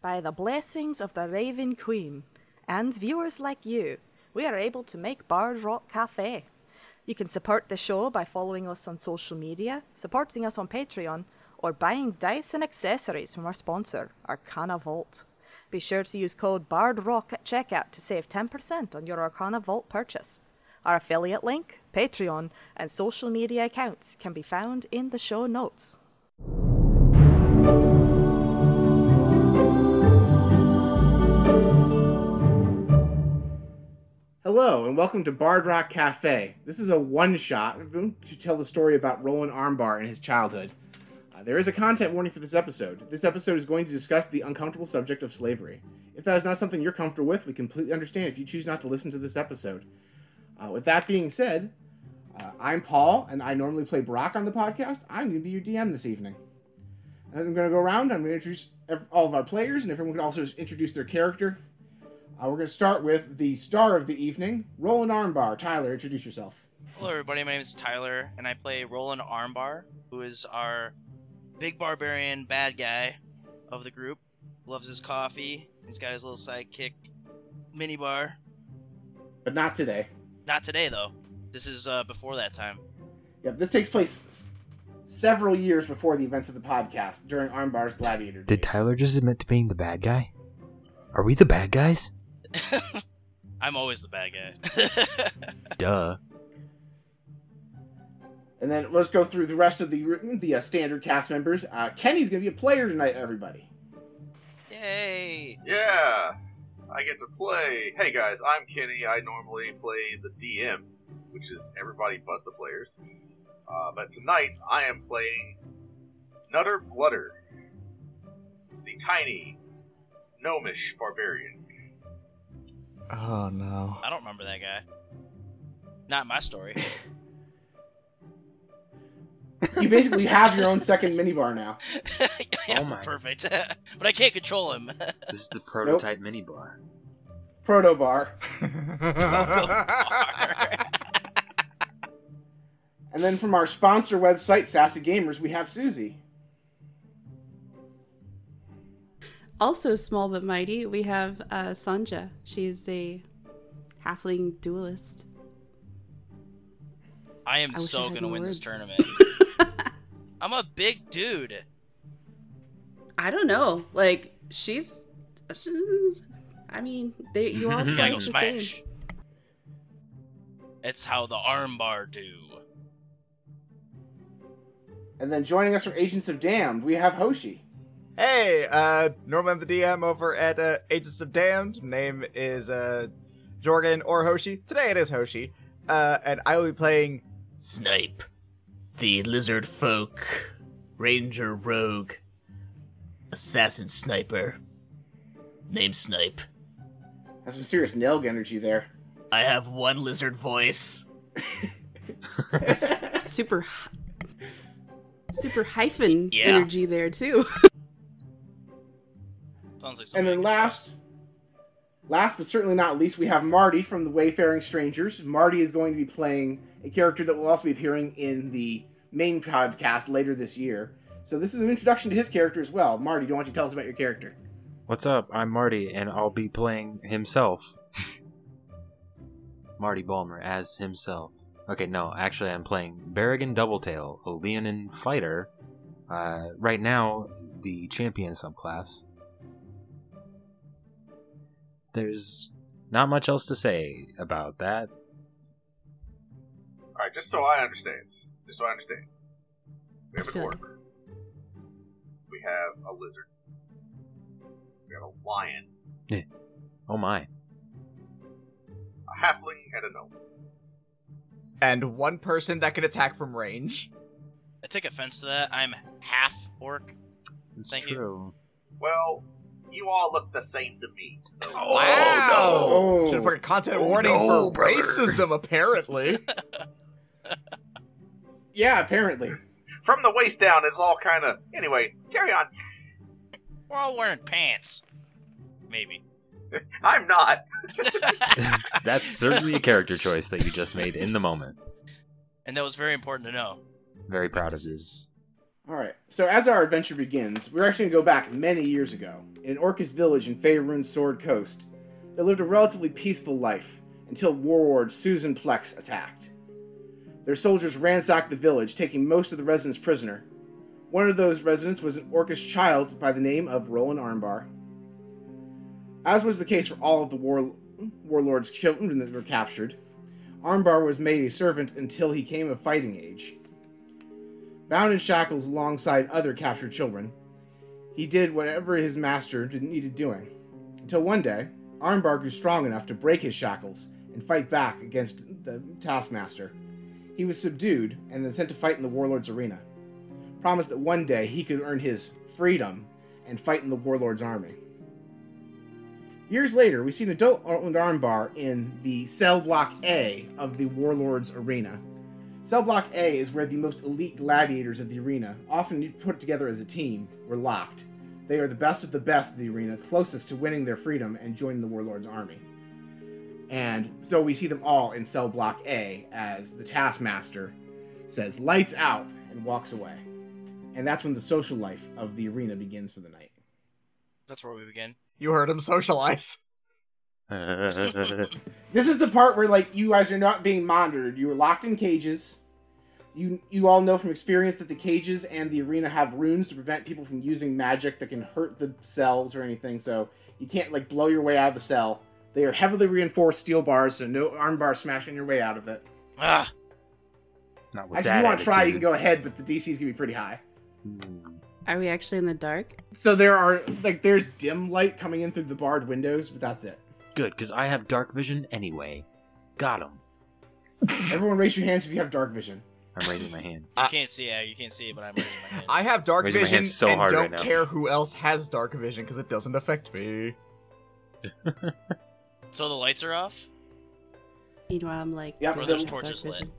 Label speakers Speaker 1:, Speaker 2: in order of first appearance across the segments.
Speaker 1: by the blessings of the Raven Queen and viewers like you, we are able to make Bard Rock Cafe. You can support the show by following us on social media, supporting us on Patreon, or buying dice and accessories from our sponsor, Arcana Vault. Be sure to use code BARDROCK at checkout to save 10% on your Arcana Vault purchase. Our affiliate link, Patreon, and social media accounts can be found in the show notes.
Speaker 2: Hello and welcome to Bard Rock Cafe. This is a one-shot to tell the story about Roland Armbar and his childhood. Uh, there is a content warning for this episode. This episode is going to discuss the uncomfortable subject of slavery. If that is not something you're comfortable with, we completely understand if you choose not to listen to this episode. Uh, with that being said, uh, I'm Paul, and I normally play Brock on the podcast. I'm going to be your DM this evening. And I'm going to go around. I'm going to introduce ev- all of our players, and everyone can also just introduce their character. Uh, we're going to start with the star of the evening, Roland Armbar. Tyler, introduce yourself.
Speaker 3: Hello, everybody. My name is Tyler, and I play Roland Armbar, who is our big barbarian bad guy of the group. Loves his coffee. He's got his little sidekick mini bar.
Speaker 2: But not today.
Speaker 3: Not today, though. This is uh, before that time.
Speaker 2: Yep, this takes place s- several years before the events of the podcast during Armbar's Gladiator days.
Speaker 4: Did Tyler just admit to being the bad guy? Are we the bad guys?
Speaker 3: I'm always the bad guy.
Speaker 4: Duh.
Speaker 2: And then let's go through the rest of the the uh, standard cast members. Uh, Kenny's going to be a player tonight, everybody.
Speaker 3: Yay!
Speaker 5: Yeah, I get to play. Hey guys, I'm Kenny. I normally play the DM, which is everybody but the players. Uh, but tonight I am playing Nutter Blutter, the tiny gnomish barbarian.
Speaker 6: Oh no.
Speaker 3: I don't remember that guy. Not my story.
Speaker 2: You basically have your own second minibar now.
Speaker 3: Yeah,
Speaker 4: Oh my.
Speaker 3: Perfect. but I can't control him.
Speaker 4: This is the prototype mini bar.
Speaker 2: Proto bar. And then from our sponsor website, Sassy Gamers, we have Susie.
Speaker 7: Also small but mighty, we have uh, Sanja. She is a halfling duelist.
Speaker 3: I am
Speaker 7: I wish I
Speaker 3: so
Speaker 7: had
Speaker 3: gonna
Speaker 7: more
Speaker 3: win this
Speaker 7: words.
Speaker 3: tournament. I'm a big dude.
Speaker 7: I don't know. Like she's, I mean, they you all
Speaker 4: You
Speaker 3: You gotta
Speaker 7: slice
Speaker 3: go
Speaker 7: the
Speaker 3: smash.
Speaker 7: same.
Speaker 3: It's how the armbar do.
Speaker 2: And then joining us from Agents of Damned, we have Hoshi.
Speaker 6: Hey, uh, Norman the DM over at uh, Agents of Damned. Name is uh, Jorgen or Hoshi. Today it is Hoshi. Uh, and I will be playing
Speaker 8: Snipe, the lizard folk, ranger rogue, assassin sniper. Name Snipe.
Speaker 2: Has some serious Nelg energy there.
Speaker 8: I have one lizard voice.
Speaker 7: Super, hy- super hyphen
Speaker 8: Yeah.
Speaker 7: energy there too.
Speaker 3: Sounds like
Speaker 2: And
Speaker 3: something. I
Speaker 2: then
Speaker 3: can
Speaker 2: last, last but certainly not least, we have Marty from the Wayfaring Strangers. Marty is going to be playing a character that will also be appearing in the main podcast later this year. So this is an introduction to his character as well. Marty, do you want to tell us about your character?
Speaker 4: What's up? I'm Marty, and I'll be playing himself. Marty Balmer as himself. Okay, no, actually, I'm playing Barrigan Doubletail, a Leonin fighter. Uh, right now, the champion subclass. There's not much else to say about that.
Speaker 5: All right, just so I understand, just so I understand, we have an
Speaker 7: Sure.
Speaker 5: orc. We have a lizard. We have a lion,
Speaker 4: Oh my.
Speaker 5: a halfling, and a gnome.
Speaker 6: and one person that can attack from range.
Speaker 3: I take offense to that. I'm half orc.
Speaker 4: It's
Speaker 3: Thank you.
Speaker 4: true.
Speaker 5: Well, you all look the same to me. So
Speaker 2: no.
Speaker 6: Oh, Should have put a content
Speaker 8: Oh,
Speaker 6: warning
Speaker 8: no,
Speaker 6: for
Speaker 8: brother.
Speaker 6: racism. Apparently,
Speaker 2: Yeah, apparently.
Speaker 5: from the waist down, it's all kind of. Anyway, carry on.
Speaker 3: We're all wearing pants. Maybe.
Speaker 5: I'm not.
Speaker 4: That's certainly a character choice that you just made in the moment.
Speaker 3: And that was very important to know.
Speaker 4: Very proud of
Speaker 3: This
Speaker 4: you.
Speaker 3: is
Speaker 2: All right. So as our adventure begins, we're actually going to go back many years ago in Orcus Village in Faerun Sword Coast. They lived a relatively peaceful life until warlord Susan Plex attacked. Their soldiers ransacked the village, taking most of the residents prisoner. One of those residents was an Orcish child by the name of Roland Armbar. As was the case for all of the war- warlord's children that were captured, Armbar was made a servant until he came of fighting age bound in shackles alongside other captured children. He did whatever his master didn't needed doing, until one day, Armbar grew strong enough to break his shackles and fight back against the taskmaster. He was subdued and then sent to fight in the warlord's arena, promised that one day he could earn his freedom and fight in the warlord's army. Years later, we see an adult Arnold Armbar in the cell block A of the warlord's arena. Cell block A is where the most elite gladiators of the arena, often put together as a team, were locked. They are the best of the best of the arena, closest to winning their freedom and joining the warlord's army. And so we see them all in cell block A as the taskmaster says lights out and walks away. And that's when the social life of the arena begins for the night.
Speaker 3: That's where we begin.
Speaker 8: You heard him socialize.
Speaker 2: This is the part where like you guys are not being monitored. You are locked in cages. You you all know from experience that the cages and the arena have runes to prevent people from using magic that can hurt the cells or anything. So you can't like blow your way out of the cell. They are heavily reinforced steel bars, so no arm bar smashing your way out of it.
Speaker 3: Ah,
Speaker 4: Not
Speaker 2: Actually,
Speaker 4: with
Speaker 2: if
Speaker 4: that
Speaker 2: you want to try, you can
Speaker 4: attitude.
Speaker 2: go ahead, but the DC is gonna be pretty high.
Speaker 4: Hmm.
Speaker 7: Are we actually in the dark?
Speaker 2: So there are like there's dim light coming in through the barred windows, but that's it.
Speaker 4: Good, because I have dark vision anyway. Got him.
Speaker 2: Everyone, raise your hands if you have dark vision.
Speaker 4: I'm raising my hand.
Speaker 3: you
Speaker 6: I-
Speaker 3: can't see. Yeah, you can't see it, but I'm raising my hand.
Speaker 6: I have dark
Speaker 4: Raising my
Speaker 6: vision
Speaker 4: hands so
Speaker 6: and
Speaker 4: hard right
Speaker 6: don't
Speaker 4: now.
Speaker 6: care who else has dark vision because it doesn't affect me.
Speaker 3: So the lights are off.
Speaker 7: Meanwhile, I'm like,
Speaker 2: Yep,
Speaker 7: "Dude,
Speaker 2: those
Speaker 7: I have dark
Speaker 3: torches lit.
Speaker 7: vision."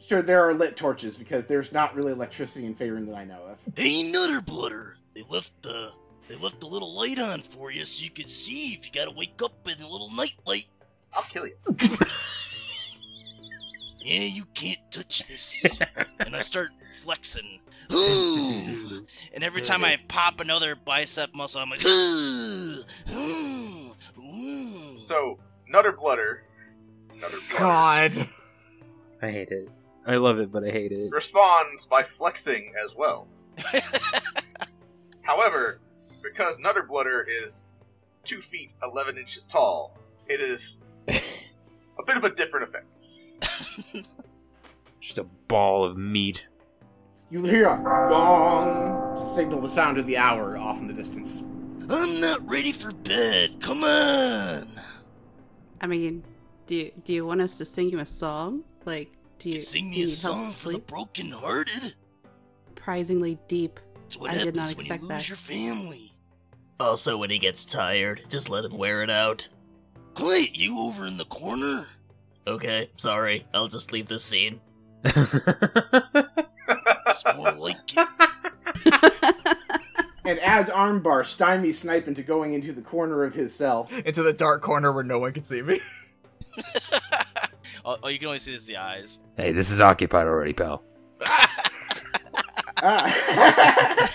Speaker 2: Sure, there are lit torches because there's not really electricity in Faerun that I know of.
Speaker 3: Hey, Nutter Butter! They left the they left the little light on for you so you can see if you gotta wake up in a little night light.
Speaker 5: I'll kill you.
Speaker 3: Yeah, you can't touch this. and I start flexing. Ooh. and every time I pop another bicep muscle, I'm like, Ooh. Ooh. Ooh.
Speaker 5: So, Nutter Blutter. Nutter Blutter
Speaker 6: God.
Speaker 4: I hate it. I love it, but I hate it.
Speaker 5: responds by flexing as well. However, because Nutter Blutter is 2 feet 11 inches tall, it is a bit of a different effect.
Speaker 4: Just a ball of meat.
Speaker 2: You hear a gong to signal the sound of the hour off in the distance.
Speaker 3: I'm not ready for bed. Come on.
Speaker 7: I mean, do do you want us to sing you a song? Like, do
Speaker 3: You
Speaker 7: you,
Speaker 3: can sing
Speaker 7: do
Speaker 3: me a
Speaker 7: you help
Speaker 3: song for the
Speaker 7: sleep?
Speaker 3: broken-hearted.
Speaker 7: Surprisingly deep.
Speaker 3: It's what
Speaker 7: I
Speaker 3: happens
Speaker 7: did not
Speaker 3: when
Speaker 7: expect
Speaker 3: you lose
Speaker 7: that.
Speaker 3: your family.
Speaker 8: Also, when he gets tired, just let him wear it out.
Speaker 3: Quiet, you over in the corner.
Speaker 8: Okay, sorry. I'll just leave this scene.
Speaker 3: It's more like it.
Speaker 2: And as Armbar stymies Snipe into going into the corner of his cell,
Speaker 6: Into the dark corner where no one can see me.
Speaker 3: oh, oh, you can only see this the eyes.
Speaker 4: hey, this is occupied already, pal.
Speaker 2: ah.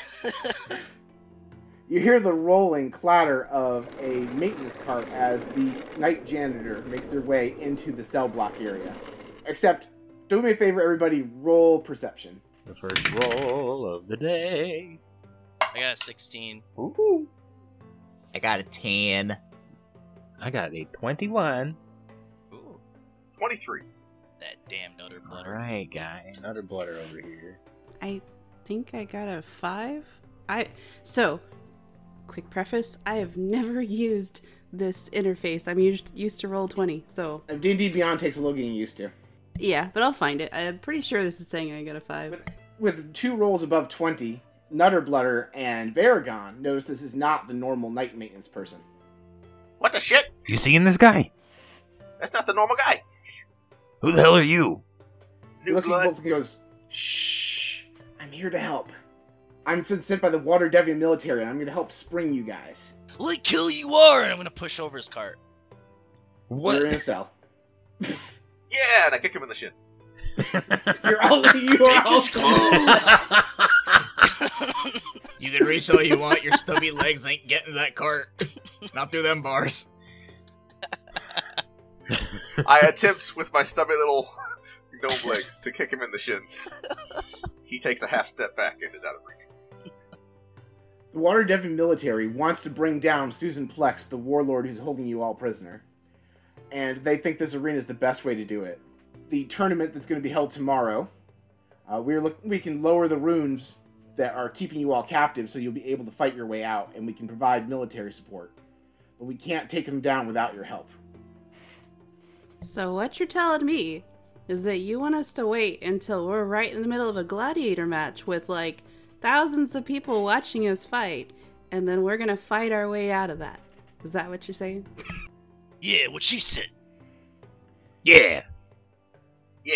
Speaker 2: you hear the rolling clatter of a maintenance cart as the night janitor makes their way into the cell block area. Except, do me a favor, everybody, roll perception.
Speaker 4: The first roll of the day.
Speaker 3: I got a 16.
Speaker 4: Ooh.
Speaker 8: I got a 10.
Speaker 4: I got a 21.
Speaker 3: Ooh,
Speaker 5: 23.
Speaker 3: that damn nutter
Speaker 4: All
Speaker 3: butter.
Speaker 4: right, guy. Another butter over here.
Speaker 7: I think I got a five. I so quick preface. I have never used this interface. I'm used used to roll twenty. So
Speaker 2: Uh, D&D Beyond takes a little getting used to.
Speaker 7: yeah, but I'll find it. I'm pretty sure this is saying I got a five.
Speaker 2: with two rolls above 20, Nutter Blutter and Baragon notice this is not the normal night maintenance person.
Speaker 5: What the shit?
Speaker 4: You seeing this guy?
Speaker 5: That's not the normal guy.
Speaker 4: Who the hell are you?
Speaker 2: He
Speaker 5: New
Speaker 2: looks at
Speaker 5: blood.
Speaker 2: both and goes, Shh, I'm here to help. I'm been sent by the Water Devian military, and I'm going to help spring you guys.
Speaker 3: Like hell you are! And I'm gonna push over his cart.
Speaker 2: You're in a cell.
Speaker 5: Yeah, and I kick him in the shins.
Speaker 2: You're all, you are
Speaker 3: Take
Speaker 2: all
Speaker 3: his clothes!
Speaker 8: You can reach all you want. Your stubby legs ain't getting that cart. Not through them bars.
Speaker 5: I attempt with my stubby little gnome legs to kick him in the shins. He takes a half step back and is out of reach.
Speaker 2: The Water Devon military wants to bring down Susan Plex, the warlord who's holding you all prisoner. And they think this arena is the best way to do it. The tournament that's going to be held tomorrow, uh, we're look- we can lower the runes that are keeping you all captive so you'll be able to fight your way out, and we can provide military support. But we can't take them down without your help.
Speaker 7: So what you're telling me is that you want us to wait until we're right in the middle of a gladiator match with like thousands of people watching us fight, and then we're gonna fight our way out of that. Is that what you're saying?
Speaker 3: Yeah, what she said.
Speaker 8: Yeah.
Speaker 5: Yeah.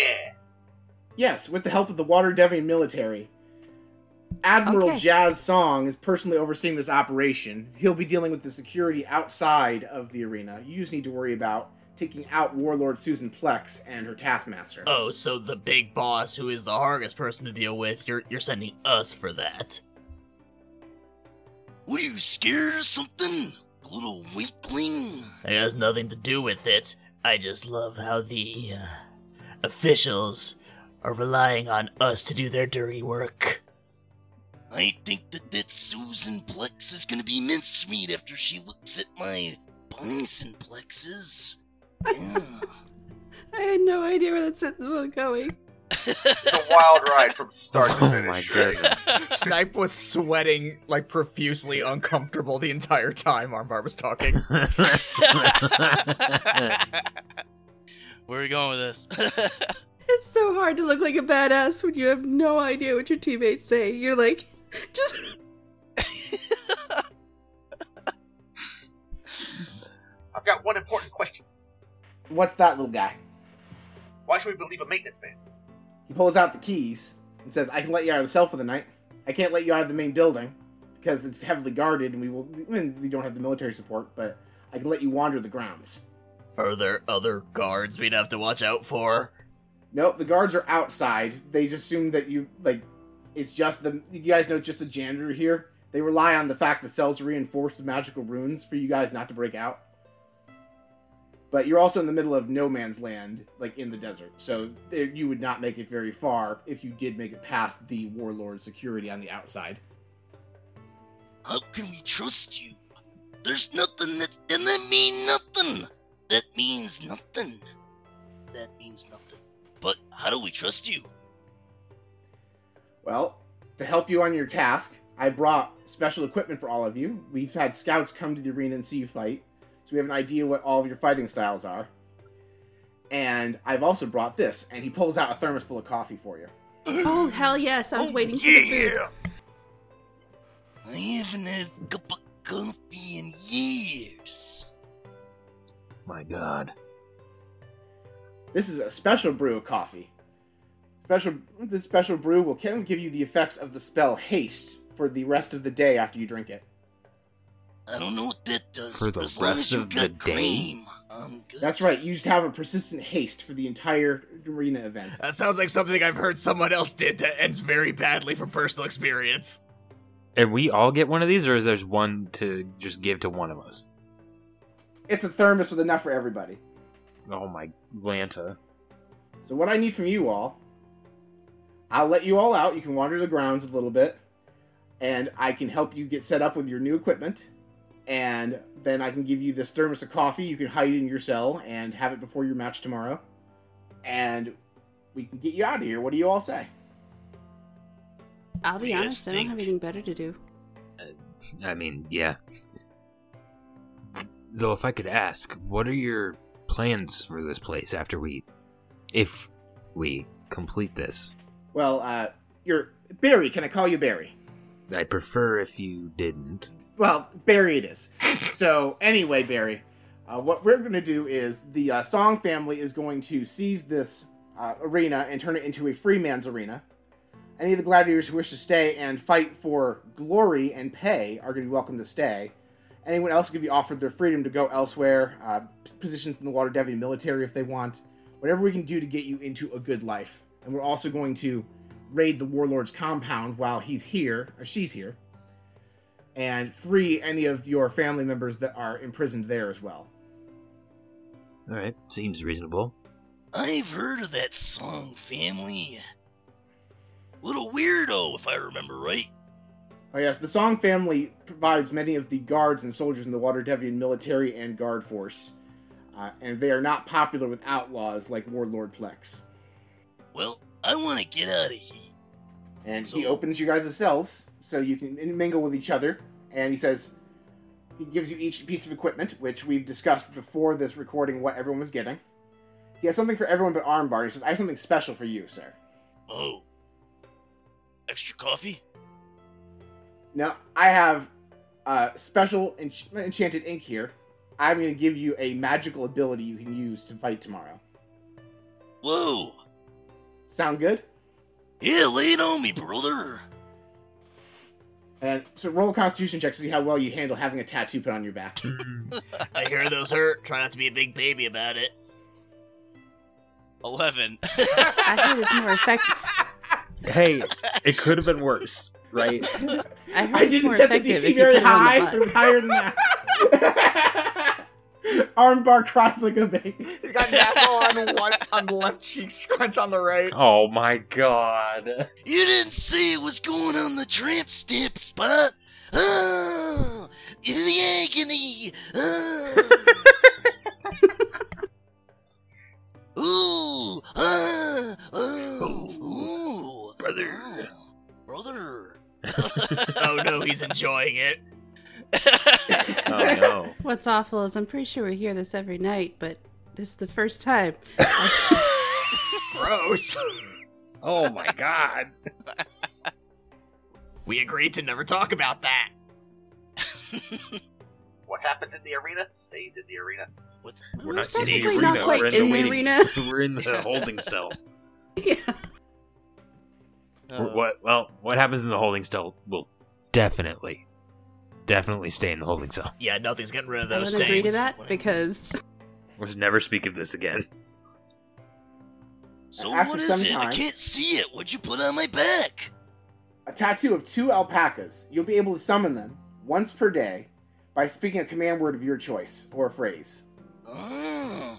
Speaker 2: Yes, with the help of the Water Devian military. Admiral
Speaker 7: Okay.
Speaker 2: Jazz Song is personally overseeing this operation. He'll be dealing with the security outside of the arena. You just need to worry about taking out Warlord Susan Plex and her Taskmaster.
Speaker 5: Uh,
Speaker 8: Oh, so the big boss, who is the hardest person to deal with, you're you're sending us for that.
Speaker 3: What are you scared or something? Little weakling.
Speaker 8: It has nothing to do with it. I just love how the uh, officials are relying on us to do their dirty work.
Speaker 9: I think that that Susan Plex is gonna be mincemeat after she looks at my bison plexes. Yeah.
Speaker 7: I had no idea where that's was going.
Speaker 5: It's a wild ride from start to
Speaker 4: Oh my
Speaker 5: finish.
Speaker 4: goodness.
Speaker 6: Snipe was sweating like profusely uncomfortable the entire time Armbar was talking.
Speaker 3: Where are we going with this?
Speaker 7: It's so hard to look like a badass when you have no idea what your teammates say. You're like, just
Speaker 5: I've got one important question.
Speaker 2: What's that little guy?
Speaker 5: Why should we believe a maintenance man?
Speaker 2: He pulls out the keys and says, I can let you out of the cell for the night. I can't let you out of the main building because it's heavily guarded and we will and we don't have the military support, but I can let you wander the grounds.
Speaker 8: Are there other guards we'd have to watch out for?
Speaker 2: Nope, the guards are outside. They just assume that you like it's just the you guys know it's just the janitor here. They rely on the fact that cells are reinforced with magical runes for you guys not to break out. But you're also in the middle of no man's land, like in the desert, so there, you would not make it very far if you did make it past the warlord security on the outside.
Speaker 9: How can we trust you? There's nothing that doesn't mean nothing. That means nothing. That means nothing. But how do we trust you?
Speaker 2: Well, to help you on your task, I brought special equipment for all of you. We've had scouts come to the arena and see you fight, so we have an idea what all of your fighting styles are. And I've also brought this, and he pulls out a thermos full of coffee for you.
Speaker 7: Oh hell yes, I was waiting for the food.
Speaker 9: I haven't had a cup of coffee in years.
Speaker 4: my god.
Speaker 2: This is a special brew of coffee. Special this special brew will can give you the effects of the spell haste for the rest of the day after you drink it.
Speaker 9: I don't know what that does.
Speaker 4: For the
Speaker 9: but as long
Speaker 4: rest
Speaker 9: as you
Speaker 4: of
Speaker 9: got
Speaker 4: the day?
Speaker 9: cream, I'm good.
Speaker 2: That's right, you just have a persistent haste for the entire arena event.
Speaker 8: That sounds like something I've heard someone else did that ends very badly from personal experience.
Speaker 4: And we all get one of these, or is there's one to just give to one of us?
Speaker 2: It's a thermos with enough for everybody.
Speaker 4: Oh my Lanta.
Speaker 2: So what I need from you all, I'll let you all out. You can wander the grounds a little bit, and I can help you get set up with your new equipment. And then I can give you this thermos of coffee. You can hide it in your cell and have it before your match tomorrow. And we can get you out of here. What do you all say?
Speaker 7: I'll be
Speaker 3: You guys
Speaker 7: honest, I don't have
Speaker 3: think?
Speaker 7: anything better to do.
Speaker 4: I mean, yeah. Though, if I could ask, what are your plans for this place after we, if we complete this?
Speaker 2: Well, uh, you're Barry. Can I call you Barry?
Speaker 4: I'd prefer if you didn't.
Speaker 2: Well, Barry it is. So anyway, Barry, uh, what we're going to do is the uh, Song family is going to seize this uh, arena and turn it into a free man's arena. Any of the gladiators who wish to stay and fight for glory and pay are going to be welcome to stay. Anyone else could be offered their freedom to go elsewhere, uh, p- positions in the Water Devi military if they want. Whatever we can do to get you into a good life. And we're also going to raid the warlord's compound while he's here or she's here, and free any of your family members that are imprisoned there as well.
Speaker 4: All right, seems reasonable.
Speaker 9: I've heard of that song, family. Little weirdo, if I remember right.
Speaker 2: Oh yes, the Song family provides many of the guards and soldiers in the Water Devian military and guard force, uh, and they are not popular with outlaws like Warlord Plex.
Speaker 9: Well, I want to get out of here.
Speaker 2: And
Speaker 9: So-
Speaker 2: he opens you guys' cells so you can mingle with each other. And he says, he gives you each piece of equipment, which we've discussed before this recording what everyone was getting. He has something for everyone but Armbar. He says, I have something special for you, sir.
Speaker 9: Oh. Extra coffee?
Speaker 2: Now, I have uh, special ench- enchanted ink here. I'm going to give you a magical ability you can use to fight tomorrow.
Speaker 9: Whoa.
Speaker 2: Sound good?
Speaker 9: Yeah, lay it on me, brother.
Speaker 2: And Uh, so roll a constitution check to see how well you handle having a tattoo put on your back.
Speaker 8: I hear those hurt. Try not to be a big baby about it.
Speaker 3: 11.
Speaker 7: I heard it's more effective.
Speaker 10: Hey, it could have been worse, right?
Speaker 7: I, heard
Speaker 2: I
Speaker 7: it's
Speaker 2: didn't
Speaker 7: more
Speaker 2: set the
Speaker 7: effective
Speaker 2: DC
Speaker 7: if you
Speaker 2: very
Speaker 7: put it on the
Speaker 2: high.
Speaker 7: butt.
Speaker 2: It was higher than that. Armbar cries like a baby.
Speaker 6: He's got Nassau on one on the left cheek, scrunch on the right.
Speaker 4: Oh my god.
Speaker 9: You didn't see what's going on the tramp stamp spot. Oh, the agony. Oh. ooh, ah, oh, ooh, brother, brother.
Speaker 8: Oh no, he's enjoying it.
Speaker 4: Oh no.
Speaker 7: What's awful is I'm pretty sure we hear this every night, but this is the first time.
Speaker 8: Gross.
Speaker 4: Oh my god.
Speaker 8: We agreed to never talk about that.
Speaker 5: What happens in the arena stays in the arena.
Speaker 4: We're not in the
Speaker 7: technically
Speaker 4: arena.
Speaker 7: not quite
Speaker 4: We're in
Speaker 7: in
Speaker 4: the
Speaker 7: the
Speaker 4: waiting.
Speaker 7: arena.
Speaker 4: We're in the holding cell.
Speaker 7: Yeah.
Speaker 4: Wh- what? Well, what happens in the holding cell will definitely, definitely stay in the holding cell.
Speaker 8: Yeah, nothing's getting rid of
Speaker 7: I
Speaker 8: those
Speaker 7: don't
Speaker 8: stains.
Speaker 7: agree to that because
Speaker 4: Let's never speak of this again.
Speaker 9: So
Speaker 2: After
Speaker 9: what is
Speaker 2: some
Speaker 9: it? I
Speaker 2: time-
Speaker 9: can't see it. What'd you put on my back?
Speaker 2: A tattoo of two alpacas. You'll be able to summon them once per day by speaking a command word of your choice or a phrase.
Speaker 9: Oh,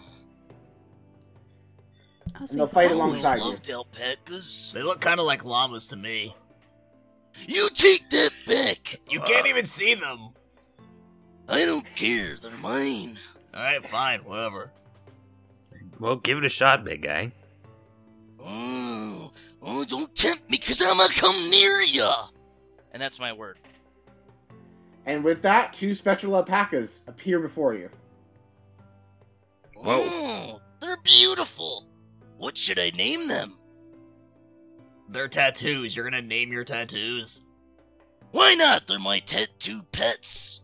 Speaker 7: Oh, so
Speaker 2: And they'll
Speaker 7: he's
Speaker 2: fight
Speaker 9: I
Speaker 7: awful.
Speaker 9: always
Speaker 2: alongside you.
Speaker 9: loved alpacas.
Speaker 8: They look kind of like llamas to me.
Speaker 9: You take that back.
Speaker 8: You can't even see them.
Speaker 9: I don't care. They're mine.
Speaker 8: All right, fine, whatever.
Speaker 4: Well, give it a shot, big guy.
Speaker 9: Oh, oh don't tempt me, cause I'ma come near ya.
Speaker 3: and that's my word.
Speaker 2: And with that, two spectral alpacas appear before you.
Speaker 9: Oh, they're beautiful. What should I name them?
Speaker 8: They're tattoos. You're gonna name your tattoos.
Speaker 9: Why not? They're my tattoo pets.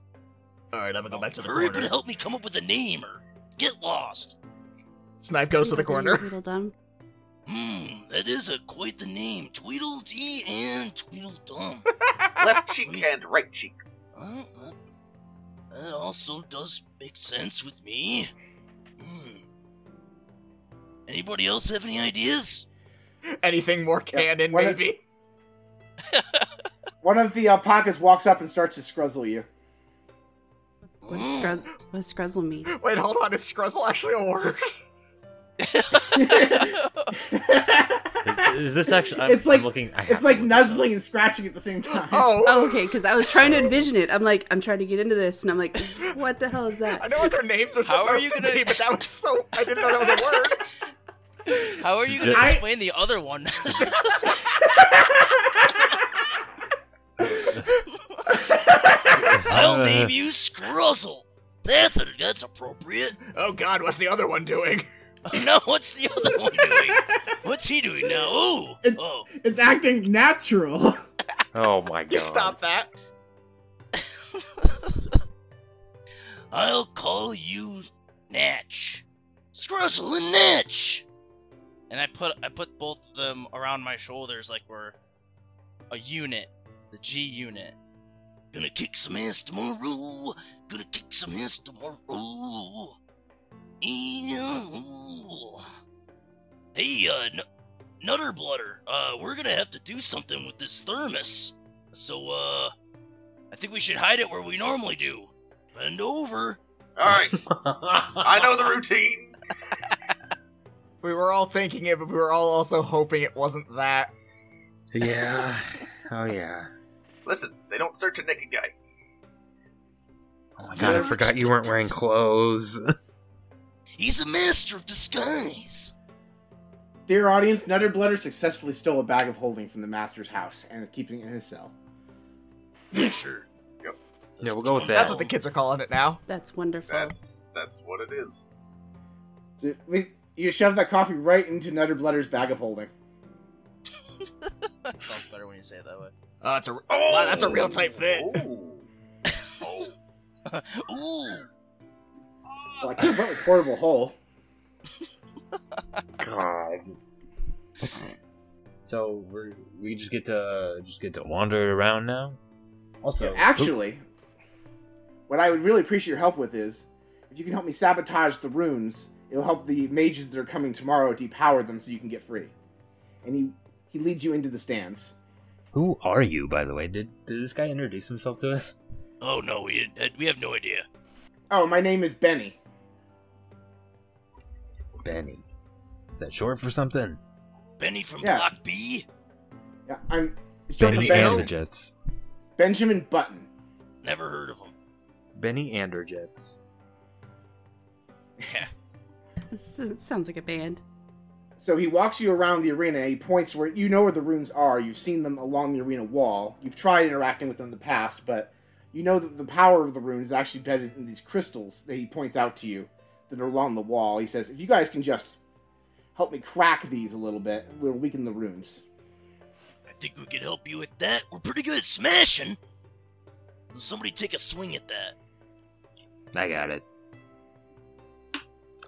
Speaker 8: All right, I'm gonna go back to the
Speaker 9: Hurry up and
Speaker 8: corner.
Speaker 9: help me come up with a name or get lost.
Speaker 8: Snipe goes to the corner.
Speaker 7: Tweedledum.
Speaker 9: Hmm, that is a quite the name. Tweedledee and Tweedledum.
Speaker 5: Left cheek and right cheek.
Speaker 9: Uh, uh, that also does make sense with me. Hmm. Anybody else have any ideas?
Speaker 6: Anything more canon,
Speaker 2: what a-
Speaker 6: maybe?
Speaker 2: One of the alpacas walks up and starts to scruzzle you.
Speaker 9: Oh.
Speaker 7: What's scruz- what's Scruzzle mean?
Speaker 6: Wait, hold on. Is Scruzzle actually a word?
Speaker 4: Is, is this actually? I'm,
Speaker 2: It's like-
Speaker 4: I'm looking. I have
Speaker 2: it's
Speaker 4: to
Speaker 2: like
Speaker 4: look this up.
Speaker 2: nuzzling and scratching at the same time.
Speaker 6: Oh,
Speaker 7: Oh, okay, because I was trying to envision it. I'm like, I'm trying to get into this, and I'm like, what the hell is
Speaker 6: I
Speaker 7: that?
Speaker 6: know what their names are
Speaker 3: How
Speaker 6: supposed
Speaker 3: are you
Speaker 6: to
Speaker 3: gonna-
Speaker 6: be, but that was so. I didn't know that was a word.
Speaker 3: How are you going to
Speaker 2: I-
Speaker 3: explain the other one?
Speaker 9: I'll
Speaker 8: Uh.
Speaker 9: name you Scruzzle. That's a, that's appropriate.
Speaker 8: Oh God, what's the other one doing?
Speaker 9: now what's the other one doing? What's he doing now? Oh,
Speaker 2: It-
Speaker 9: oh.
Speaker 2: It's acting natural.
Speaker 4: Oh my god!
Speaker 6: You stop that.
Speaker 9: I'll call you Natch. Scruzzle and Natch.
Speaker 3: and I put I put both of them around my shoulders like we're a unit, the G unit.
Speaker 9: Gonna kick some ass tomorrow. Gonna kick some ass tomorrow. Ew. Hey, uh, N- Nutter Blutter, uh, we're gonna have to do something with this thermos. So, uh, I think we should hide it where we normally do. Bend over.
Speaker 5: All right, I know the routine.
Speaker 6: We were all thinking it, but we were all also hoping it wasn't that.
Speaker 4: Yeah. Oh yeah.
Speaker 5: Listen, they don't search a naked guy.
Speaker 4: Oh my god, I forgot you weren't wearing clothes.
Speaker 9: He's a master of disguise.
Speaker 2: Dear audience, Nutter Blutter successfully stole a bag of holding from the master's house and is keeping it in his cell.
Speaker 9: Yeah, sure.
Speaker 5: Yep.
Speaker 4: Yeah, we'll go with
Speaker 6: That's
Speaker 4: that.
Speaker 6: what the kids are calling it now.
Speaker 7: That's wonderful.
Speaker 5: That's that's what it is.
Speaker 2: So, we- You shove that coffee right into Nutter Blutter's bag of holding.
Speaker 3: Sounds better when you say it that way.
Speaker 6: Oh, it's a
Speaker 5: Oh,
Speaker 6: Wow, that's a real tight fit.
Speaker 7: Oh.
Speaker 5: Ooh.
Speaker 9: Ooh.
Speaker 2: Well, I can't put a portable hole.
Speaker 4: God. So we're we just get to just get to wander around now. Also,
Speaker 2: So actually, what I would really appreciate your help with is if you can help me sabotage the runes, it'll help the mages that are coming tomorrow depower them so you can get free. And he he leads you into the stands.
Speaker 4: who are you, by the way? Did did this guy introduce himself to us?
Speaker 9: Oh no, we didn't- uh, we have no idea.
Speaker 2: Oh, my name is Benny.
Speaker 4: Benny. Is that short for something?
Speaker 9: Benny from
Speaker 2: Yeah.
Speaker 9: Block B.
Speaker 2: Yeah, I'm it's short for
Speaker 4: Benny
Speaker 2: Ben-
Speaker 4: Anderjets.
Speaker 2: Benjamin Button.
Speaker 9: Never heard of him.
Speaker 4: Benny Anderjets.
Speaker 7: This is- sounds like a band.
Speaker 2: So he walks you around the arena. He points where you know where the runes are. You've seen them along the arena wall. You've tried interacting with them in the past, but you know that the power of the runes is actually embedded in these crystals that he points out to you that are along the wall. He says, "If you guys can just help me crack these a little bit, we'll weaken the runes."
Speaker 9: I think we could help you with that. We're pretty good at smashing. Will somebody take a swing at that?
Speaker 4: I got it.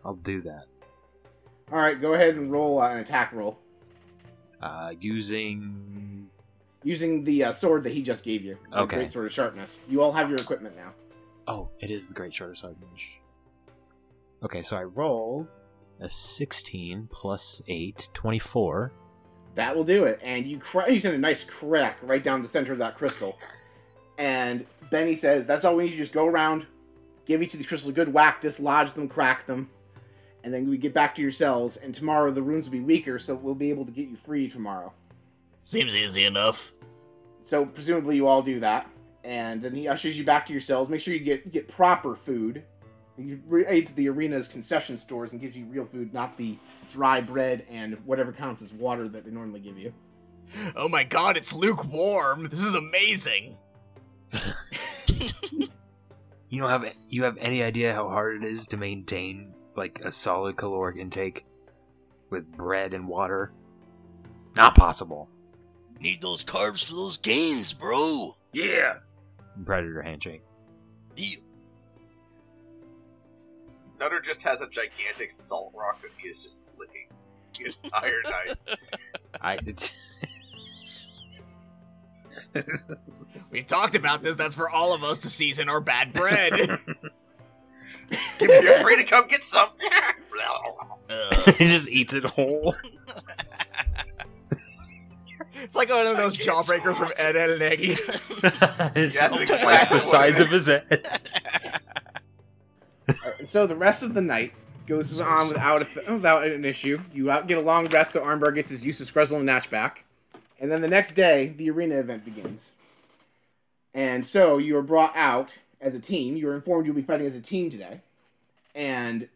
Speaker 4: I'll do that.
Speaker 2: All right, go ahead and roll uh, an attack roll
Speaker 4: Uh, using
Speaker 2: using the uh, sword that he just gave you. the
Speaker 4: Okay.
Speaker 2: Great sword of sharpness. You all have your equipment now.
Speaker 4: oh, it is the Great Shorter Sword Mage. Okay, so I roll a sixteen plus 8, 24.
Speaker 2: That will do it. And you cra- you send a nice crack right down the center of that crystal. And Benny says, "That's all we need. to Just go around, give each of these crystals a good whack, dislodge them, crack them, and then we get back to your cells. And tomorrow the runes will be weaker, so we'll be able to get you free tomorrow.
Speaker 8: Seems easy enough.
Speaker 2: So presumably you all do that. And then he ushers you back to your cells. Make sure you get get proper food. He re- aids the arena's concession stores and gives you real food, not the dry bread and whatever counts as water that they normally give you."
Speaker 8: Oh my god, it's lukewarm. This is amazing.
Speaker 4: You don't have you have any idea how hard it is to maintain like a solid caloric intake with bread and water? Not possible.
Speaker 9: Need those carbs for those gains, bro.
Speaker 4: Yeah. Predator handshake.
Speaker 9: He
Speaker 5: Nutter just has a gigantic salt rock that he is just licking the entire night.
Speaker 4: I it's,
Speaker 8: We talked about this. That's for all of us to season our bad bread.
Speaker 5: You're free to come get some.
Speaker 9: uh,
Speaker 4: he just eats it whole.
Speaker 6: It's like one of
Speaker 9: I
Speaker 6: those
Speaker 9: can't
Speaker 6: jawbreakers from Ed, Ed and Eggy.
Speaker 4: it's
Speaker 5: That's
Speaker 4: just
Speaker 5: exactly
Speaker 4: twice the
Speaker 5: what it
Speaker 4: size of
Speaker 5: is.
Speaker 4: his head.
Speaker 2: And Uh, so the rest of the night goes on without a, without an issue. You out, get a long rest so Armbar gets his use of Scruzzle and Natch back. And then the next day, the arena event begins. And so you are brought out as a team. You are informed you'll be fighting as a team today. And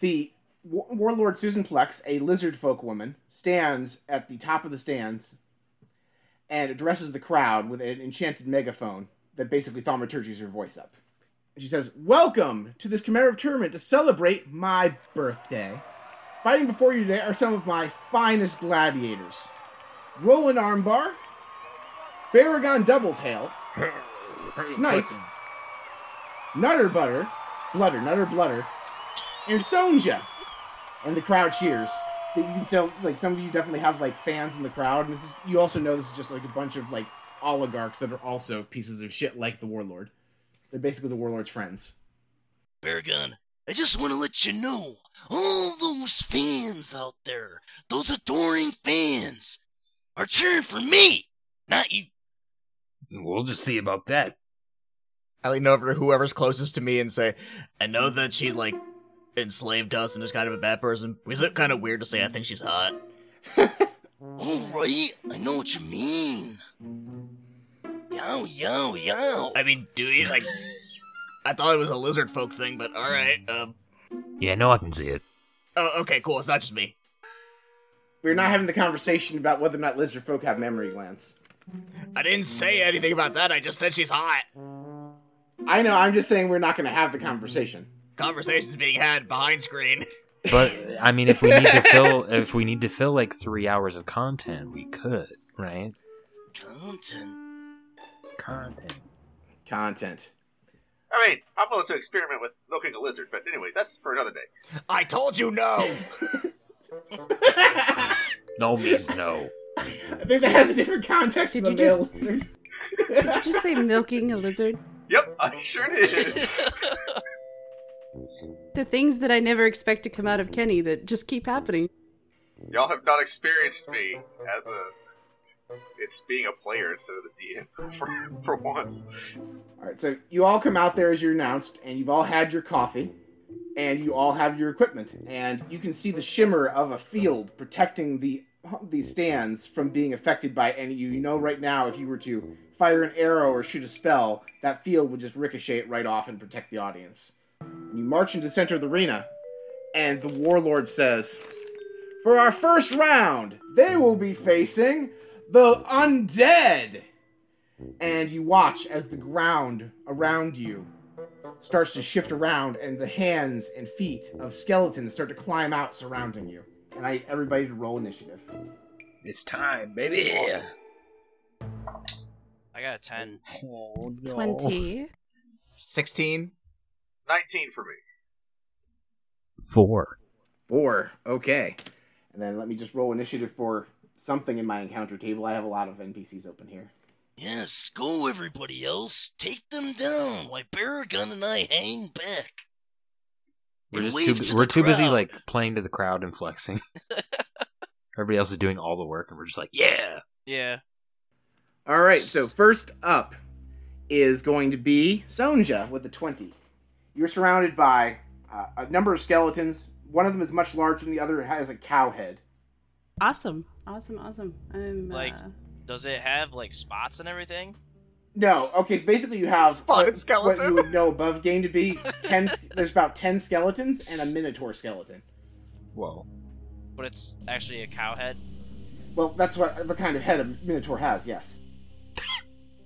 Speaker 2: the War- Warlord Susan Plex, a lizard folk woman, stands at the top of the stands and addresses the crowd with an enchanted megaphone that basically thaumaturgies her voice up. And she says, Welcome to this commemorative tournament to celebrate my birthday. Fighting before you today are some of my finest gladiators Roland Armbar, Baragon Doubletail, Snipe, Nutter Butter, Blutter, Nutter Blutter, and Sonja. And the crowd cheers. That You can tell, like, some of you definitely have, like, fans in the crowd. And this is, you also know this is just, like, a bunch of, like, oligarchs that are also pieces of shit like the Warlord. They're basically the Warlord's friends.
Speaker 9: Bear gun. I just want to let you know, all those fans out there, those adoring fans, are cheering for me, not you.
Speaker 10: We'll just see about that.
Speaker 6: I lean over to whoever's closest to me and say,
Speaker 8: I know that she like enslaved us and is kind of a bad person. Is it kind of weird to say I think she's hot?
Speaker 9: All right, I know what you mean. Yow, yow, yow.
Speaker 8: I mean, do you like? I thought it was a lizard folk thing, but all right. Um.
Speaker 4: Yeah, no, I can see it.
Speaker 8: Oh, okay, cool. It's not just me.
Speaker 2: We were not having the conversation about whether or not lizard folk have memory glands.
Speaker 8: I didn't say anything about that. I just said she's hot.
Speaker 2: I know, I'm just saying we're not going to have the conversation.
Speaker 8: Conversations being had behind screen.
Speaker 4: But I mean, if we need to fill, if we need to fill like three hours of content, we could, right?
Speaker 9: Content.
Speaker 4: Content.
Speaker 2: Content.
Speaker 5: I mean, I'm willing to experiment with milking a lizard, but anyway, that's for another day.
Speaker 8: I told you no.
Speaker 4: No means no.
Speaker 2: I think that has a different context
Speaker 7: Did
Speaker 2: for
Speaker 7: you
Speaker 2: the male
Speaker 7: just-
Speaker 2: lizard.
Speaker 7: Did you just say milking a lizard?
Speaker 5: Yep, I sure did.
Speaker 7: The things that I never expect to come out of Kenny that just keep happening.
Speaker 5: Y'all have not experienced me as a. It's being a player instead of the DM for, for once.
Speaker 2: All right, so you all come out there as you're announced, and you've all had your coffee, and you all have your equipment, and you can see the shimmer of a field protecting the the stands from being affected by any. You know, right now, if you were to fire an arrow or shoot a spell, that field would just ricochet it right off and protect the audience. And you march into the center of the arena, and the warlord says, "For our first round, they will be facing the undead." and you watch as the ground around you starts to shift around and the hands and feet of skeletons start to climb out surrounding you. And I need everybody to roll initiative.
Speaker 10: It's time, baby.
Speaker 5: Awesome.
Speaker 3: I got a 10.
Speaker 10: Oh, no.
Speaker 7: 20.
Speaker 6: 16.
Speaker 5: 19 for me.
Speaker 4: Four.
Speaker 2: Four. Okay. And then let me just roll initiative for something in my encounter table. I have a lot of NPCs open here.
Speaker 9: Yes, go everybody else. Take them down. Why Baragon and I hang back.
Speaker 4: We're
Speaker 9: And
Speaker 4: just
Speaker 9: wave
Speaker 4: too,
Speaker 9: to
Speaker 4: we're
Speaker 9: the
Speaker 4: too busy
Speaker 9: crowd.
Speaker 4: like playing to the crowd and flexing. Everybody else is doing all the work, and we're just like, yeah.
Speaker 3: Yeah.
Speaker 2: All right, so first up is going to be Sonja with the 20. You're surrounded by uh, a number of skeletons. One of them is much larger than the other, it has a cow head.
Speaker 7: Awesome. Awesome, awesome. I'm
Speaker 3: Like-
Speaker 7: uh,
Speaker 3: Does it have, like, spots and everything?
Speaker 2: No. Okay. So basically, you have
Speaker 6: Spotted
Speaker 2: what- What
Speaker 6: skeleton.
Speaker 2: you would know above game to be ten. there's about ten skeletons and a minotaur skeleton.
Speaker 4: Whoa.
Speaker 3: But it's actually a cow head.
Speaker 2: Well, that's what the kind of head a minotaur has. Yes.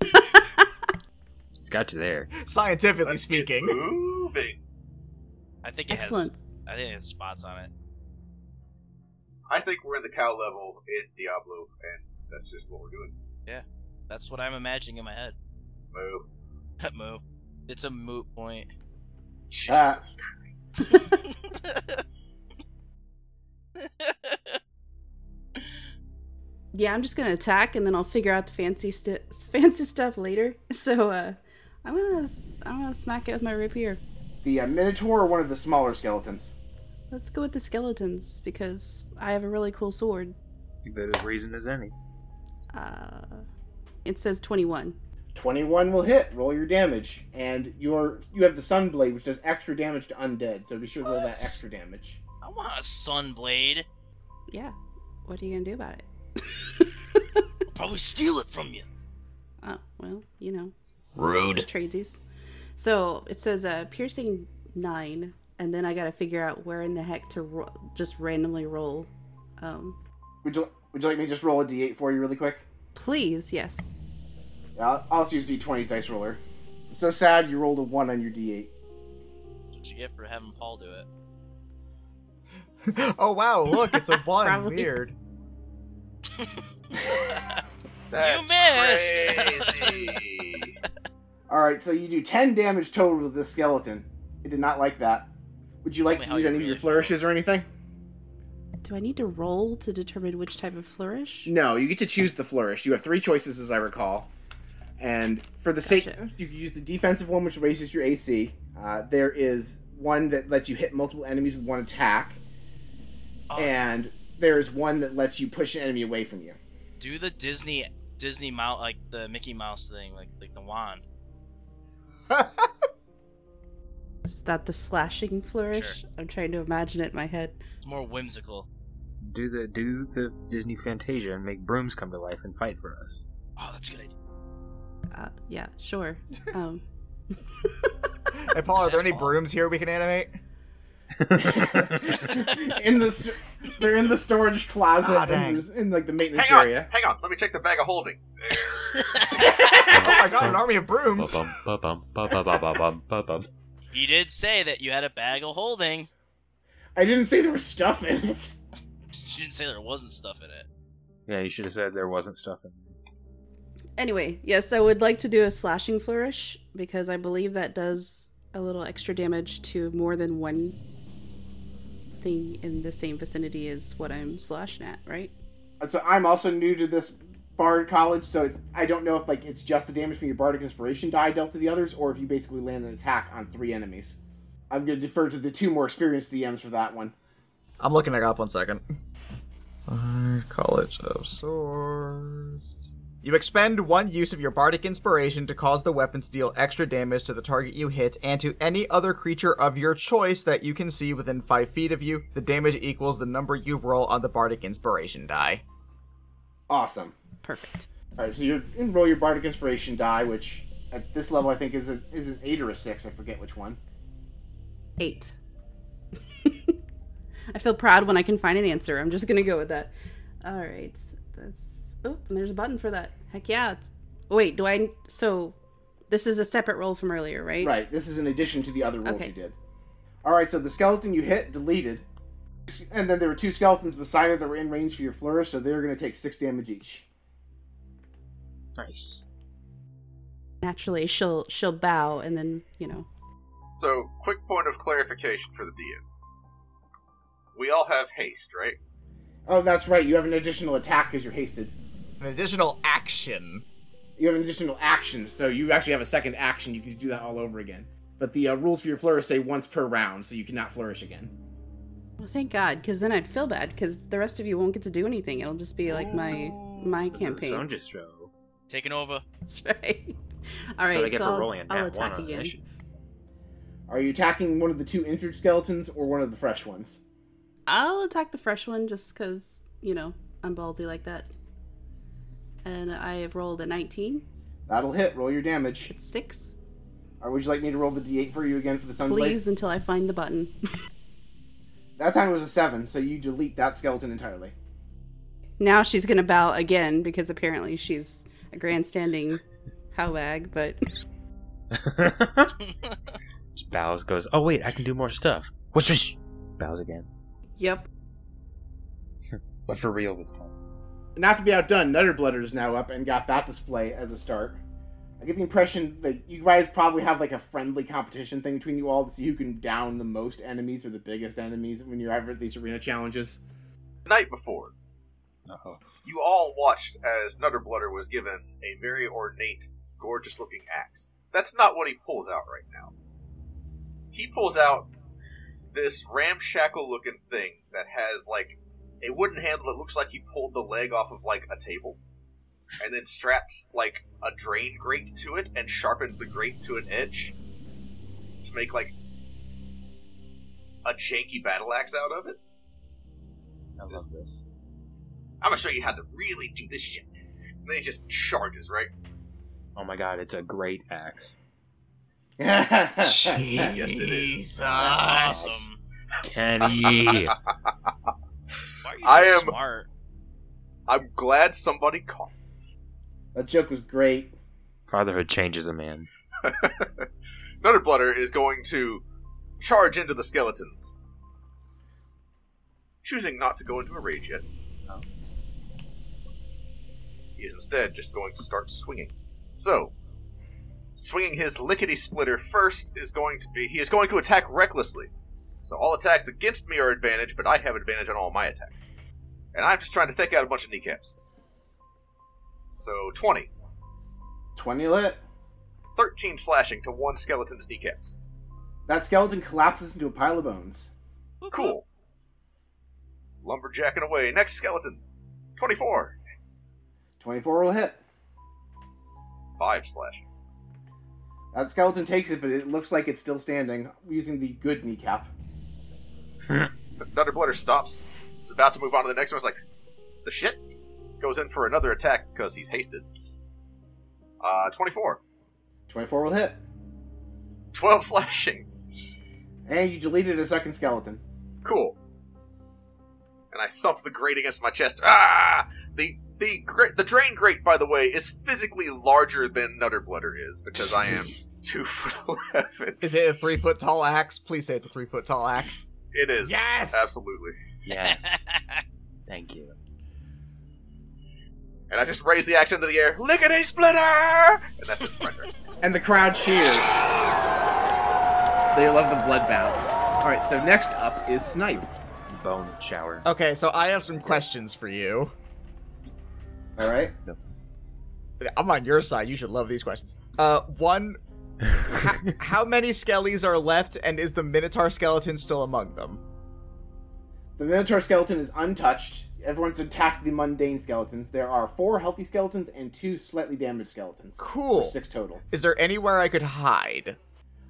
Speaker 4: It's got you there.
Speaker 6: Scientifically
Speaker 5: Let's get
Speaker 6: speaking.
Speaker 5: Moving.
Speaker 3: I think it
Speaker 7: excellent.
Speaker 3: has. I think it has spots on it.
Speaker 5: I think we're in the cow level in Diablo, and that's just what we're doing.
Speaker 3: That's what I'm imagining in my head.
Speaker 5: Moo.
Speaker 3: Moo. It's a moot point.
Speaker 5: Jesus.
Speaker 7: Ah. Yeah, I'm just gonna attack, and then I'll figure out the fancy st- fancy stuff later. So, uh, I'm gonna s- I'm gonna smack it with my rapier.
Speaker 2: The uh, minotaur or one of the smaller skeletons.
Speaker 7: Let's go with the skeletons because I have a really cool sword.
Speaker 10: Good reason as any.
Speaker 7: Uh, it says 21.
Speaker 2: Twenty-one will hit. Roll your damage, and your you have the sun blade, which does extra damage to undead. So be sure to roll that extra damage.
Speaker 3: I want a sun blade.
Speaker 7: Yeah. What are you gonna do about it?
Speaker 9: I'll probably steal it from you.
Speaker 7: Oh, well, you know,
Speaker 8: Rude.
Speaker 7: tradesies. So it says uh, piercing nine, and then I gotta figure out where in the heck to ro- just randomly roll. Um,
Speaker 2: Would you Would you like me to just roll a d8 for you really quick?
Speaker 7: please, yes.
Speaker 2: Yeah, I'll, I'll just use d20's dice roller. I'm so sad you rolled a one on your d8.
Speaker 3: That's what you get for having Paul do it.
Speaker 6: oh, wow. Look, it's a one.
Speaker 7: Probably.
Speaker 6: Weird.
Speaker 5: That's
Speaker 3: missed!
Speaker 5: crazy.
Speaker 2: All right, so you do ten damage total to the skeleton. It did not like that. Would you like
Speaker 3: Tell me
Speaker 2: to use
Speaker 3: how you
Speaker 2: any of
Speaker 3: really
Speaker 2: your flourishes or anything?
Speaker 7: Do I need to roll to determine which type of flourish?
Speaker 2: No, you get to choose the flourish. You have three choices, as I recall. And for the sake,
Speaker 7: Gotcha.
Speaker 2: you can use the defensive one, which raises your AC. Uh, there is one that lets you hit multiple enemies with one attack,
Speaker 3: Oh,
Speaker 2: and there's one that lets you push an enemy away from you.
Speaker 3: do the Disney Disney Mouse like the Mickey Mouse thing, like like the wand.
Speaker 7: Is that the slashing flourish? I'm trying to imagine it in my head.
Speaker 3: It's more whimsical.
Speaker 4: Do the do the Disney Fantasia and make brooms come to life and fight for us.
Speaker 3: Oh, that's a good idea.
Speaker 7: Uh, yeah, sure. Um,
Speaker 6: Hey, Paul, are there any
Speaker 3: Paul.
Speaker 6: brooms here we can animate?
Speaker 2: in the st- they're in the storage closet
Speaker 6: Ah,
Speaker 2: in,
Speaker 6: dang.
Speaker 2: the, in like the maintenance
Speaker 5: Hang on,
Speaker 2: area.
Speaker 5: hang on. Let me check the bag of holding.
Speaker 6: oh my god, an army of brooms!
Speaker 4: Ba-bum-ba-bum-ba-ba-ba-bum-ba-bum.
Speaker 3: You did say that you had a bag of holding.
Speaker 2: I didn't say there was stuff in it.
Speaker 3: You didn't say there wasn't stuff in it.
Speaker 4: yeah, you should have said there wasn't stuff in there.
Speaker 7: anyway, yes, I would like to do a slashing flourish because I believe that does a little extra damage to more than one thing in the same vicinity as what I'm slashing at, right?
Speaker 2: So I'm also new to this bard college, so it's, I don't know if like it's just the damage from your bardic inspiration die dealt to the others, or if you basically land an attack on three enemies. I'm gonna defer to the two more experienced DMs for that one.
Speaker 6: I'm looking it up one second. Bard College of Swords. You expend one use of your bardic inspiration to cause the weapon to deal extra damage to the target you hit and to any other creature of your choice that you can see within five feet of you. The damage equals the number you roll on the bardic inspiration die.
Speaker 2: Awesome.
Speaker 7: Perfect.
Speaker 2: All right, so you roll your bardic inspiration die, which at this level I think is a, is an eight or a six. I forget which one.
Speaker 7: Eight. I feel proud when I can find an answer. I'm just gonna go with that. All right, that's oh, and there's a button for that. Heck yeah! It's... Wait, do I? So this is a separate roll from earlier, right?
Speaker 2: Right. This is in addition to the other rolls
Speaker 7: Okay.
Speaker 2: you did. All right. So the skeleton you hit deleted, and then there were two skeletons beside it that were in range for your flourish, so they're gonna take six damage each.
Speaker 4: Nice.
Speaker 7: Naturally, she'll she'll bow and then you know.
Speaker 5: So, quick point of clarification for the DM. We all have haste, right?
Speaker 2: Oh, that's right. You have an additional attack because you're hasted.
Speaker 6: An additional action.
Speaker 2: You have an additional action, so you actually have a second action. You can do that all over again. But the uh, rules for your flourish say once per round, so you cannot flourish again.
Speaker 7: Well, thank God, because then I'd feel bad, because the rest of you won't get to do anything. It'll just be like my my
Speaker 4: This is a
Speaker 7: campaign.
Speaker 4: Sonja show.
Speaker 3: Taking over.
Speaker 7: That's right. All right,
Speaker 4: so they get
Speaker 7: so
Speaker 4: for
Speaker 7: I'll,
Speaker 4: rolling a nat
Speaker 7: I'll
Speaker 4: one
Speaker 7: attack
Speaker 4: on
Speaker 7: again.
Speaker 4: initiative.
Speaker 2: Are you attacking one of the two injured skeletons or one of the fresh ones?
Speaker 7: I'll attack the fresh one just because, you know, I'm ballsy like that. And I have rolled a 19.
Speaker 2: That'll hit. Roll your damage.
Speaker 7: It's six.
Speaker 2: Or would you like me to roll the d8 for you again for the sunblade?
Speaker 7: Please, until I find the button.
Speaker 2: That time it was a seven, so you delete that skeleton entirely.
Speaker 7: now she's going to bow again because apparently she's a grandstanding howag, but
Speaker 4: Just bows, goes, oh wait, I can do more stuff. Whoosh, whoosh. Bows again.
Speaker 7: yep.
Speaker 4: But for real this time.
Speaker 2: not to be outdone, Nutterblutter is now up and got that display as a start. I get the impression that you guys probably have like a friendly competition thing between you all to see who can down the most enemies or the biggest enemies when you're ever at these arena challenges.
Speaker 5: The night before,
Speaker 4: Uh-oh.
Speaker 5: you all watched as Nutterblutter was given a very ornate, gorgeous looking axe. That's not what he pulls out right now. He pulls out this ramshackle looking thing that has like a wooden handle that looks like he pulled the leg off of like a table and then strapped like a drain grate to it and sharpened the grate to an edge to make like a janky battle axe out of it.
Speaker 4: I love this.
Speaker 5: I'm gonna show you how to really do this shit. And then he just charges, right?
Speaker 4: Oh my god, it's a great axe.
Speaker 5: Yes, it is.
Speaker 3: That's
Speaker 8: Jesus.
Speaker 3: awesome.
Speaker 4: Kenny.
Speaker 3: Why are you so
Speaker 5: I am-
Speaker 3: smart?
Speaker 5: I'm glad somebody caught.
Speaker 2: that joke was great.
Speaker 4: Fatherhood changes a man.
Speaker 5: Nutterblutter is going to charge into the skeletons, choosing not to go into a rage yet.
Speaker 4: Oh.
Speaker 5: He is instead just going to start swinging. So, swinging his lickety splitter first is going to be he is going to attack recklessly. So all attacks against me are advantage, but I have advantage on all my attacks, and I'm just trying to take out a bunch of kneecaps. So 20,
Speaker 2: 20 lit.
Speaker 5: 13 slashing to one skeleton's kneecaps.
Speaker 2: That skeleton collapses into a pile of bones.
Speaker 5: Cool. Lumberjacking away. Next skeleton. 24.
Speaker 2: 24 will hit.
Speaker 5: 5 slash.
Speaker 2: That skeleton takes it, but it looks like it's still standing using the good kneecap.
Speaker 5: Another Blutter stops. Is about to move on to the next one. It's like, the shit? Goes in for another attack because he's hasted. Uh, 24.
Speaker 2: 24 will hit.
Speaker 5: 12 slashing.
Speaker 2: And you deleted a second skeleton.
Speaker 5: Cool. And I thump the grate against my chest. Ah! The the gra- the drain grate, by the way, is physically larger than Nutter Blutter is because I am two foot eleven.
Speaker 6: Is it a three foot tall axe? Please say it's a three foot tall axe.
Speaker 5: It is
Speaker 6: Yes!
Speaker 5: absolutely.
Speaker 4: Yes. Thank you.
Speaker 5: And I just raise the axe into the air. Lickety splitter! And that's it. for my turn.
Speaker 2: And the crowd cheers. They love the bloodbath. Alright, so next up is Snipe.
Speaker 10: Bone shower.
Speaker 6: Okay, so I have some questions for you.
Speaker 2: Alright?
Speaker 6: I'm on your side. You should love these questions. Uh, one. how, how many skellies are left, and is the Minotaur skeleton still among them?
Speaker 2: The Minotaur skeleton is untouched. Everyone's attacked the mundane skeletons. There are four healthy skeletons and two slightly damaged skeletons.
Speaker 6: Cool.
Speaker 2: For six total.
Speaker 6: Is there anywhere I could hide?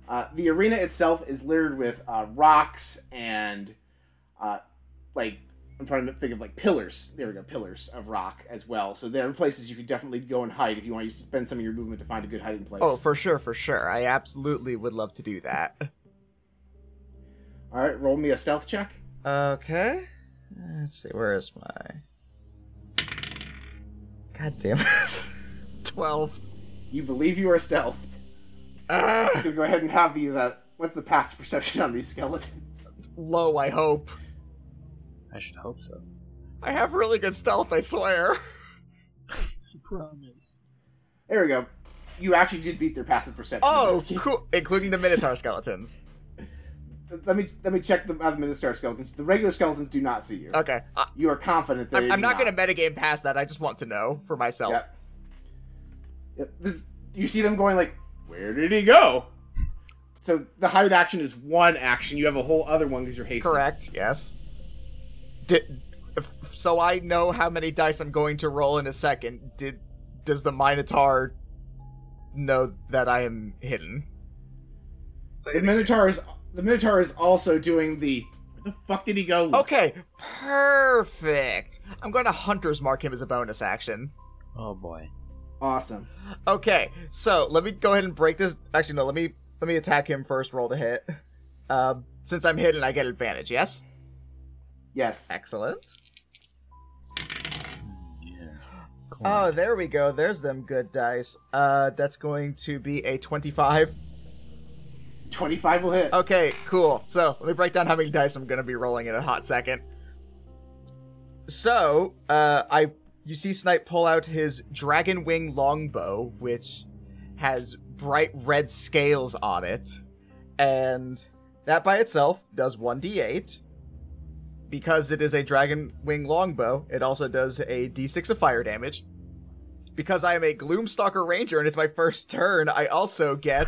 Speaker 2: Uh, the arena itself is littered with uh, rocks and, uh, like, I'm trying to think of like pillars. There we go, pillars of rock as well. So there are places you could definitely go and hide if you want to spend some of your movement to find a good hiding place.
Speaker 6: Oh, for sure, for sure. I absolutely would love to do that.
Speaker 2: all right, roll me a stealth check.
Speaker 6: Okay. Let's see, where is my. God damn it. 12.
Speaker 2: You believe you are stealthed.
Speaker 6: Ah,
Speaker 2: Gonna go ahead and have these. Uh, what's the passive perception on these skeletons?
Speaker 6: low, I hope.
Speaker 4: I should hope so.
Speaker 6: I have really good stealth, I swear.
Speaker 4: Promise.
Speaker 2: There we go. You actually did beat their passive perception.
Speaker 6: Oh, cool. Including the Minotaur skeletons.
Speaker 2: let me let me check the uh, the Ministar skeletons. The regular skeletons do not see you.
Speaker 6: Okay. I-
Speaker 2: You are confident that
Speaker 6: I'm, I'm not going to metagame past that. I just want to know for myself.
Speaker 2: Yep. Yep, uh, This, you see them going like, where did he go? So the hide action is one action. You have a whole other one because you're hasted.
Speaker 6: Correct, yes. Did, f- so I know how many dice I'm going to roll in a second. Did Does the Minotaur know that I am hidden?
Speaker 5: Say
Speaker 2: The
Speaker 5: it again.
Speaker 2: Minotaur is the Minotaur is also doing the. Where the fuck did he go?
Speaker 6: Okay, perfect. I'm going to Hunter's Mark him as a bonus action.
Speaker 4: Oh boy.
Speaker 2: Awesome.
Speaker 6: Okay, so let me go ahead and break this. Actually, no, let me let me attack him first. Roll to hit. Um, since I'm hidden, I get advantage. Yes.
Speaker 2: Yes.
Speaker 6: Excellent.
Speaker 4: Yes.
Speaker 6: Oh, there we go. There's them good dice. Uh, that's going to be a twenty-five.
Speaker 2: Twenty-five will hit.
Speaker 6: Okay, cool. So let me break down how many dice I'm gonna be rolling in a hot second. So, uh, I you see Snipe pull out his dragon wing longbow, which has bright red scales on it, and that by itself does one d8. Because it is a dragon wing longbow, it also does a d6 of fire damage. Because I am a Gloomstalker Ranger and it's my first turn, I also get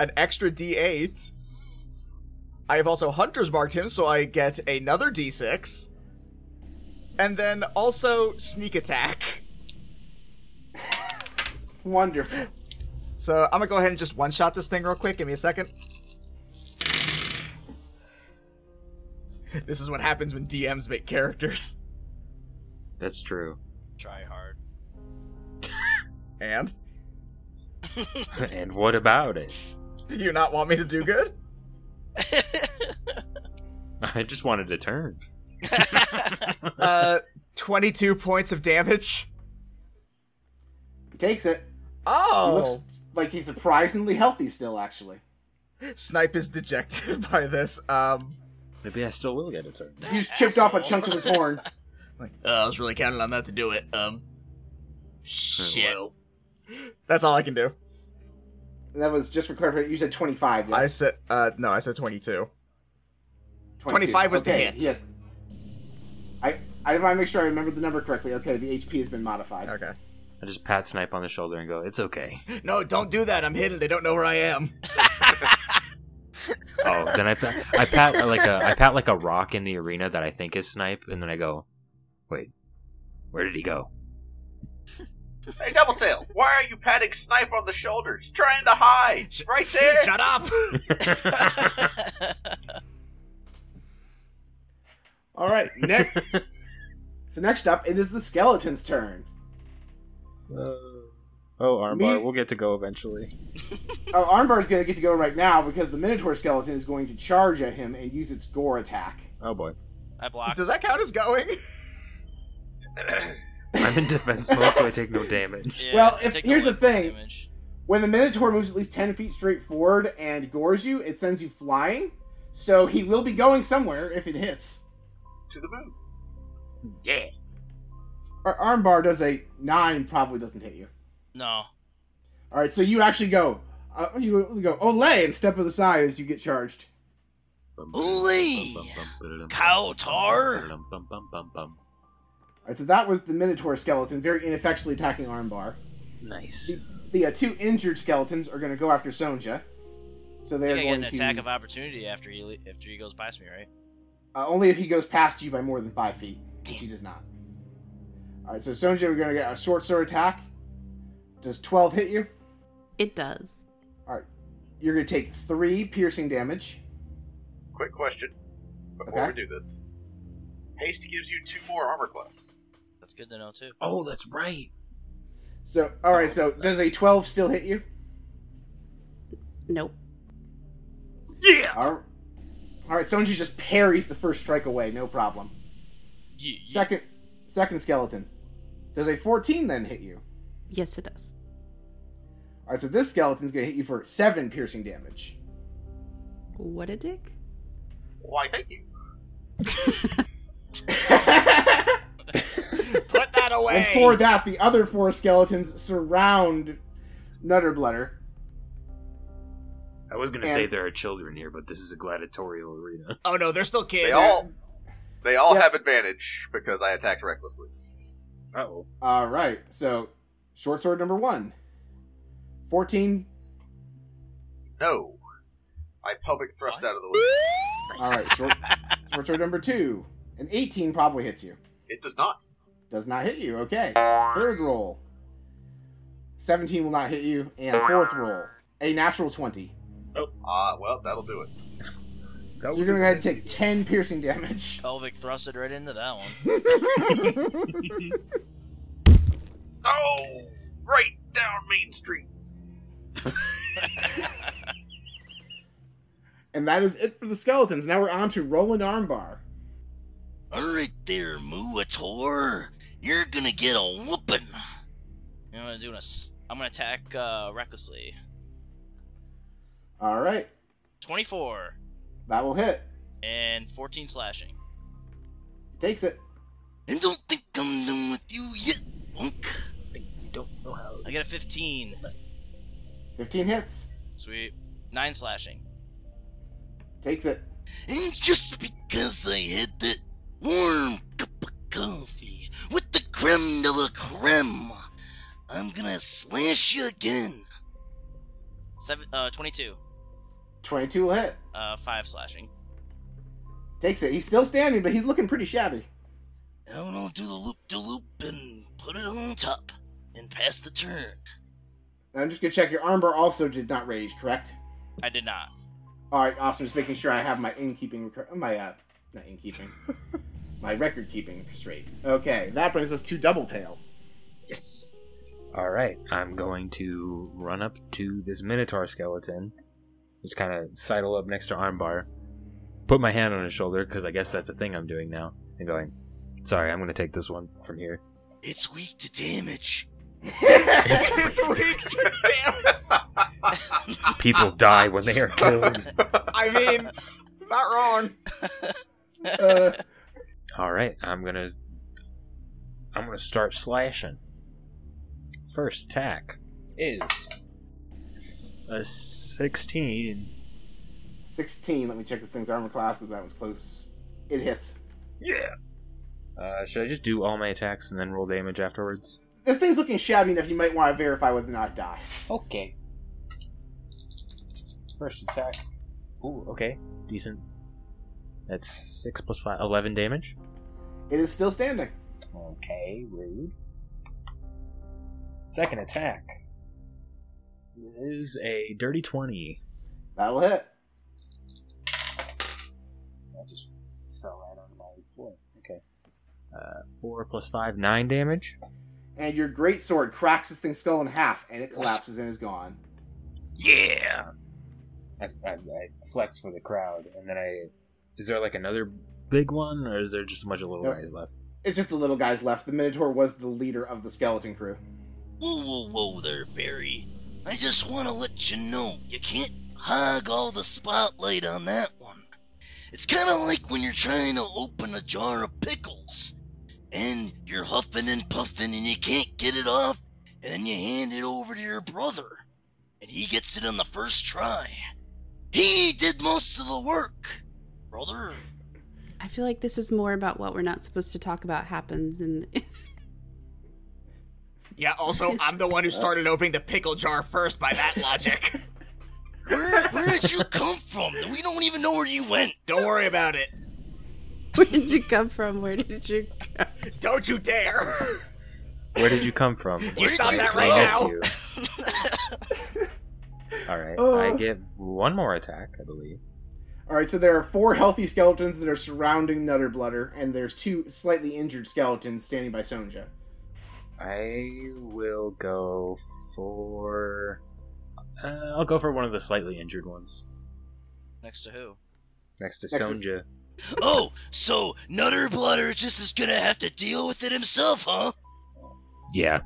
Speaker 6: an extra d8. I have also Hunter's marked him, so I get another d6. And then also sneak attack.
Speaker 2: Wonderful.
Speaker 6: So I'm gonna go ahead and just one shot this thing real quick. Give me a second. This is what happens when DMs make characters.
Speaker 4: That's true.
Speaker 3: Try hard.
Speaker 6: And
Speaker 4: and what about it?
Speaker 6: do you not want me to do good?
Speaker 4: I just wanted a turn.
Speaker 6: Uh, 22 points of damage.
Speaker 2: He takes it. He looks
Speaker 6: Oh,
Speaker 2: like he's surprisingly healthy still. Actually,
Speaker 6: Snipe is dejected by this. Um,
Speaker 4: Maybe I still will get a turn.
Speaker 2: he just chipped off a chunk of his horn.
Speaker 8: Uh, I was really counting on that to do it. Um, shit.
Speaker 6: that's all I can do.
Speaker 2: And that was just for clarification. You said twenty-five. Yes?
Speaker 6: I said, uh, no, I said 22.
Speaker 2: 22.
Speaker 6: 25 was the
Speaker 2: Okay,
Speaker 6: hit.
Speaker 2: Yes. I I want to make sure I remember the number correctly. Okay, the HP has been modified.
Speaker 6: Okay.
Speaker 4: I just pat Snipe on the shoulder and go, "It's okay."
Speaker 6: No, don't do that. I'm hidden. They don't know where I am.
Speaker 4: Oh, then I pat, I pat like a I pat like a rock in the arena that I think is snipe, and then I go, wait, where did he go?
Speaker 5: Hey, Doubletail, why are you patting Snipe on the shoulder? He's trying to hide. He's right there.
Speaker 8: Shut up!
Speaker 2: All right, next. so next up, it is the skeleton's turn.
Speaker 10: Uh, oh, armbar.
Speaker 2: Me-
Speaker 10: We'll get to go eventually.
Speaker 2: Oh, Armbar's gonna get to go right now because the Minotaur skeleton is going to charge at him and use its gore attack.
Speaker 10: Oh boy.
Speaker 3: I blocked.
Speaker 6: Does that count as going?
Speaker 4: I'm in defense mode, so I take no damage.
Speaker 3: Yeah,
Speaker 2: Well,
Speaker 3: I
Speaker 2: if-
Speaker 3: take
Speaker 2: here's the
Speaker 3: weapons
Speaker 2: thing.
Speaker 3: damage.
Speaker 2: When the Minotaur moves at least ten feet straight forward and gores you, it sends you flying. So he will be going somewhere if it hits.
Speaker 5: to the moon.
Speaker 4: Yeah.
Speaker 2: Our Armbar does a nine, probably doesn't hit you.
Speaker 3: No.
Speaker 2: All right, so you actually go, uh, you go Olay and step to the side as you get charged.
Speaker 9: Olay!
Speaker 3: Cow tar?
Speaker 2: All right, so that was the Minotaur skeleton, very ineffectually attacking Armbar.
Speaker 4: Nice.
Speaker 2: The uh, two injured skeletons are going to go after Sonja. So
Speaker 3: I
Speaker 2: they're
Speaker 3: think I get
Speaker 2: going
Speaker 3: an
Speaker 2: to
Speaker 3: attack of opportunity after he le- after he goes past me, right?
Speaker 2: uh, only if he goes past you by more than five feet, which he does not. All right, so Sonja, we're going to get a short sword attack. Does twelve hit you?
Speaker 7: It does.
Speaker 2: You're going to take three piercing damage.
Speaker 5: Quick question before
Speaker 2: Okay.
Speaker 5: we do this. Haste gives you two more armor class.
Speaker 3: That's good to know too.
Speaker 4: Oh, that's right.
Speaker 2: So all right, so does a twelve still hit you?
Speaker 7: Nope.
Speaker 2: All all right, Sonja just parries the first strike away, no problem.
Speaker 3: Ye- ye-
Speaker 2: Second, second skeleton. Does a 14 then hit you?
Speaker 7: Yes, it does.
Speaker 2: All right, so this skeleton's gonna hit you for seven piercing damage.
Speaker 7: What a dick.
Speaker 5: Why, thank you.
Speaker 8: Put that
Speaker 2: and
Speaker 8: away!
Speaker 2: for that, the other four skeletons surround Nutterblutter.
Speaker 4: I was gonna
Speaker 2: And-
Speaker 4: say there are children here, but this is a gladiatorial arena.
Speaker 8: oh no, they're still kids.
Speaker 5: They all they all
Speaker 2: Yeah.
Speaker 5: have advantage because I attacked recklessly.
Speaker 10: Oh,
Speaker 2: All right, so short sword number one. 14.
Speaker 5: No. I pelvic thrust out of the way.
Speaker 2: All right, short, short sword number two. An 18 probably hits you.
Speaker 5: It does not.
Speaker 2: Does not hit you. Okay. Third roll. 17 will not hit you. And fourth roll. A natural 20.
Speaker 4: Oh,
Speaker 5: Ah, well, that'll do it.
Speaker 10: that
Speaker 2: So
Speaker 10: was
Speaker 2: you're gonna go ahead and take 10 piercing damage.
Speaker 3: Pelvic thrusted right into that one.
Speaker 5: Oh, right down Main Street.
Speaker 2: And that is it for the skeletons. Now we're on to Roland Armbar.
Speaker 9: Alright there, Muator. You're gonna get a whoopin'.
Speaker 3: You know what I'm doing? A s- I'm gonna attack uh, recklessly.
Speaker 2: All right,
Speaker 3: 24
Speaker 2: that will hit.
Speaker 3: and 14 slashing.
Speaker 2: Takes it.
Speaker 9: And don't think I'm done with you yet, punk.
Speaker 3: I get a 15.
Speaker 2: 15 hits.
Speaker 3: Sweet. Nine slashing.
Speaker 2: Takes it.
Speaker 9: And just because I had that warm cup of coffee with the creme de la creme, I'm gonna slash you again.
Speaker 3: Seven, uh, 22.
Speaker 2: 22 will hit.
Speaker 3: Uh, five slashing.
Speaker 2: Takes it. He's still standing, but he's looking pretty shabby.
Speaker 9: Now I'm gonna do the loop de loop and put it on top and pass the turn.
Speaker 2: I'm just gonna check your armbar also did not rage, correct?
Speaker 3: I did not.
Speaker 2: All right, awesome. Just making sure I have my innkeeping, cor- my uh, not innkeeping, my record keeping straight. Okay, that brings us to Double Tail.
Speaker 10: yes.
Speaker 4: All right, I'm going to run up to this minotaur skeleton, just kind of sidle up next to Armbar, put my hand on his shoulder because I guess that's a thing I'm doing now, and going, "Sorry, I'm gonna take this one from here."
Speaker 9: It's weak to damage.
Speaker 6: it's weak to damage.
Speaker 4: People die when they are killed.
Speaker 6: I mean, it's not wrong.
Speaker 2: Uh,
Speaker 4: All right, I'm gonna, I'm gonna start slashing. First attack is a sixteen.
Speaker 2: 16. Let me check this thing's armor class because that was close. It hits.
Speaker 4: Yeah. Uh, should I just do all my attacks and then roll damage afterwards?
Speaker 2: This thing's looking shabby enough. You might want to verify whether or not it dies.
Speaker 4: Okay. First attack Ooh, okay. Decent. That's 6 plus 5. 11 damage.
Speaker 2: It is still standing.
Speaker 4: Okay, rude. Second attack is a dirty 20.
Speaker 2: That will hit.
Speaker 4: That just fell right on my floor. Okay. Uh, 4 plus 5, 9 damage.
Speaker 2: And your great sword cracks this thing's skull in half, and it collapses and is gone.
Speaker 4: Yeah! I, I, I flex for the crowd, and then I. Is there like another big one, or is there just a bunch of little
Speaker 2: Nope.
Speaker 4: guys left?
Speaker 2: It's just the little guys left. The Minotaur was the leader of the skeleton crew.
Speaker 9: Whoa, whoa, whoa there, Barry. I just want to let you know you can't hog all the spotlight on that one. It's kind of like when you're trying to open a jar of pickles and you're huffing and puffing and you can't get it off, and then you hand it over to your brother and he gets it on the first try. He did most of the work, brother.
Speaker 7: I feel like this is more about what we're not supposed to talk about happens and
Speaker 6: Yeah, also, I'm the one who started opening the pickle jar first by that logic.
Speaker 9: Where, where'd you come from? We don't even know where you went.
Speaker 6: Don't worry about it.
Speaker 7: where did you come from? Where did you go?
Speaker 6: Don't you dare!
Speaker 4: Where did you come from?
Speaker 6: You stop
Speaker 9: you
Speaker 6: that
Speaker 9: go?
Speaker 6: right now!
Speaker 4: you. Alright, I
Speaker 2: Oh.
Speaker 4: get one more attack, I believe.
Speaker 2: All right, so there are four healthy skeletons that are surrounding Nutter Blutter, and there's two slightly injured skeletons standing by Sonja.
Speaker 4: I will go for. Uh, I'll go for one of the slightly injured ones.
Speaker 3: Next to who?
Speaker 4: Next to
Speaker 2: Next is-
Speaker 4: Sonja.
Speaker 9: Oh, so Nutter Blutter just is gonna have to deal with it himself, huh?
Speaker 4: Yeah.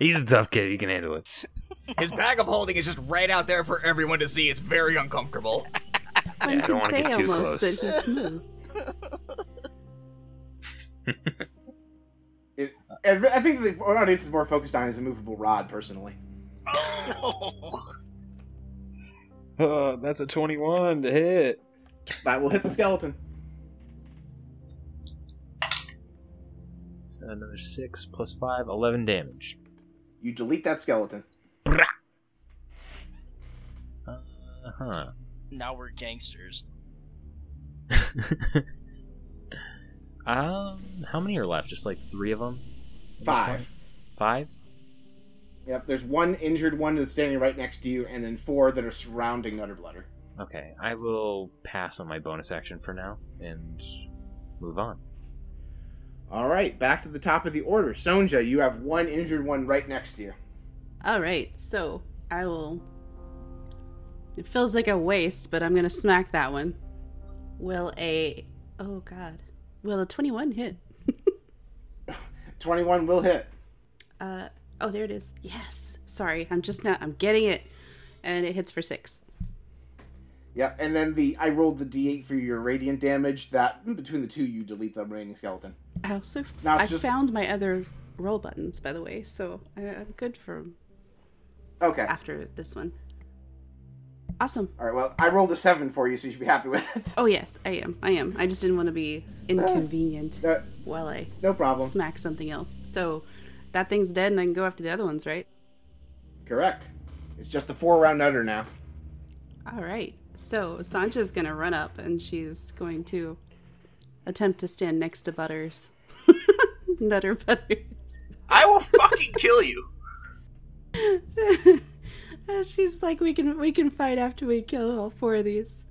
Speaker 4: He's a tough kid. He can handle it.
Speaker 6: His bag of holding is just right out there for everyone to see. It's very uncomfortable.
Speaker 4: I
Speaker 7: One
Speaker 4: don't
Speaker 7: could
Speaker 4: wanna
Speaker 7: say
Speaker 4: get too
Speaker 7: almost
Speaker 4: close.
Speaker 7: that he smooth.
Speaker 2: It, and I think the audience is more focused on his immovable rod, personally.
Speaker 4: Oh, that's a 21 to hit.
Speaker 2: That will hit the skeleton.
Speaker 4: So another 6 plus 5, 11 damage.
Speaker 2: You delete that skeleton.
Speaker 4: Uh huh.
Speaker 3: Now we're gangsters.
Speaker 4: um, how many are left? Just like three of them?
Speaker 2: Five.
Speaker 4: Five?
Speaker 2: Yep, there's one injured one that's standing right next to you, and then four that are surrounding Nutter Blutter.
Speaker 4: Okay, I will pass on my bonus action for now and move on.
Speaker 2: All right, back to the top of the order. Sonja, you have one injured one right next to you.
Speaker 7: All right, so I will. It feels like a waste, but I'm gonna smack that one. Will a oh god, will a 21 hit?
Speaker 2: 21 will hit.
Speaker 7: Uh oh, there it is. Yes, sorry, I'm just not. I'm getting it, and it hits for six.
Speaker 2: Yep, and then the I rolled the d8 for your radiant damage. That between the two, you delete the remaining skeleton.
Speaker 7: I also
Speaker 2: Now
Speaker 7: I
Speaker 2: just-
Speaker 7: found my other roll buttons by the way, so I, I'm good for
Speaker 2: Okay.
Speaker 7: after this one. Awesome.
Speaker 2: All right. Well, I rolled a seven for you, so you should be happy with it.
Speaker 7: Oh yes, I am. I am. I just didn't want to be inconvenient
Speaker 2: No,
Speaker 7: while I
Speaker 2: Uh, no problem.
Speaker 7: smack something else. So that thing's dead, and I can go after the other ones, right?
Speaker 2: Correct. It's just the four round nutter now.
Speaker 7: All right. So Sanja's gonna run up, and she's going to attempt to stand next to Butters. Nutter Butters.
Speaker 5: I will fucking kill you.
Speaker 7: And she's like, we can we can fight after we kill all four of these.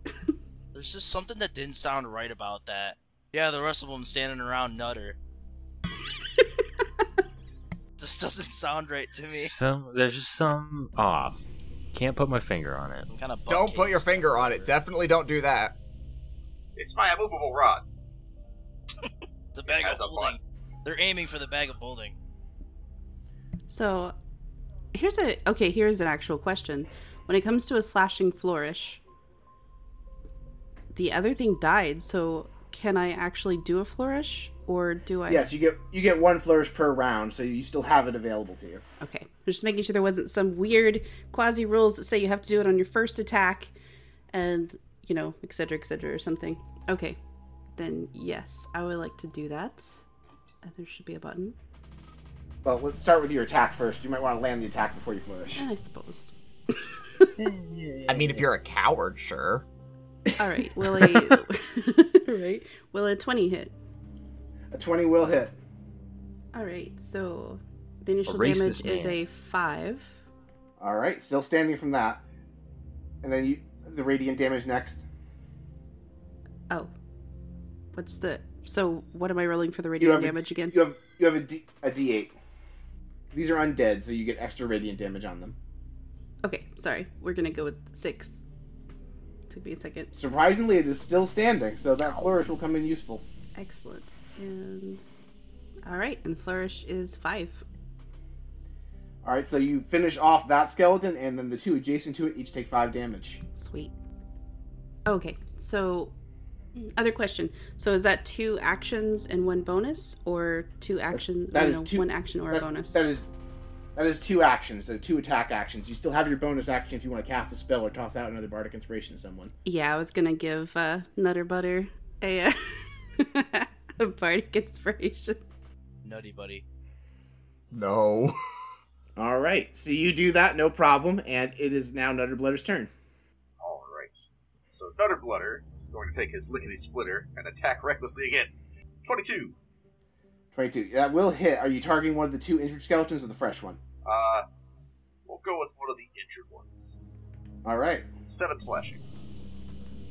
Speaker 3: There's just something that didn't sound right about that. Yeah, the rest of them standing around Nutter. just doesn't sound right to me.
Speaker 4: Some there's just some off. Can't put my finger on it.
Speaker 3: I'm kind of
Speaker 6: Don't put your finger on it. Definitely don't do that.
Speaker 5: It's my immovable rod.
Speaker 3: the bag
Speaker 5: It
Speaker 3: of
Speaker 5: has a
Speaker 3: holding. They're aiming for the bag of holding.
Speaker 7: So here's a okay. Here's an actual question. When it comes to a slashing flourish, the other thing died. So can I actually do a flourish, or do I?
Speaker 2: Yes, you get you get one flourish per round, so you still have it available to you.
Speaker 7: Okay. I'm just making sure there wasn't some weird quasi rules that say you have to do it on your first attack and, you know, et cetera, et cetera, or something. Okay. Then, yes, I would like to do that. Uh, There should be a button.
Speaker 2: Well, let's start with your attack first. You might want to land the attack before you flourish.
Speaker 7: Yeah, I suppose.
Speaker 6: I mean, if you're a coward, sure.
Speaker 7: All right, will a right? Will a twenty hit?
Speaker 2: A 20 will hit.
Speaker 7: All right, so the initial
Speaker 4: Erase
Speaker 7: damage
Speaker 4: this
Speaker 7: is
Speaker 4: man.
Speaker 7: a five.
Speaker 2: All right, still standing from that. And then you, the radiant damage next.
Speaker 7: Oh, what's the? So what am I rolling for the
Speaker 2: You
Speaker 7: radiant
Speaker 2: have
Speaker 7: damage
Speaker 2: a,
Speaker 7: again?
Speaker 2: You have you have a D a D eight. These are undead, so you get extra radiant damage on them.
Speaker 7: Okay, sorry, we're gonna go with six. Took me a second.
Speaker 2: Surprisingly, it is still standing, so that flourish will come in useful.
Speaker 7: Excellent. And all right, and flourish is five.
Speaker 2: All right, so you finish off that skeleton, and then the two adjacent to it each take five damage.
Speaker 7: Sweet. Okay, so mm, other question. So is that two actions and one bonus, or two actions?
Speaker 2: that
Speaker 7: no,
Speaker 2: is two-
Speaker 7: one action or a
Speaker 2: That's-
Speaker 7: bonus.
Speaker 2: That is that is two actions, so two attack actions. You still have your bonus action if you want to cast a spell or toss out another bardic inspiration to someone.
Speaker 7: Yeah, I was gonna give uh, Nutter Butter a, uh, a bardic inspiration.
Speaker 3: Nutty buddy.
Speaker 6: No.
Speaker 2: All right, so you do that, no problem, and it is now Nutterbladder's turn.
Speaker 5: All right. So Nutter Blutter is going to take his lickety splitter and attack recklessly again. Twenty-two.
Speaker 2: Twenty-two. That will hit. Are you targeting one of the two injured skeletons or the fresh one?
Speaker 5: Uh, we'll go with one of the injured ones.
Speaker 2: All right,
Speaker 5: Seven slashing.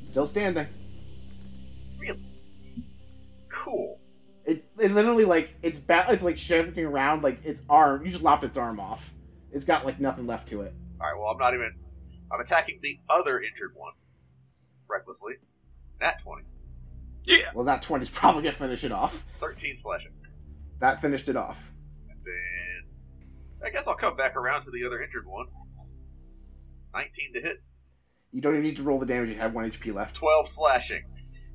Speaker 2: still standing.
Speaker 5: Cool.
Speaker 2: It, it literally like it's ba- it's like shifting around like its arm. You just lopped its arm off. It's got like nothing left to it.
Speaker 5: All right. Well, I'm not even. I'm attacking the other injured one recklessly. Nat twenty.
Speaker 2: Well, that twenty's probably gonna finish it off.
Speaker 5: Thirteen slashing.
Speaker 2: That finished it off.
Speaker 5: Then I guess I'll come back around to the other injured one. Nineteen to hit.
Speaker 2: You don't even need to roll the damage. You have one HP left.
Speaker 5: Twelve slashing.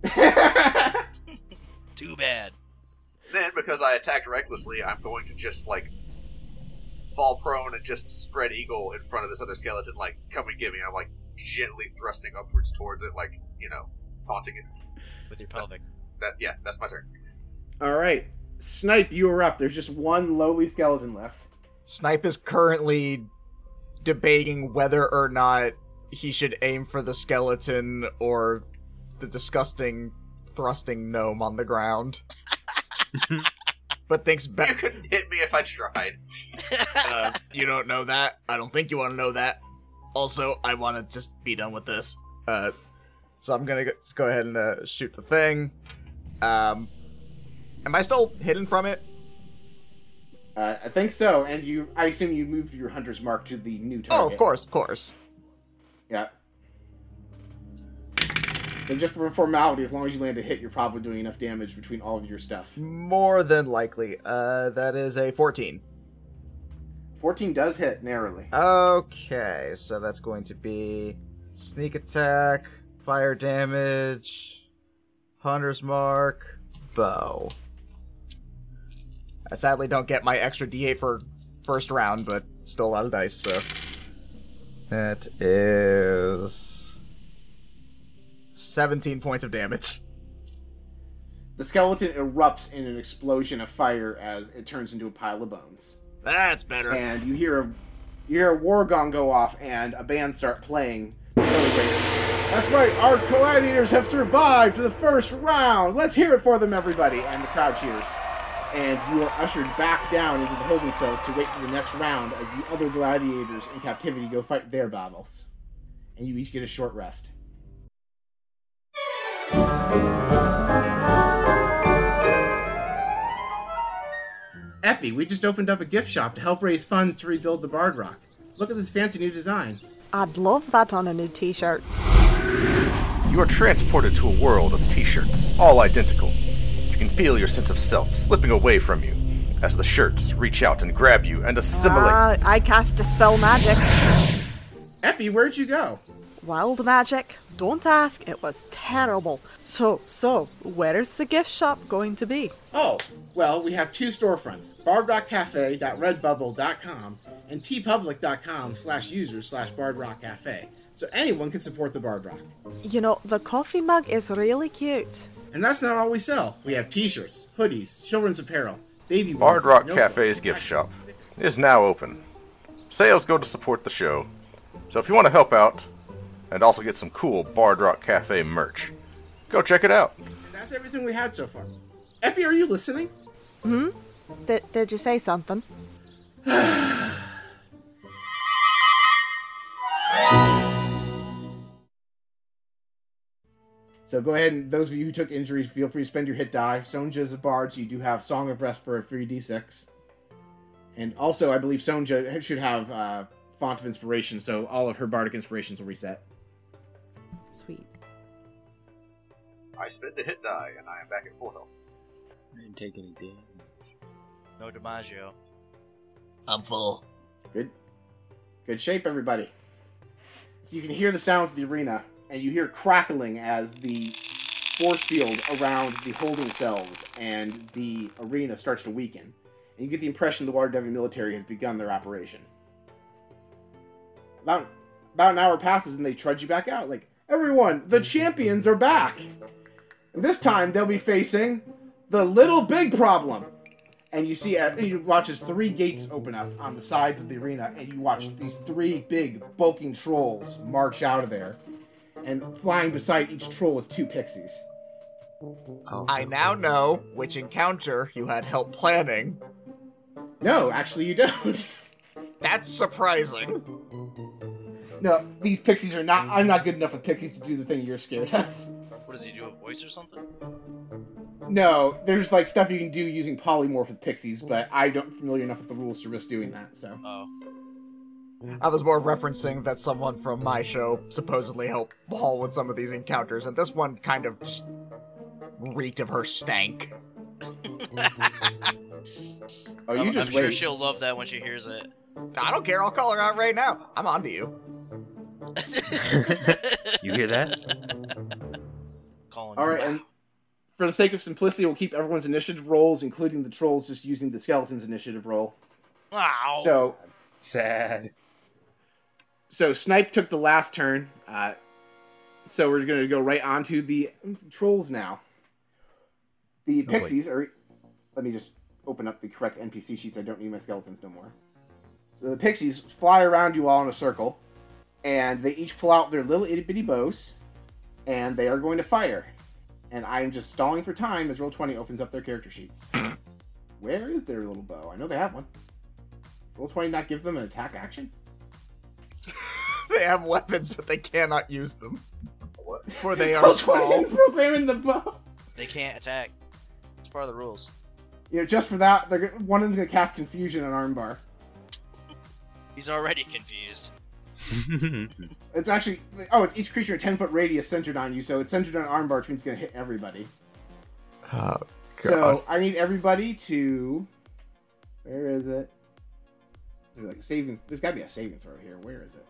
Speaker 3: Too bad.
Speaker 5: Then, because I attacked recklessly, I'm going to just like fall prone and just spread eagle in front of this other skeleton. Like, come and get me. I'm like gently thrusting upwards towards it, like you know, taunting it.
Speaker 3: With your pelvic.
Speaker 5: That yeah, that's my turn.
Speaker 2: All right, Snipe, you are up. There's just one lowly skeleton left.
Speaker 6: Snipe is currently debating whether or not he should aim for the skeleton or the disgusting thrusting gnome on the ground. but thinks
Speaker 5: You
Speaker 6: better.
Speaker 5: couldn't hit me if I tried.
Speaker 6: Uh, you don't know that. I don't think you want to know that. Also, I want to just be done with this. Uh, so I'm gonna go, let's go ahead and uh, shoot the thing. Um, am I still hidden from it?
Speaker 2: Uh, I think so. And you, I assume you moved your hunter's mark to the new target.
Speaker 6: Oh, of course, of course.
Speaker 2: Yeah. So just for formality, as long as you land a hit, you're probably doing enough damage between all of your stuff.
Speaker 6: More than likely. Uh, that is a 14.
Speaker 2: 14 does hit narrowly.
Speaker 6: Okay, so that's going to be sneak attack, fire damage, hunter's mark, bow. I sadly don't get my extra d8 for first round, but still a lot of dice, so. That is. 17 points of damage.
Speaker 2: The skeleton erupts in an explosion of fire as it turns into a pile of bones.
Speaker 6: That's better.
Speaker 2: And you hear a you hear a war gong go off and a band start playing. celebrating. That's right, our gladiators have survived the first round. Let's hear it for them, everybody! And the crowd cheers. And you are ushered back down into the holding cells to wait for the next round as the other gladiators in captivity go fight their battles. And you each get a short rest. Effie, we just opened up a gift shop to help raise funds to rebuild the Bard Rock. Look at this fancy new design.
Speaker 1: I'd love that on a new t shirt.
Speaker 5: You are transported to a world of t shirts, all identical. You can feel your sense of self slipping away from you as the shirts reach out and grab you and assimilate.
Speaker 1: Ah, I cast Dispel Magic.
Speaker 2: Effie, where'd you go?
Speaker 1: Wild magic. Don't ask, it was terrible. So, so, where's the gift shop going to be?
Speaker 2: Oh, well, we have two storefronts, bardrockcafe.redbubble.com and tpublic.com slash users slash bardrockcafe, so anyone can support the Bard Rock.
Speaker 1: You know, the coffee mug is really cute.
Speaker 2: And that's not all we sell. We have t-shirts, hoodies, children's apparel, baby
Speaker 5: Bard
Speaker 2: onesies,
Speaker 5: Rock
Speaker 2: notebooks,
Speaker 5: Cafe's gift shop
Speaker 2: backpacks.
Speaker 5: is now open. Sales go to support the show, So if you want to help out and also get some cool Bard Rock Cafe merch, go check it out.
Speaker 2: That's everything we had so far. Epi, are you listening?
Speaker 1: Hmm? Did, did you say something?
Speaker 2: So go ahead and those of you who took injuries, feel free to spend your hit die. Sonja is a bard, so you do have Song of Rest for a free d6. And also, I believe Sonja should have uh, Font of Inspiration, so all of her bardic inspirations will reset.
Speaker 7: Sweet.
Speaker 5: I spend a hit die and I am back at full health.
Speaker 4: I didn't take any damage.
Speaker 3: No DiMaggio.
Speaker 9: I'm full.
Speaker 2: Good, good shape, everybody. So you can hear the sound of the arena, and you hear crackling as the force field around the holding cells and the arena starts to weaken. And you get the impression the Water Devil military has begun their operation. About about an hour passes, and they trudge you back out. Like everyone, the champions are back. And this time they'll be facing the little big problem. And you see, uh, you watch as three gates open up on the sides of the arena, and you watch these three big bulking trolls march out of there. And flying beside each troll is two pixies.
Speaker 4: Oh,
Speaker 6: I now know which encounter you had help planning.
Speaker 2: No, actually, you don't.
Speaker 6: That's surprising.
Speaker 2: no, these pixies are not. I'm not good enough with pixies to do the thing you're scared of.
Speaker 3: What does he do? A voice or something?
Speaker 2: No, there's like stuff you can do using polymorph with pixies, but I don't familiar enough with the rules to risk doing that. So
Speaker 3: Oh,
Speaker 6: I was more referencing that someone from my show supposedly helped Paul with some of these encounters, and this one kind of just reeked of her stank.
Speaker 2: oh, you
Speaker 3: I'm,
Speaker 2: just
Speaker 3: I'm
Speaker 2: wait.
Speaker 3: sure she'll love that when she hears it.
Speaker 6: I don't care. I'll call her out right now. I'm onto you.
Speaker 4: You hear that?
Speaker 3: Calling.
Speaker 2: All
Speaker 3: you.
Speaker 2: right, and for the sake of simplicity, we'll keep everyone's initiative rolls, including the trolls, just using the skeleton's initiative roll.
Speaker 3: Ow.
Speaker 2: So,
Speaker 4: Sad.
Speaker 2: so Snipe took the last turn. Uh, so we're gonna go right on to the trolls now. The
Speaker 6: Oh,
Speaker 4: boy.
Speaker 2: pixies are. Let me just open up the correct NPC sheets. I don't need my skeletons no more. So the pixies fly around you all in a circle, and they each pull out their little itty bitty bows, and they are going to fire. And I'm just stalling for time as roll twenty opens up their character sheet. Where is their little bow? I know they have one. Roll twenty not give them an attack action.
Speaker 6: They have weapons, but they cannot use them.
Speaker 5: What?
Speaker 6: For they are
Speaker 2: Roll 20
Speaker 6: small.
Speaker 2: Programming the bow.
Speaker 3: They can't attack. It's part of the rules.
Speaker 2: You know, just for that, they're gonna, one of them's gonna cast confusion on armbar.
Speaker 3: He's already confused.
Speaker 2: It's actually oh, it's each creature in ten foot radius centered on you, so it's centered on armbar, which means it's gonna hit everybody.
Speaker 6: Oh,
Speaker 2: So I need everybody to where is it? There's like a saving. There's gotta be a saving throw here. Where is it?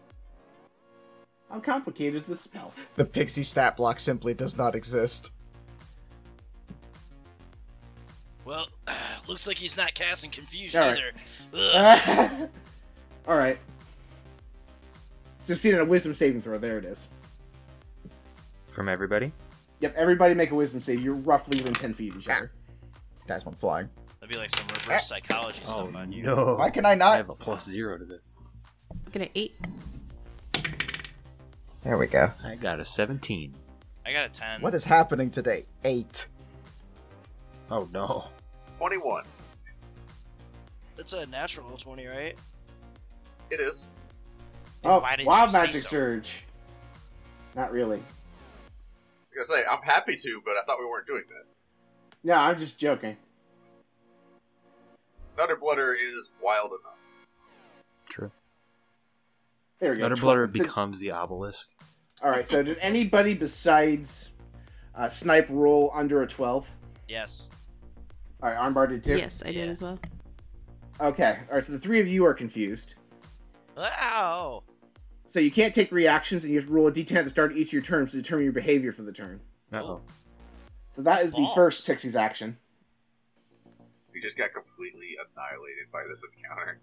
Speaker 2: How complicated is this spell?
Speaker 6: The pixie stat block simply does not exist.
Speaker 3: Well, looks like he's not casting confusion
Speaker 2: All right.
Speaker 3: either. Ugh.
Speaker 2: All right. Succeed on a wisdom saving throw. There it is.
Speaker 4: From everybody?
Speaker 2: Yep. Everybody make a wisdom save. You're roughly within ten feet of each other.
Speaker 6: Guys went flying.
Speaker 3: That'd be like some reverse psychology stuff
Speaker 4: oh,
Speaker 3: on you.
Speaker 4: no.
Speaker 6: Why can I
Speaker 4: I
Speaker 6: not?
Speaker 4: have a plus zero to this.
Speaker 7: Get an eight.
Speaker 6: There we go.
Speaker 4: I got a 17.
Speaker 3: I got a ten.
Speaker 6: What is happening today? Eight.
Speaker 4: Oh, no.
Speaker 5: 21.
Speaker 3: That's a natural twenty, right?
Speaker 5: It is.
Speaker 2: Oh,
Speaker 3: Why didn't
Speaker 2: wild
Speaker 3: you say
Speaker 2: magic
Speaker 3: so?
Speaker 2: surge. Not really.
Speaker 5: I was gonna say, I'm happy to, but I thought we weren't doing that.
Speaker 2: No, I'm just joking.
Speaker 5: Nutter Blutter is wild enough.
Speaker 4: True.
Speaker 2: There we go.
Speaker 4: Nutter
Speaker 2: Tw-
Speaker 4: Blutter
Speaker 2: th-
Speaker 4: becomes the obelisk.
Speaker 2: All right. So, did anybody besides uh, Snipe roll under a twelve?
Speaker 3: Yes.
Speaker 2: All right, Armbar did too.
Speaker 7: Yes, I did
Speaker 3: Yeah.
Speaker 7: as well.
Speaker 2: Okay. All right. So the three of you are confused.
Speaker 3: Ow.
Speaker 2: So you can't take reactions, and you have to roll a d10 at the start of each of your turns to determine your behavior for the turn.
Speaker 4: Uh-oh.
Speaker 2: So that is the
Speaker 3: Balls.
Speaker 2: first Pixie's action.
Speaker 5: We just got completely annihilated by this encounter.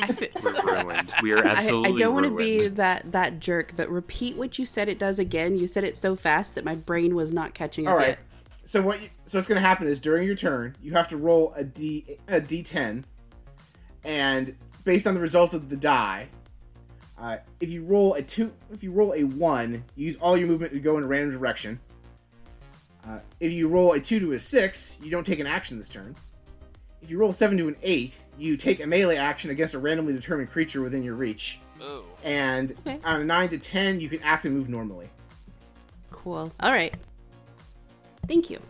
Speaker 7: I, fe-
Speaker 4: We're ruined. We are
Speaker 7: I-
Speaker 4: absolutely
Speaker 7: I don't want to be
Speaker 4: ruined.
Speaker 7: that that jerk, but repeat what you said. It does again. You said it so fast that my brain was not catching up
Speaker 2: All right.
Speaker 7: yet.
Speaker 2: So what? You, so what's going to happen is during your turn, you have to roll a d a d10, and based on the result of the die, Uh, if you roll a two, if you roll a one, you use all your movement to go in a random direction. Uh, if you roll a two to a six, you don't take an action this turn. If you roll a seven to an eight, you take a melee action against a randomly determined creature within your reach.
Speaker 3: Oh.
Speaker 2: And
Speaker 7: Okay.
Speaker 2: on a nine to ten, you can act and move normally.
Speaker 7: Cool. All right. Thank you.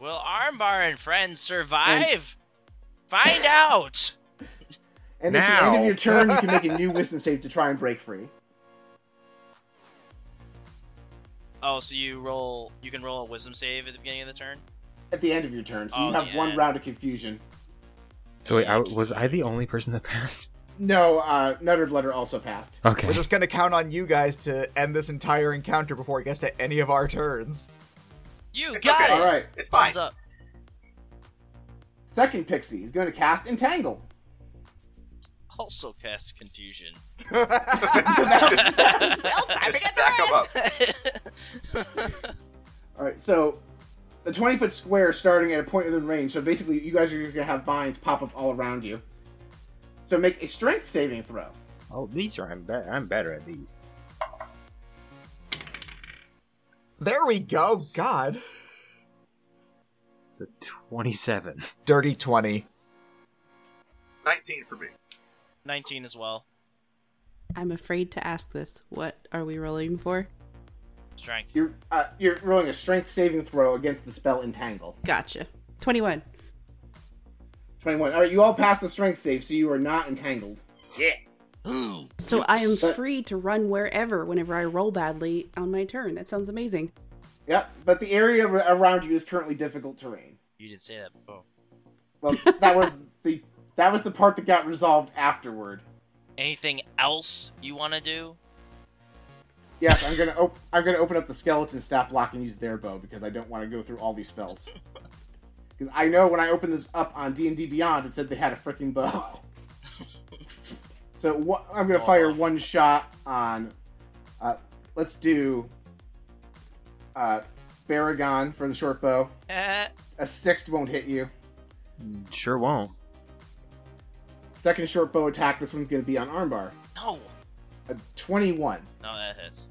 Speaker 3: Will Armbar and friends survive? Find out.
Speaker 2: And at the end of
Speaker 4: Now.
Speaker 2: your turn, you can make a new wisdom save to try and break free.
Speaker 3: Oh, so you roll. You can roll a wisdom save at the beginning of the turn.
Speaker 2: At the end of your turn, so
Speaker 3: Oh,
Speaker 2: you have
Speaker 3: the
Speaker 2: one
Speaker 3: end.
Speaker 2: round of confusion.
Speaker 4: So wait, I, was I the only person that passed?
Speaker 2: No, uh, Nutter Blutter also passed.
Speaker 4: Okay.
Speaker 6: We're just gonna count on you guys to end this entire encounter before it gets to any of our turns.
Speaker 3: You
Speaker 5: It's
Speaker 3: got
Speaker 5: okay.
Speaker 2: All
Speaker 3: it.
Speaker 2: right.
Speaker 5: It's fine.
Speaker 3: Thumbs up.
Speaker 2: Second pixie is going to cast Entangle.
Speaker 3: Also cast confusion.
Speaker 5: Just-
Speaker 3: Just
Speaker 5: stack 'em up.
Speaker 2: All right, so the 20 foot square starting at a point within range. So basically, you guys are going to have vines pop up all around you. So make a strength saving throw.
Speaker 4: Oh, these are I'm better. I'm better at these.
Speaker 6: There we go. God.
Speaker 4: It's a twenty-seven.
Speaker 6: Dirty 20.
Speaker 5: 19 for me.
Speaker 3: Nineteen as well.
Speaker 7: I'm afraid to ask this. What are we rolling for?
Speaker 3: Strength.
Speaker 2: You're uh, you're rolling a strength saving throw against the spell Entangle.
Speaker 7: Gotcha. 21.
Speaker 2: 21. All right, you all passed the strength save, so you are not entangled.
Speaker 9: Ooh,
Speaker 7: So I am
Speaker 2: But-
Speaker 7: free to run wherever whenever I roll badly on my turn. That sounds amazing.
Speaker 2: Yep, but the area ar- around you is currently difficult terrain.
Speaker 3: You didn't say that before.
Speaker 2: Well, that was the that was the part that got resolved afterward.
Speaker 3: Anything else you want to do?
Speaker 2: Yes, I'm gonna op- I'm gonna open up the skeleton stat block and use their bow because I don't want to go through all these spells. Because I know when I opened this up on D and D Beyond, it said they had a freaking bow. so wha- I'm gonna fire one shot on. Uh, let's do. Uh, Baragon for the short bow.
Speaker 3: Eh,
Speaker 2: A six won't hit you.
Speaker 4: Sure won't.
Speaker 2: Second short bow attack. This one's gonna be on armbar.
Speaker 3: no.
Speaker 2: A 21,
Speaker 3: No, that hits.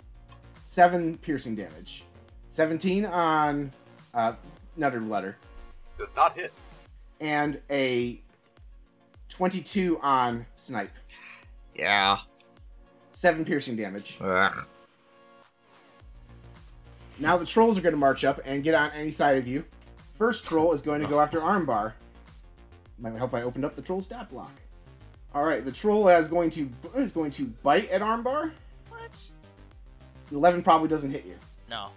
Speaker 2: seven piercing damage. 17 on uh, Nutter Letter.
Speaker 5: Does not hit.
Speaker 2: and a 22 on snipe.
Speaker 6: Yeah.
Speaker 2: Seven piercing damage.
Speaker 6: Ugh.
Speaker 2: Now the trolls are going to march up and get on any side of you. First troll is going to go after Armbar. Might help I opened up the troll stat block. All right, the troll is going to is going to bite at Armbar.
Speaker 3: What?
Speaker 2: The 11 probably doesn't hit you.
Speaker 3: No.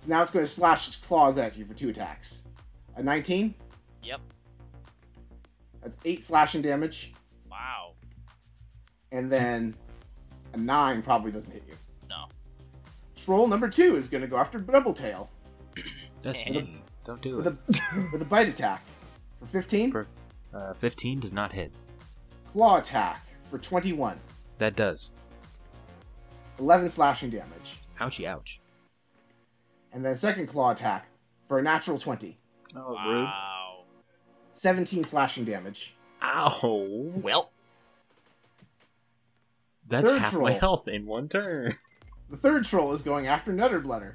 Speaker 2: So now it's going to slash its claws at you for two attacks. A 19.
Speaker 3: Yep.
Speaker 2: That's eight slashing damage,
Speaker 3: Wow.
Speaker 2: and then a nine probably doesn't hit you.
Speaker 3: No.
Speaker 2: Troll number two is going to go after Double Tail.
Speaker 4: That's
Speaker 3: Eh.
Speaker 4: me. Don't do
Speaker 2: with
Speaker 4: it.
Speaker 2: a, with a bite attack for 15,
Speaker 4: Per- Uh, Fifteen does not hit.
Speaker 2: claw attack for 21,
Speaker 4: That does.
Speaker 2: 11 slashing damage,
Speaker 4: Ouchie, ouch.
Speaker 2: and then second claw attack for a natural 20,
Speaker 4: Oh,
Speaker 3: wow.
Speaker 2: 17 slashing damage.
Speaker 4: Ow.
Speaker 9: well,
Speaker 4: That's
Speaker 2: Third
Speaker 4: half
Speaker 2: roll.
Speaker 4: my health in one turn.
Speaker 2: The third troll is going after Nutter Blutter.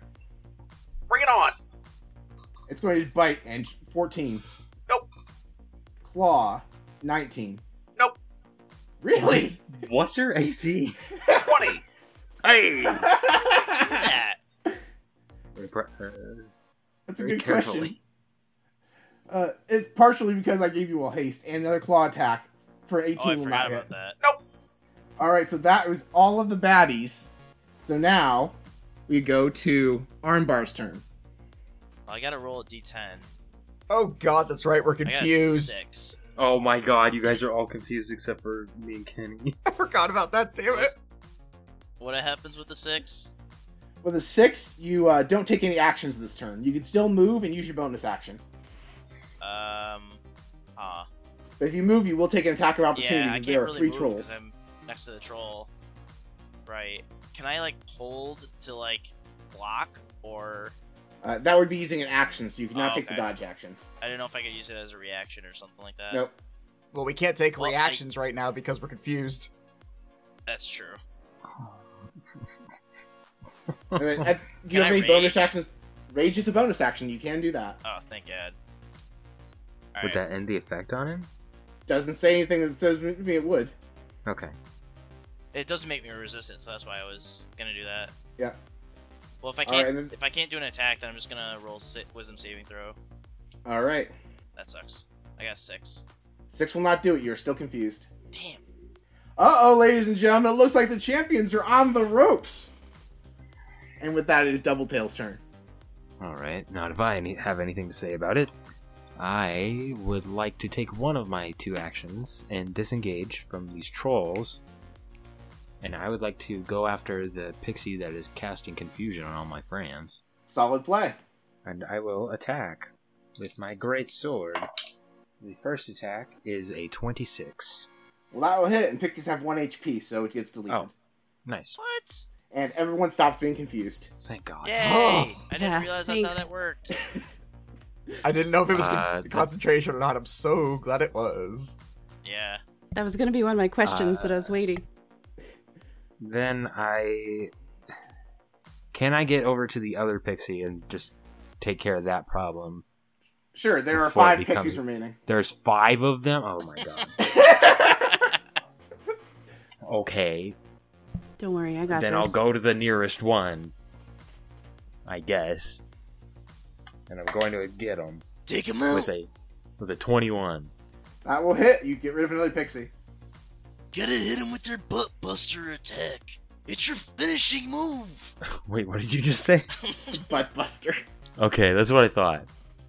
Speaker 5: Bring it on.
Speaker 2: It's going to bite and 14.
Speaker 5: Nope.
Speaker 2: Claw 19.
Speaker 5: Nope.
Speaker 2: Really?
Speaker 4: What's your AC?
Speaker 5: 20.
Speaker 4: Hey.
Speaker 3: That.
Speaker 4: uh,
Speaker 2: That's a good question. Uh, it's partially because I gave you all haste and another claw attack for 18
Speaker 3: Oh, I
Speaker 2: will not
Speaker 3: forgot
Speaker 2: hit.
Speaker 3: about that.
Speaker 2: All right, so that was all of the baddies. So now we go to Armbar's turn.
Speaker 3: I gotta roll a d10.
Speaker 6: Oh god, that's right. We're
Speaker 3: I got a
Speaker 6: confused.
Speaker 3: six.
Speaker 4: Oh my god, you guys are all confused except for me and Kenny.
Speaker 6: I forgot about that. Damn it.
Speaker 3: What happens with the six?
Speaker 2: With a six, you uh, don't take any actions this turn. You can still move and use your bonus action.
Speaker 3: Um. Ah.
Speaker 2: But if you move, you will take an attack of opportunity.
Speaker 3: yeah, I
Speaker 2: because
Speaker 3: can't
Speaker 2: there are
Speaker 3: really
Speaker 2: three
Speaker 3: move
Speaker 2: trolls.
Speaker 3: because I'm next to the troll. Right. Can I like hold to like block or
Speaker 2: Uh, that would be using an action, so you cannot
Speaker 3: Oh,
Speaker 2: take the
Speaker 3: okay.
Speaker 2: dodge action.
Speaker 3: I don't know if I could use it as a reaction or something like that.
Speaker 2: nope.
Speaker 6: Well, we can't take
Speaker 3: Well, I-
Speaker 6: reactions right now because we're confused.
Speaker 3: That's true. Oh,
Speaker 2: And then, at, do
Speaker 3: Can
Speaker 2: you
Speaker 3: I
Speaker 2: have any bonus
Speaker 3: rage?
Speaker 2: actions? Rage is a bonus action. You can do that.
Speaker 3: Oh, thank God. All
Speaker 4: Would
Speaker 3: right.
Speaker 4: that end the effect on him?
Speaker 2: Doesn't say anything that says me it would.
Speaker 4: Okay.
Speaker 3: It doesn't make me resistant, so that's why I was gonna do that.
Speaker 2: Yeah.
Speaker 3: Well, if I
Speaker 2: All right,
Speaker 3: can't,
Speaker 2: and then-
Speaker 3: if I can't do an attack, then I'm just gonna roll si- wisdom saving throw.
Speaker 2: All right.
Speaker 3: That sucks. I got six.
Speaker 2: Six will not do it. You're still confused.
Speaker 3: Damn.
Speaker 2: Uh oh, ladies and gentlemen, it looks like the champions are on the ropes. And with that, it is Doubletail's turn.
Speaker 4: All right. Not if I any- have anything to say about it. I would like to take one of my two actions and disengage from these trolls. And I would like to go after the pixie that is casting confusion on all my friends.
Speaker 2: Solid play.
Speaker 4: And I will attack with my great sword. The first attack is a 26.
Speaker 2: Well, that will hit, and Pictus have one HP, so it gets deleted.
Speaker 4: Oh, nice.
Speaker 3: What?
Speaker 2: And everyone stops being confused.
Speaker 4: Thank God.
Speaker 3: Yay! I didn't
Speaker 7: yeah,
Speaker 3: realize that's
Speaker 7: thanks.
Speaker 3: how that worked.
Speaker 6: I didn't know if it was con-
Speaker 4: Uh, th-
Speaker 6: concentration or not. I'm so glad it was.
Speaker 3: Yeah.
Speaker 7: That was gonna be one of my questions,
Speaker 3: Uh,
Speaker 7: but I was waiting.
Speaker 4: Then I. Can I get over to the other pixie and just take care of that problem?
Speaker 2: Sure, there are
Speaker 4: Before it
Speaker 2: five
Speaker 4: becomes-
Speaker 2: pixies remaining.
Speaker 4: There's five of them? Oh my god. okay.
Speaker 7: Don't worry, I got
Speaker 4: Then
Speaker 7: this.
Speaker 4: I'll go to the nearest one. I guess. And I'm going to get him
Speaker 9: Take him out.
Speaker 4: with a with a 21.
Speaker 2: That will hit. You get rid of another pixie.
Speaker 9: Gotta hit him with your butt buster attack. It's your finishing move.
Speaker 4: Wait, what did you just say?
Speaker 2: Butt Buster.
Speaker 4: Okay, that's what I thought.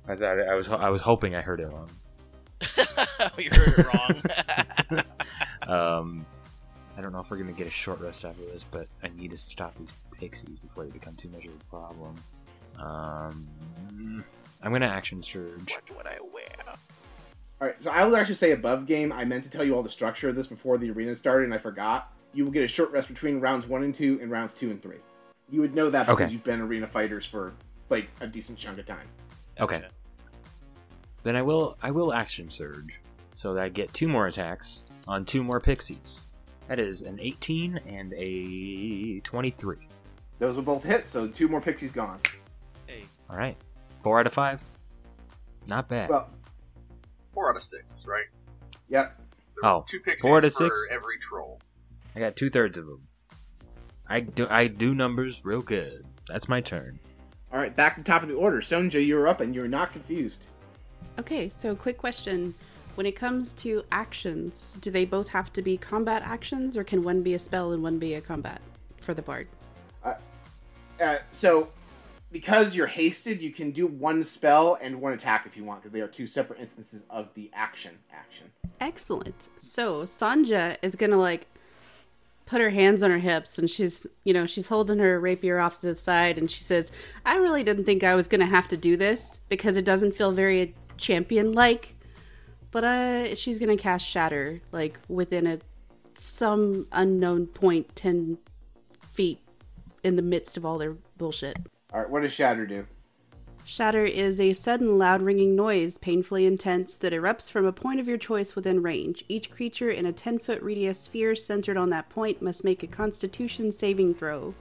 Speaker 4: I thought I was I was hoping I heard it wrong.
Speaker 3: you heard it wrong.
Speaker 4: Um, I don't know if we're gonna get a short rest after this, but I need to stop these pixies before they become too much of a problem. Um, I'm gonna action surge.
Speaker 3: what would I wear?
Speaker 2: All right, so I will actually say above game. I meant to tell you all the structure of this before the arena started, and I forgot. You will get a short rest between rounds one and two, and rounds two and three. You would know that because
Speaker 4: Okay.
Speaker 2: you've been arena fighters for like a decent chunk of time.
Speaker 4: Okay. Then I will I will action surge, so that I get two more attacks on two more pixies. That is an 18 and a 23.
Speaker 2: Those will both hit, so two more pixies gone.
Speaker 3: Hey,
Speaker 4: All right, four out of five. Not bad.
Speaker 2: Well,
Speaker 5: Four out of six, right?
Speaker 2: yep.
Speaker 5: So
Speaker 4: Oh,
Speaker 5: two pixies
Speaker 4: four out of
Speaker 5: for
Speaker 4: six?
Speaker 5: every troll.
Speaker 4: I got two thirds of them. I do I do numbers real good. That's my turn.
Speaker 2: All right, back to the top of the order. Sonja, you're up, and you're not confused.
Speaker 7: Okay, so quick question. When it comes to actions, do they both have to be combat actions or can one be a spell and one be a combat for the bard?
Speaker 2: Uh, so, because you're hasted, you can do one spell and one attack if you want, because they are two separate instances of the action. Action.
Speaker 7: Excellent. So Sanja is gonna like put her hands on her hips and she's you know, she's holding her rapier off to the side and she says, I really didn't think I was gonna have to do this because it doesn't feel very champion like. But uh she's gonna cast shatter, like within a some unknown point ten feet in the midst of all their bullshit.
Speaker 2: All right, what does Shatter do?
Speaker 7: Shatter is a sudden, loud ringing noise, painfully intense, that erupts from a point of your choice within range. Each creature in a 10 foot radius sphere centered on that point must make a constitution saving throw.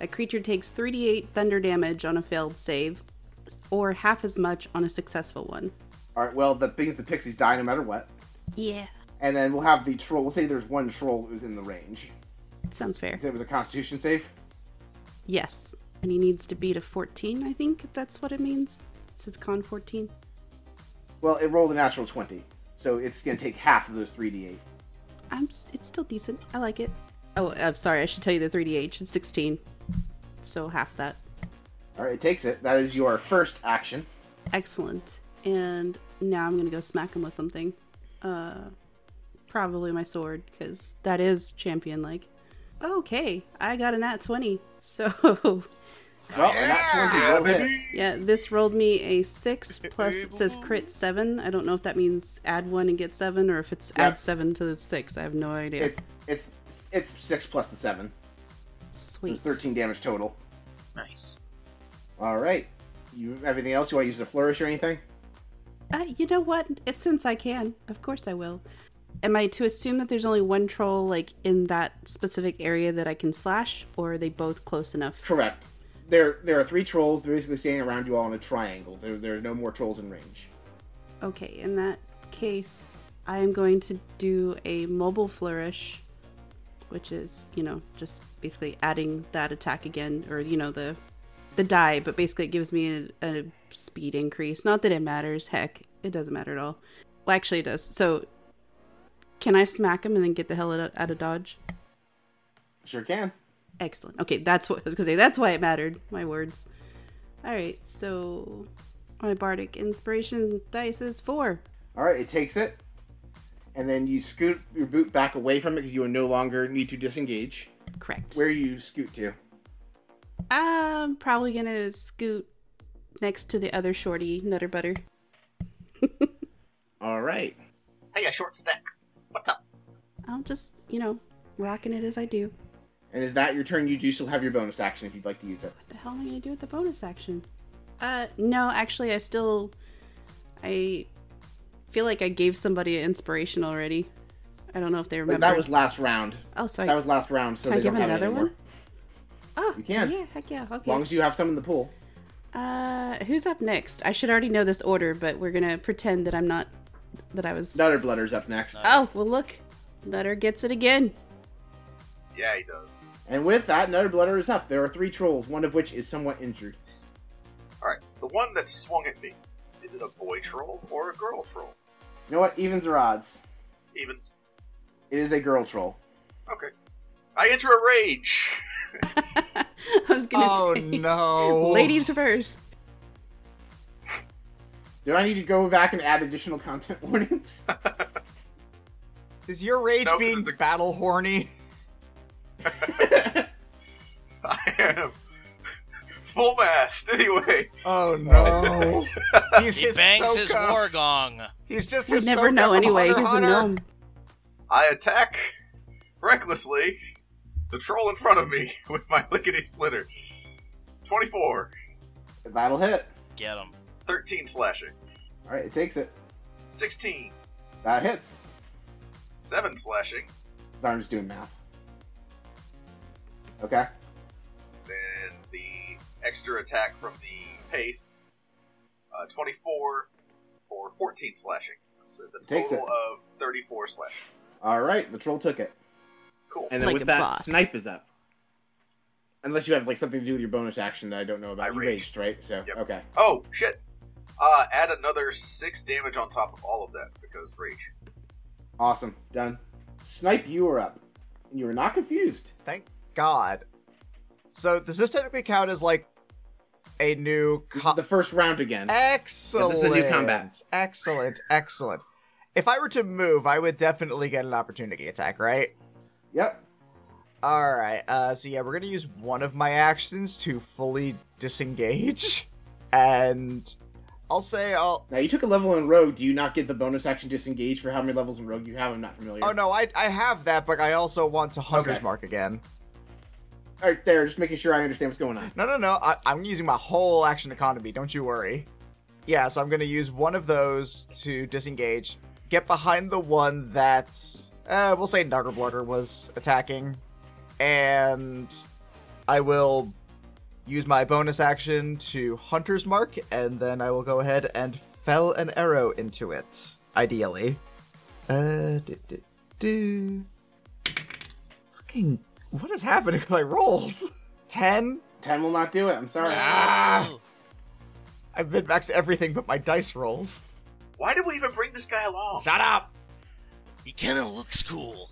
Speaker 7: A creature takes 3d8 thunder damage on a failed save, or half as much on a successful one.
Speaker 2: All right, well, the things the pixies die no matter what.
Speaker 7: Yeah.
Speaker 2: And then we'll have the troll. We'll say there's one troll that was in the range.
Speaker 7: Sounds fair.
Speaker 2: You said it was a constitution save?
Speaker 7: Yes. And he needs to beat a 14, I think, if that's what it means. Since con 14.
Speaker 2: Well, it rolled a natural 20. So it's going to take half of those 3d8.
Speaker 7: I'm. s- It's still decent. I like it. Oh, I'm sorry. I should tell you the 3d8 is 16. So half that.
Speaker 2: All right, it takes it. That is your first action.
Speaker 7: Excellent. And now I'm gonna go smack him with something. Uh, probably my sword, because that is champion-like. Okay, I got a nat 20. So,
Speaker 2: Well, a nat 20 will hit.
Speaker 7: yeah, this rolled me a 6 plus it says crit 7. I don't know if that means add 1 and get 7 or if it's
Speaker 2: Yeah.
Speaker 7: add 7 to the 6. I have no idea.
Speaker 2: It, it's, it's 6 plus the 7. So
Speaker 7: Sweet.
Speaker 2: it's 13 damage total.
Speaker 4: Nice.
Speaker 2: All right. You Everything else? You want to use a flourish or anything?
Speaker 7: Uh, you know what? It's since I can, of course I will. Am I to assume that there's only one troll, like in that specific area that I can slash, or are they both close enough?
Speaker 2: Correct. There, there are three trolls. They're basically standing around you all in a triangle. There, there are no more trolls in range.
Speaker 7: Okay, in that case, I am going to do a mobile flourish, which is, you know, just basically adding that attack again, or you know, the the die, but basically it gives me a, a speed increase. Not that it matters. Heck, it doesn't matter at all. Well, actually, it does. So, can I smack him and then get the hell out out of dodge?
Speaker 2: Sure can.
Speaker 7: Excellent. Okay, that's what I was gonna say. That's why it mattered. My words. All right, so my bardic inspiration dice is four.
Speaker 2: All right, it takes it, and then you scoot your boot back away from it because you will no longer need to disengage.
Speaker 7: Correct.
Speaker 2: Where you scoot to?
Speaker 7: I'm probably gonna scoot next to the other shorty, Nutter Butter.
Speaker 2: All right.
Speaker 5: Hey, a short stack. What's up?
Speaker 7: I'm just, you know, rocking it as I do. What
Speaker 2: And is that your turn? You do still have your bonus action if you'd like to use it.
Speaker 7: the hell am I gonna do with the bonus action? Uh, no, actually, I still, I feel like I gave somebody an inspiration already. I don't know if they
Speaker 2: Like,
Speaker 7: remember.
Speaker 2: that was last round.
Speaker 7: oh, sorry.
Speaker 2: That was last round, so
Speaker 7: Can I
Speaker 2: they don't
Speaker 7: give him
Speaker 2: have it
Speaker 7: another
Speaker 2: anymore.
Speaker 7: one? oh,
Speaker 2: you can.
Speaker 7: Yeah, heck yeah.
Speaker 2: As
Speaker 7: Okay.
Speaker 2: long as you have some in the pool.
Speaker 7: Uh, who's up next? I should already know this order, but we're gonna pretend that I'm not. That I was.
Speaker 2: Nutter Blutter's up next.
Speaker 5: Uh.
Speaker 7: Oh well, look, Nutter gets it again.
Speaker 5: Yeah, he does.
Speaker 2: And with that, Nutter Blutter is up. There are three trolls, one of which is somewhat injured.
Speaker 5: All right, the one that swung at me. Is it a boy troll or a girl troll?
Speaker 2: You know what? Evens or odds?
Speaker 5: Evans.
Speaker 2: It is a girl troll.
Speaker 5: Okay. I enter a rage.
Speaker 7: I was gonna
Speaker 6: Oh
Speaker 7: say,
Speaker 6: no,
Speaker 7: ladies first.
Speaker 2: Do I need to go back and add additional content warnings?
Speaker 6: Is your rage
Speaker 5: No, 'cause
Speaker 6: being
Speaker 5: it's a-
Speaker 6: battle horny?
Speaker 5: I am full mast. Anyway,
Speaker 6: Oh no, he's
Speaker 3: He
Speaker 6: his
Speaker 3: bangs his
Speaker 6: Ahsoka.
Speaker 3: war gong.
Speaker 6: He's just
Speaker 7: We
Speaker 6: his
Speaker 7: never know anyway. He's a gnome.
Speaker 5: I attack recklessly the troll in front of me with my lickety splitter. 24,
Speaker 2: That'll hit.
Speaker 3: Get him.
Speaker 5: 13 slashing,
Speaker 2: All right, it takes it.
Speaker 5: 16,
Speaker 2: That hits.
Speaker 5: 7 slashing,
Speaker 2: Sorry, I'm just doing math. Okay.
Speaker 5: then the extra attack from the haste. Uh, 24 for 14 slashing. So it's a
Speaker 2: Takes
Speaker 5: total
Speaker 2: it.
Speaker 5: of 34 slashing.
Speaker 2: All right, the troll took it.
Speaker 5: Cool.
Speaker 2: And then
Speaker 7: Like
Speaker 2: with
Speaker 7: a
Speaker 2: that,
Speaker 7: boss.
Speaker 2: snipe is up. Unless you have like something to do with your bonus action that I don't know about.
Speaker 5: I
Speaker 2: you
Speaker 5: raged.
Speaker 2: raged, right? So
Speaker 5: Yep.
Speaker 2: okay.
Speaker 5: Oh, shit. Uh, add another 6 damage on top of all of that because rage.
Speaker 2: Awesome. Done. Snipe, you are up. And you are not confused.
Speaker 6: Thank God. So does this technically count as like a new?
Speaker 2: This
Speaker 6: co-
Speaker 2: is the first round again.
Speaker 6: Excellent.
Speaker 2: This is a new combat.
Speaker 6: Excellent. Excellent. If I were to move, I would definitely get an opportunity attack, right?
Speaker 2: Yep.
Speaker 6: All right. Uh, so yeah, we're gonna use one of my actions to fully disengage, and I'll say I'll.
Speaker 2: Now you took a level in rogue. Do you not get the bonus action disengage for how many levels in rogue you have? I'm not familiar.
Speaker 6: Oh no, I I have that, but I also want to hunter's
Speaker 2: Okay.
Speaker 6: mark again.
Speaker 2: All right, there. Just making sure I understand what's going on.
Speaker 6: No, no, no. I, I'm using my whole action economy. Don't you worry. Yeah, so I'm going to use one of those to disengage, get behind the one that, uh, we'll say Nutter Bludder was attacking, and I will use my bonus action to Hunter's Mark, and then I will go ahead and fell an arrow into it, ideally. Uh, do, do, do. Fucking, what is happening with my rolls? 10?
Speaker 2: Ten will not do it. I'm sorry.
Speaker 3: Ooh.
Speaker 6: Ah! I've min-maxed everything but my dice rolls.
Speaker 5: Why did we even bring this guy along?
Speaker 6: Shut up!
Speaker 9: He kinda looks cool.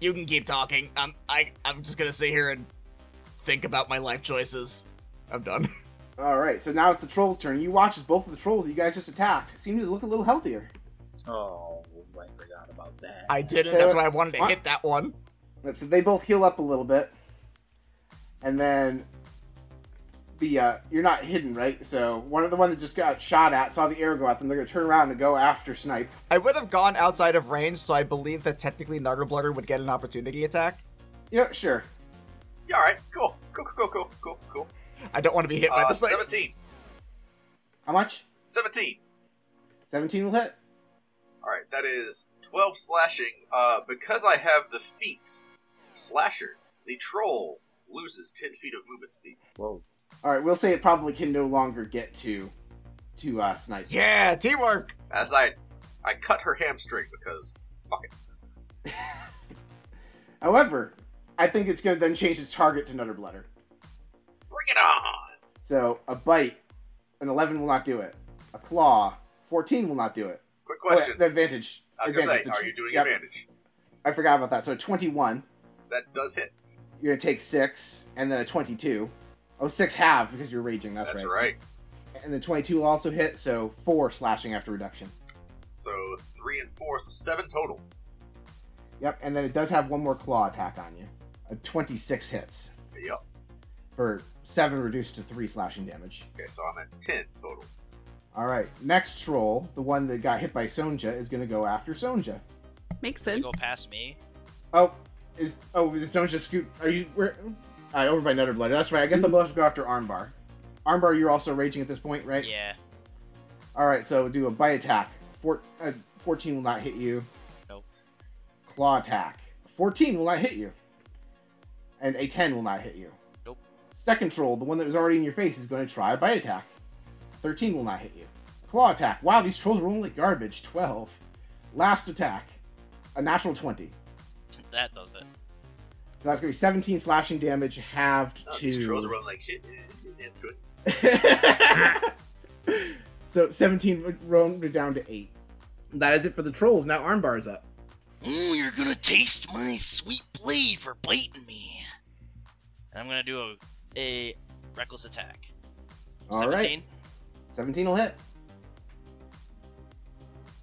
Speaker 8: You can keep talking.
Speaker 6: Um,
Speaker 8: I'm I I'm just gonna sit here and think about my life choices.
Speaker 6: I'm done.
Speaker 2: All right. So now it's the troll's turn. You watch as both of the trolls that you guys just attacked seem to look a little healthier.
Speaker 10: Oh, I forgot about that.
Speaker 6: I didn't. That's why I wanted to hit that one.
Speaker 2: So they both heal up a little bit, and then the uh, you're not hidden, right? So one of the one that just got shot at saw the arrow go at them. They're gonna turn around and go after snipe.
Speaker 6: I would have gone outside of range, so I believe that technically Nuggleblugger would get an opportunity attack.
Speaker 2: Yeah, sure.
Speaker 5: Yeah, all right, cool, cool, cool, cool, cool, cool.
Speaker 6: I don't want to be hit by
Speaker 5: Uh,
Speaker 6: this thing.
Speaker 5: 17,
Speaker 2: How much?
Speaker 5: 17.
Speaker 2: Seventeen will hit.
Speaker 5: All right, that is 12 slashing. Uh, because I have the feet slasher, the troll loses 10 feet of movement speed.
Speaker 4: Whoa.
Speaker 2: All right, we'll say it probably can no longer get to to uh, snipe.
Speaker 6: Yeah, teamwork.
Speaker 5: As I, I cut her hamstring because fuck it.
Speaker 2: However, I think it's going to then change its target to Nutterblutter.
Speaker 5: Bring it on!
Speaker 2: So a bite, an eleven will not do it. A claw, fourteen will not do it.
Speaker 5: Quick
Speaker 2: Oh, wait,
Speaker 5: question.
Speaker 2: the advantage.
Speaker 5: I was gonna
Speaker 2: Advantage,
Speaker 5: say,
Speaker 2: the
Speaker 5: are
Speaker 2: tr-
Speaker 5: you doing
Speaker 2: yep,
Speaker 5: advantage?
Speaker 2: I forgot about that. So a twenty-one,
Speaker 5: That does hit.
Speaker 2: you're gonna take six, and then a twenty-two. Oh, six half because you're raging. That's,
Speaker 5: That's, right.
Speaker 2: And then twenty-two will also hit. So four slashing after reduction.
Speaker 5: So three and four, so seven total.
Speaker 2: Yep. And then it does have one more claw attack on you. A twenty-six hits
Speaker 5: Yep.
Speaker 2: for seven reduced to three slashing damage.
Speaker 5: Okay, so I'm at ten total.
Speaker 2: All right. Next troll, the one that got hit by Sonja, is gonna go after Sonja.
Speaker 7: Makes
Speaker 3: Does it
Speaker 7: sense.
Speaker 3: go past me?
Speaker 2: Oh, is oh is Sonja scoot? Are you where? All right, over by Nutterblood. That's right. I guess the will have to go after Armbar. Armbar, you're also raging at this point, right?
Speaker 3: Yeah.
Speaker 2: All right, so do a bite attack. Four, uh, 14 will not hit you.
Speaker 3: Nope.
Speaker 2: Claw attack. 14 will not hit you. And a 10 will not hit you.
Speaker 3: Nope.
Speaker 2: Second troll, the one that was already in your face, is going to try a bite attack. 13 will not hit you. Claw attack. Wow, these trolls roll like garbage. 12. Last attack. A natural 20.
Speaker 3: That does it.
Speaker 2: So that's going to be 17 slashing damage halved
Speaker 5: Oh,
Speaker 2: to.
Speaker 5: these trolls are running like shit. Yeah, good.
Speaker 2: so 17 round down to 8. That is it for the trolls. Now Armbar is up.
Speaker 9: Mm, you're gonna taste my sweet blade for biting me.
Speaker 3: And I'm gonna do a, a reckless attack.
Speaker 2: All right. 17 will hit.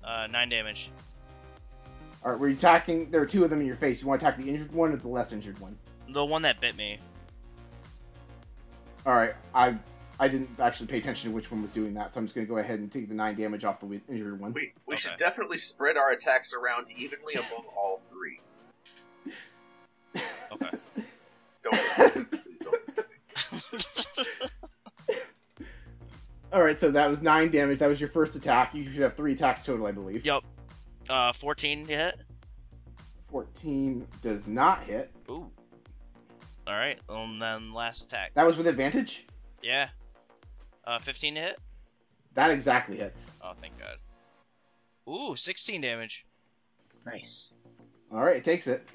Speaker 3: Uh, nine damage.
Speaker 2: All right, were you attacking? There are two of them in your face. You want to attack the injured one or the less injured one?
Speaker 3: The one that bit me.
Speaker 2: All right, I I didn't actually pay attention to which one was doing that, so I'm just going to go ahead and take the nine damage off the wi- injured one.
Speaker 5: We, we should
Speaker 3: Okay.
Speaker 5: definitely spread our attacks around evenly among all three.
Speaker 3: Okay.
Speaker 5: Don't miss me. Please don't miss me.
Speaker 2: All right, so that was nine damage. That was your first attack. You should have three attacks total, I believe.
Speaker 3: Yup. Uh, 14 to hit.
Speaker 2: Fourteen does not hit.
Speaker 3: Ooh. All right. And then last attack.
Speaker 2: That was with advantage.
Speaker 3: Yeah. Uh, 15 to hit.
Speaker 2: That exactly hits.
Speaker 3: Oh, thank God. Ooh, 16 damage.
Speaker 10: Nice.
Speaker 2: All right, it takes it.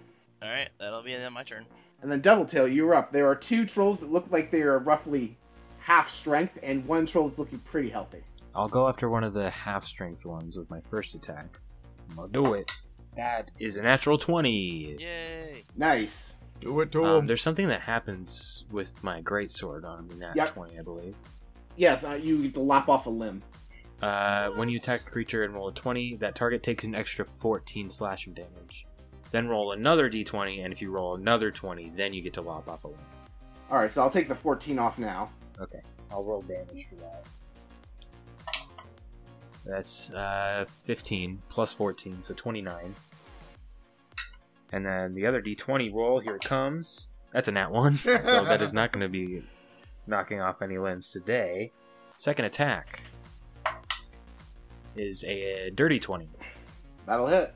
Speaker 3: All right, that'll be the end of my turn.
Speaker 2: And then Double Tail, you're up. There are two trolls that look like they are roughly half strength, and one troll is looking pretty healthy.
Speaker 4: I'll go after one of the half strength ones with my first attack. I'll do it. That is a natural 20.
Speaker 3: Yay!
Speaker 2: Nice.
Speaker 6: Do it to
Speaker 4: Um,
Speaker 6: him.
Speaker 4: there's something that happens with my greatsword on the nat
Speaker 2: Yep.
Speaker 4: 20, I believe.
Speaker 2: Yes, uh, you get to lop off a limb.
Speaker 4: Uh, when you attack a creature and roll a 20, that target takes an extra 14 slashing damage. Then roll another d20, and if you roll another 20, then you get to lop off a limb.
Speaker 2: All right, so I'll take the 14 off now.
Speaker 4: Okay, I'll roll damage for that. That's uh, 15 plus 14, so 29. And then the other d20 roll, here it comes. That's a nat 1, so that is not going to be knocking off any limbs today. Second attack is a dirty 20.
Speaker 2: That'll hit.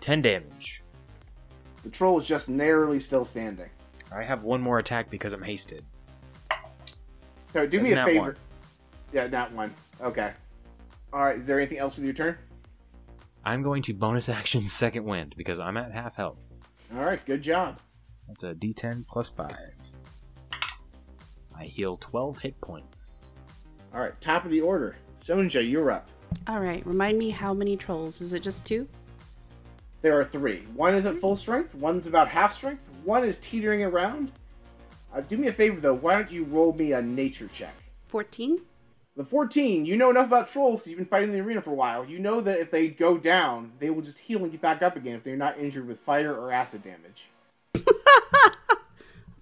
Speaker 4: 10 damage.
Speaker 2: The troll is just narrowly still standing.
Speaker 4: I have one more attack because I'm hasted.
Speaker 2: So do
Speaker 4: That's
Speaker 2: me a
Speaker 4: nat
Speaker 2: favor.
Speaker 4: one.
Speaker 2: Yeah, not one. Okay. All right. Is there anything else with your turn?
Speaker 4: I'm going to bonus action second wind because I'm at half health.
Speaker 2: All right. Good job.
Speaker 4: That's a D10 plus five. I heal 12 hit points.
Speaker 2: All right. Top of the order. Sonja, you're up.
Speaker 7: All right, remind me how many trolls? Is it just two?
Speaker 2: There are three. One is at full strength. One's about half strength. One is teetering around. Uh, do me a favor though. Why don't you roll me a nature check?
Speaker 7: 14?
Speaker 2: The 14, you know enough about trolls because you've been fighting in the arena for a while. You know that if they go down, they will just heal and get back up again if they're not injured with fire or acid damage.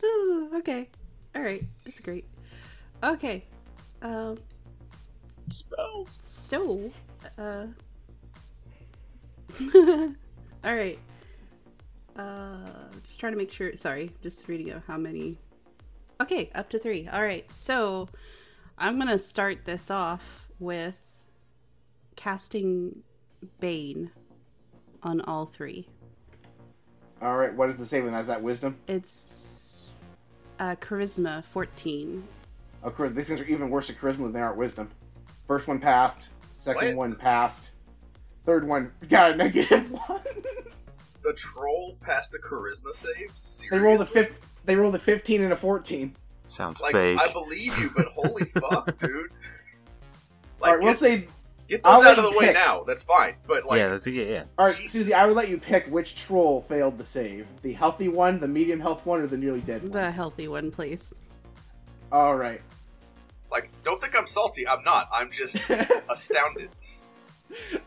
Speaker 7: Ooh, okay. All right. That's great. Okay. Um. Spells. So, uh. All right. Uh, just trying to make sure. Sorry, just reading out how many. Okay, up to three. All right. So, I'm gonna start this off with casting Bane on all three.
Speaker 2: All right, what is the saving? That's that wisdom.
Speaker 7: It's uh, charisma 14.
Speaker 2: Of course, these things are even worse at charisma than they are at wisdom. First one passed. Second
Speaker 5: What?
Speaker 2: one passed. Third one got a negative one.
Speaker 5: The troll passed a charisma save.
Speaker 2: They
Speaker 5: Seriously?
Speaker 2: rolled a fifth. They rolled a fifteen and a fourteen.
Speaker 4: Sounds
Speaker 5: Like
Speaker 4: fake.
Speaker 5: I believe you, but holy fuck, dude!
Speaker 2: All
Speaker 5: Like
Speaker 2: right, we'll
Speaker 5: get,
Speaker 2: say.
Speaker 5: get
Speaker 2: I'll
Speaker 5: those
Speaker 2: let
Speaker 5: out of
Speaker 2: you
Speaker 5: the way
Speaker 2: pick.
Speaker 5: now. That's fine. But like,
Speaker 4: yeah, that's yeah, yeah.
Speaker 2: All right,
Speaker 5: Jesus.
Speaker 2: Susie, I would let you pick which troll failed the save: the healthy one, the medium health one, or the nearly dead one.
Speaker 7: The healthy one, please.
Speaker 2: All right.
Speaker 5: like, don't think I'm salty. I'm not. I'm just astounded.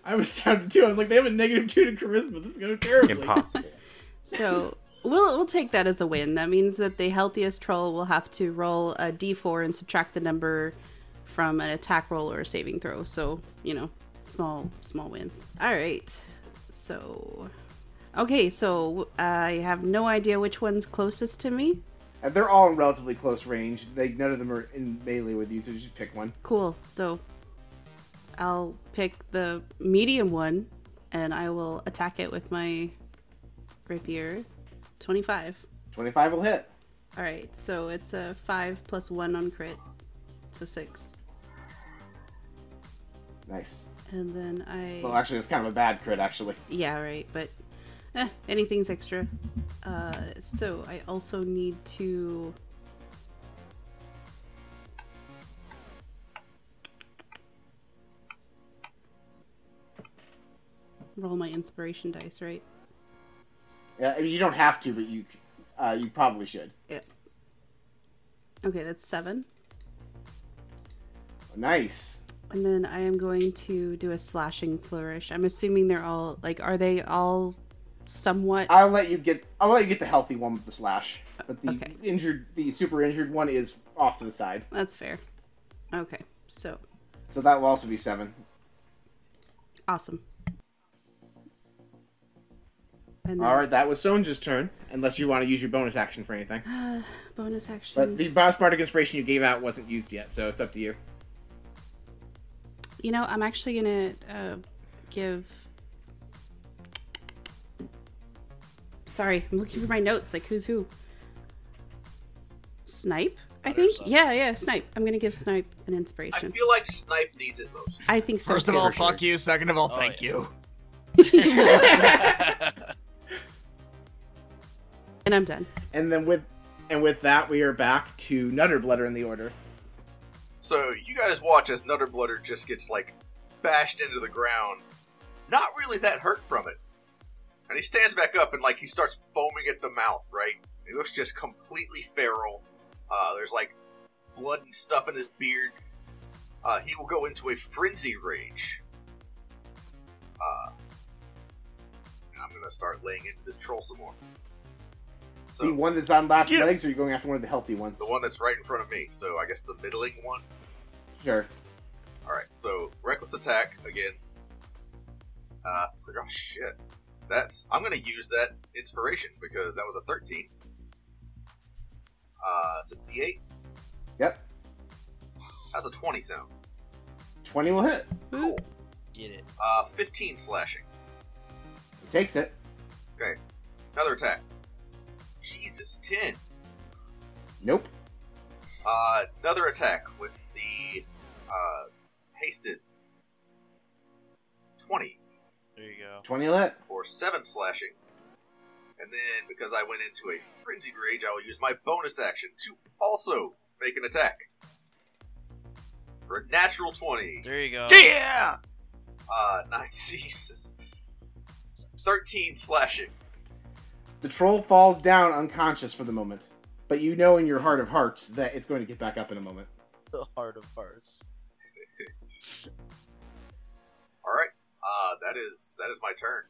Speaker 2: I was astounded too. I was like, they have a negative two to charisma. This is going terribly.
Speaker 4: Impossible.
Speaker 7: So we'll we'll take that as a win. That means that the healthiest troll will have to roll a d4 and subtract the number from an attack roll or a saving throw. So you know, small small wins. All right. So okay. So I have no idea which one's closest to me.
Speaker 2: And they're all in relatively close range. They none of them are in melee with you, so just pick one.
Speaker 7: Cool. So I'll pick the medium one, and I will attack it with my rapier. Twenty-five.
Speaker 2: Twenty-five will hit.
Speaker 7: All right, so it's a five plus one on crit, so six,
Speaker 2: Nice.
Speaker 7: and then I
Speaker 2: Well, actually, that's kind of a bad crit, actually.
Speaker 7: yeah right, but eh, anything's extra. Uh, so I also need to. Roll my inspiration dice, right?
Speaker 2: Yeah, I mean, you don't have to, but you uh, you probably should.
Speaker 7: Okay, that's seven.
Speaker 2: Nice.
Speaker 7: And then I am going to do a slashing flourish. I'm assuming they're all like, are they all somewhat?
Speaker 2: I'll let you get. I'll let you get the healthy one with the slash, but the
Speaker 7: Okay.
Speaker 2: injured, the super injured one is off to the side.
Speaker 7: That's fair. Okay, so
Speaker 2: So that will also be seven.
Speaker 7: awesome. And then
Speaker 2: All right, that was Sonja's turn, unless you want to use your bonus action for anything.
Speaker 7: Ah, bonus action.
Speaker 2: But the boss bardic inspiration you gave out wasn't used yet, so it's up to you.
Speaker 7: You know, I'm actually gonna uh, give. Sorry, I'm looking for my notes. Like who's who? Snipe, I think. Yeah, yeah, Snipe. I'm gonna give Snipe an
Speaker 5: I
Speaker 7: inspiration.
Speaker 5: feel like Snipe needs it most.
Speaker 7: I think so.
Speaker 8: First of
Speaker 7: too.
Speaker 8: all, fuck you. Second of all,
Speaker 3: Oh,
Speaker 8: thank
Speaker 3: yeah.
Speaker 8: you.
Speaker 7: and I'm done.
Speaker 2: And then with and with that, we are back to Nutter Blutter in the order.
Speaker 5: So you guys watch as Nutterblutter just gets like bashed into the ground, not really that hurt from it. And he stands back up and like he starts foaming at the mouth, right? He looks just completely feral. Uh, there's like blood and stuff in his beard. Uh, he will go into a frenzy rage. Uh, and I'm gonna start laying into this troll some more. So
Speaker 2: the one that's on last legs, or you are going after one of the healthy ones?
Speaker 5: the one that's right in front of me. So I guess the middling one.
Speaker 2: Sure.
Speaker 5: All right, so reckless attack again. Uh, forgot shit. That's I'm gonna use that inspiration because that was a 13. Uh, it's a D8.
Speaker 2: Yep.
Speaker 5: How's a 20 sound?
Speaker 2: Twenty will hit.
Speaker 7: Boop.
Speaker 3: Get it.
Speaker 5: Uh, 15 slashing.
Speaker 2: It takes it.
Speaker 5: Another attack. Jesus, 10.
Speaker 2: Nope.
Speaker 5: Uh, another attack with the uh, hasted 20
Speaker 3: There you go.
Speaker 2: Twenty will hit.
Speaker 5: or 7 slashing. And then because I went into a frenzied rage, I will use my bonus action to also make an attack. For a natural 20.
Speaker 3: There you go.
Speaker 10: Yeah.
Speaker 5: Uh, nine, Jesus. 13 slashing.
Speaker 2: The troll falls down unconscious for the moment, but you know in your heart of hearts that it's going to get back up in a moment.
Speaker 3: The heart of hearts.
Speaker 5: Alright. Uh, that is that is my turn.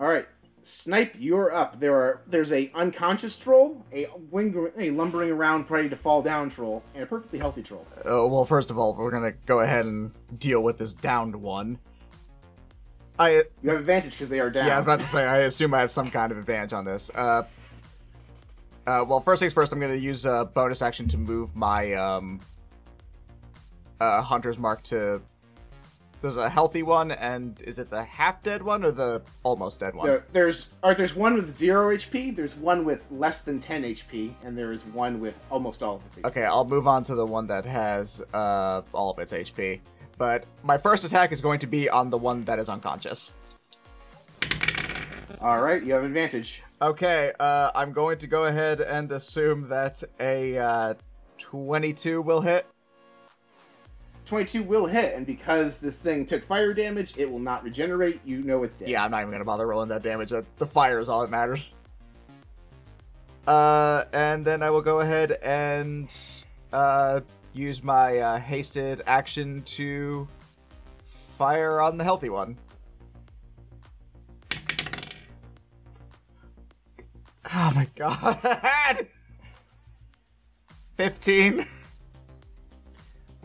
Speaker 2: All right, snipe, you're up. There are there's a unconscious troll, a wing, a lumbering around ready to fall down troll, and a perfectly healthy troll.
Speaker 6: Oh, well, first of all, we're gonna go ahead and deal with this downed one. I uh,
Speaker 2: You have advantage because they are down.
Speaker 6: yeah, I was about to say. I assume I have some kind of advantage on this. Uh, uh well, first things first. I'm gonna use a bonus action to move my um uh, hunter's mark to. There's a healthy one, and is it the half dead one or the almost dead one?
Speaker 2: There- there's or there's one with zero HP, there's one with less than ten HP, and there is one with almost all of its HP.
Speaker 6: Okay, I'll move on to the one that has uh, all of its HP. But my first attack is going to be on the one that is unconscious.
Speaker 2: All right, you have advantage.
Speaker 6: Okay, uh, I'm going to go ahead and assume that a uh, 22 will hit.
Speaker 2: Twenty-two will hit, and because this thing took fire damage, it will not regenerate. You know it's dead.
Speaker 6: Yeah, I'm not even gonna bother rolling that damage. Uh, The fire is all that matters. Uh, and then I will go ahead and uh, use my uh, hasted action to fire on the healthy one. Oh my god! Fifteen.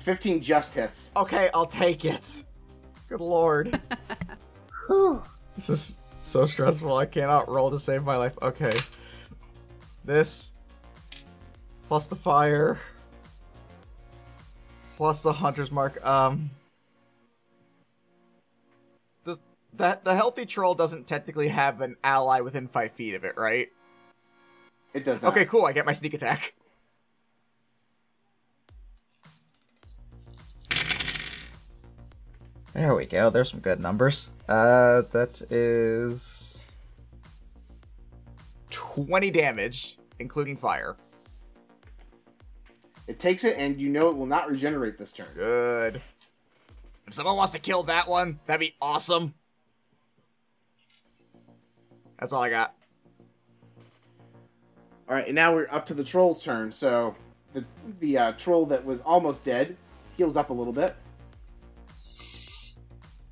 Speaker 2: Fifteen just hits.
Speaker 6: Okay, I'll take it. Good lord. Whew. this is so stressful. I cannot roll to save my life. Okay. This plus the fire plus the hunter's mark. Um does that the healthy troll doesn't technically have an ally within 5 feet of it, right?
Speaker 2: It does not.
Speaker 6: Okay, cool. I get my sneak attack. There we go. There's some good numbers. Uh, that is 20 damage, including fire.
Speaker 2: It takes it, and you know it will not regenerate this turn.
Speaker 6: Good. If someone wants to kill that one, that'd be awesome. That's all I got.
Speaker 2: All right, and now we're up to the troll's turn. So the the uh, troll that was almost dead heals up a little bit,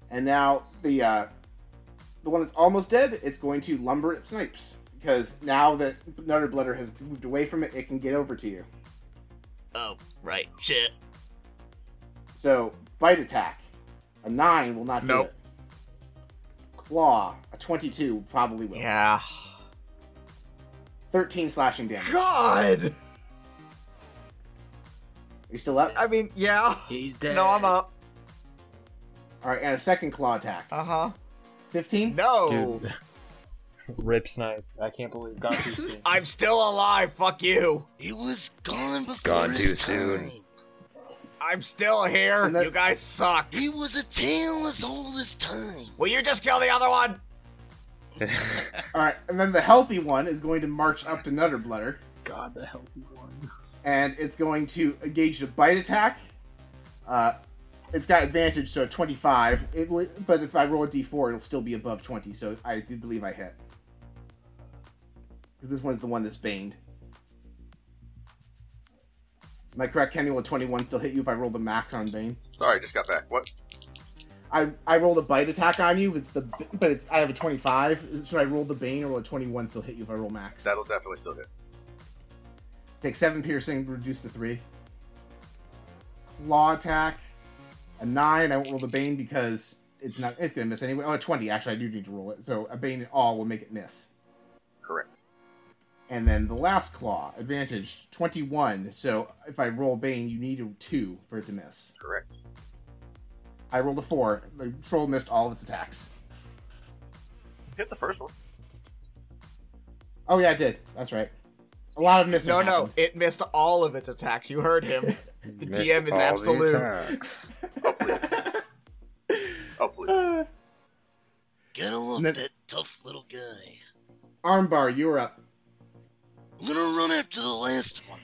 Speaker 2: and now the uh, the one that's almost dead, it's going to lumber at Snipes because now that Nutter Blutter has moved away from it, it can get over to you.
Speaker 9: Oh, right. Shit.
Speaker 2: So bite attack, a nine will not do
Speaker 6: Nope.
Speaker 2: it. Claw, a twenty-two probably will.
Speaker 6: Yeah.
Speaker 2: Thirteen slashing damage. Are
Speaker 6: God!
Speaker 2: you still up?
Speaker 6: I mean, yeah.
Speaker 10: He's dead.
Speaker 6: No, I'm up.
Speaker 2: All right, and a second claw attack.
Speaker 6: Uh huh.
Speaker 2: Fifteen.
Speaker 9: Oh.
Speaker 6: No!
Speaker 4: Dude. Rip snipe. I can't believe Gonku's seen.
Speaker 6: I'm still alive, fuck you!
Speaker 9: It was gone before
Speaker 10: Gone
Speaker 9: his
Speaker 10: too soon.
Speaker 9: time.
Speaker 6: I'm still here!
Speaker 2: And that-
Speaker 6: You guys suck!
Speaker 9: He was a tailless all this time.
Speaker 6: Will you just kill the other one?
Speaker 2: All right, and then the healthy one is going to march up to Nutter Blutter,
Speaker 10: God, the healthy one.
Speaker 2: and it's going to engage the bite attack. Uh, it's got advantage, so 25. It will, but if I roll a d4, it'll still be above 20, so I do believe I hit. 'Cause This one's the one that's baned. Am I correct, Kenny? Will a 21 still hit you if I roll the max on Bane?
Speaker 5: Sorry, just got back. What?
Speaker 2: I, I rolled a bite attack on you, it's the but it's I have a 25. Should I roll the Bane or will a 21 still hit you if I roll max?
Speaker 5: That'll definitely still hit.
Speaker 2: Take seven piercing, reduced to three. Claw attack, a nine. I won't roll the bane because it's not. It's gonna miss anyway. Oh, a twenty. Actually, I do need to roll it. So a bane at all will make it miss.
Speaker 5: Correct.
Speaker 2: And then the last claw advantage twenty-one. So if I roll bane, you need a two for it to miss.
Speaker 5: Correct.
Speaker 2: I rolled a four. The troll missed all of its attacks.
Speaker 5: Hit the first one.
Speaker 2: Oh yeah, I did. That's right. A lot of missing.
Speaker 6: No, no,
Speaker 2: happened.
Speaker 6: it missed all of its attacks. You heard him. The DM is absolute.
Speaker 5: Oh please. oh please.
Speaker 2: Uh,
Speaker 9: Gotta love
Speaker 2: Then-
Speaker 9: that tough little guy.
Speaker 2: Armbar, you are up.
Speaker 9: I'm gonna run after the last one.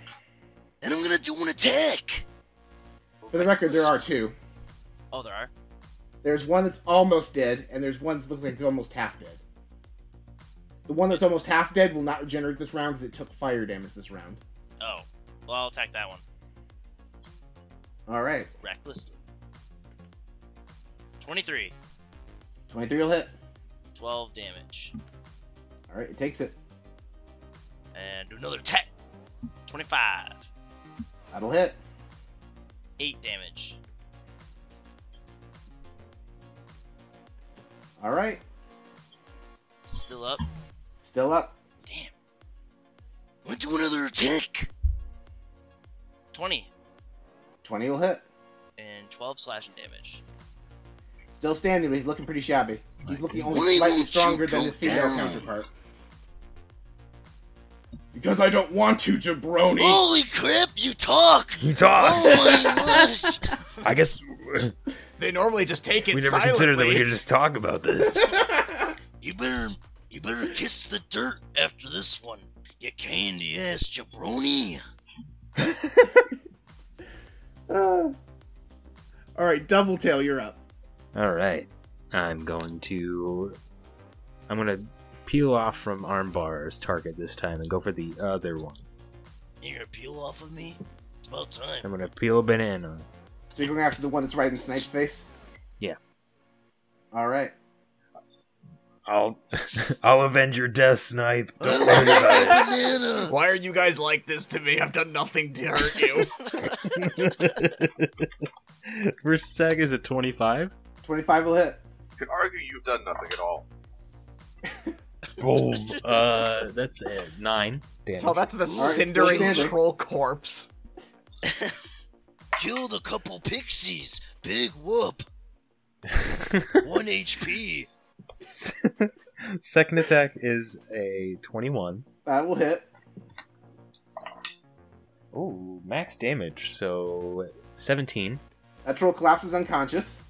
Speaker 9: And I'm gonna do an attack.
Speaker 2: For the record, there are two.
Speaker 3: Oh, there are.
Speaker 2: There's one that's almost dead, and there's one that looks like it's almost half dead. The one that's almost half dead will not regenerate this round because it took fire damage this round.
Speaker 3: Oh, well, I'll attack that one
Speaker 2: All right,
Speaker 3: recklessly. 23,
Speaker 2: 23 will hit.
Speaker 3: 12 damage,
Speaker 2: All right, it takes it.
Speaker 3: and do another attack. 25,
Speaker 2: That'll hit.
Speaker 3: 8 damage.
Speaker 2: All right,
Speaker 3: Still up.
Speaker 2: still up.
Speaker 3: Damn.
Speaker 9: Wanna do another attack?
Speaker 3: 20
Speaker 2: 20 will hit.
Speaker 3: and 12 slashing damage.
Speaker 2: Still standing, but he's looking pretty shabby. He's looking only
Speaker 9: Why
Speaker 2: slightly
Speaker 9: won't
Speaker 2: stronger
Speaker 9: you
Speaker 2: than
Speaker 9: go
Speaker 2: his female
Speaker 9: down?
Speaker 2: counterpart. Because I don't want to, jabroni.
Speaker 9: Holy crap, you talk!
Speaker 4: He talks.
Speaker 9: Oh my gosh!
Speaker 4: I guess
Speaker 6: They normally just take it
Speaker 4: we never considered that we could just talk about this.
Speaker 9: You better, you better kiss the dirt after this one. You candy ass jabroni.
Speaker 2: Ah. All right, Doubletail, you're up.
Speaker 4: All right, I'm going to I'm gonna peel off from Armbar's target this time and go for the other one.
Speaker 9: You gonna peel off of me? It's about
Speaker 4: I'm
Speaker 9: time.
Speaker 4: gonna peel a banana.
Speaker 2: So you're going after the one that's right in Snipe's face.
Speaker 4: Yeah.
Speaker 2: All right.
Speaker 4: I'll I'll avenge your death, Snipe. Don't worry about it.
Speaker 9: Banana.
Speaker 6: Why are you guys like this to me? I've done nothing to hurt you.
Speaker 4: First attack is a 25.
Speaker 2: Twenty-five will hit.
Speaker 5: Could argue you've done nothing at all.
Speaker 4: Boom. Uh, that's it. Nine. Damn.
Speaker 6: Tell that to the
Speaker 2: still
Speaker 6: cindering
Speaker 2: standing.
Speaker 6: troll corpse.
Speaker 9: Killed a couple pixies. Big whoop. One HP.
Speaker 4: Second attack is a 21.
Speaker 2: That will hit.
Speaker 4: Oh, max damage. So 17.
Speaker 2: That troll collapses unconscious.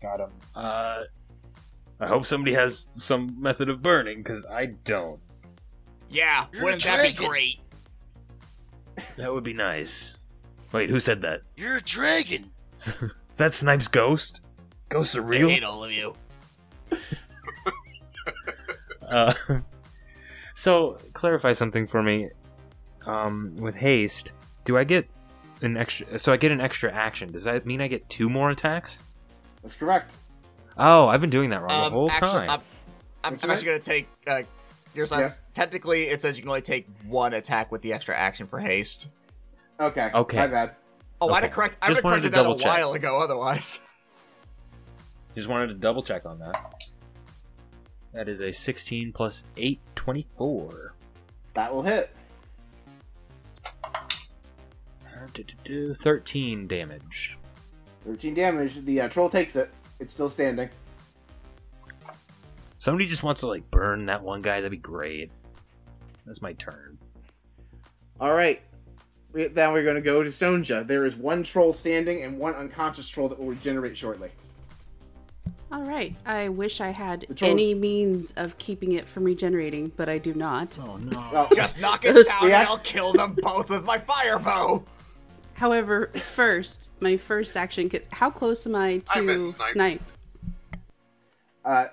Speaker 4: Got him. Uh, I hope somebody has some method of burning because I don't.
Speaker 6: Yeah,
Speaker 9: You're a
Speaker 6: wouldn't that be
Speaker 9: dragon.
Speaker 6: great?
Speaker 4: That would be nice. Wait, who said that?
Speaker 9: You're a dragon.
Speaker 4: Is that Snipe's ghost? Ghosts are
Speaker 8: I
Speaker 4: real.
Speaker 8: hate all of you.
Speaker 4: Uh, so clarify something for me. Um, with haste, do I get an extra? So I get an extra action. Does that mean I get two more attacks?
Speaker 2: That's correct.
Speaker 4: Oh, I've been doing that wrong the
Speaker 6: Um,
Speaker 4: whole
Speaker 6: actually,
Speaker 4: time.
Speaker 6: I'm, I'm,
Speaker 2: That's
Speaker 6: I'm
Speaker 2: right.
Speaker 6: actually gonna take uh, your
Speaker 2: Yeah.
Speaker 6: son's. Technically, it says you can only take one attack with the extra action for haste.
Speaker 2: Okay.
Speaker 4: Okay.
Speaker 2: My bad.
Speaker 6: Oh, I'd
Speaker 4: Okay.
Speaker 6: have correct. I would
Speaker 4: Just
Speaker 6: have
Speaker 4: wanted to
Speaker 6: corrected that a
Speaker 4: double check.
Speaker 6: while ago. Otherwise,
Speaker 4: Just wanted to double check on that. That is a 16 plus 8, 24.
Speaker 2: That will hit.
Speaker 4: Uh, do, do, do, 13 damage.
Speaker 2: Thirteen damage. The uh, troll takes it. It's still standing.
Speaker 4: Somebody just wants to, like, burn that one guy. That'd be great. That's my turn.
Speaker 2: All right. We, now we're going to go to Sonja. There is one troll standing and one unconscious troll that will regenerate shortly.
Speaker 7: All right. I wish I had
Speaker 2: The trolls-
Speaker 7: any means of keeping it from regenerating, but I do not.
Speaker 2: Oh,
Speaker 6: just knock it
Speaker 7: Yes.
Speaker 6: down,
Speaker 2: Yeah.
Speaker 6: and I'll kill them both with my fire bow.
Speaker 7: However, first, my first action. Could, how close am I to
Speaker 5: I miss
Speaker 7: snipe?
Speaker 5: snipe.
Speaker 2: uh,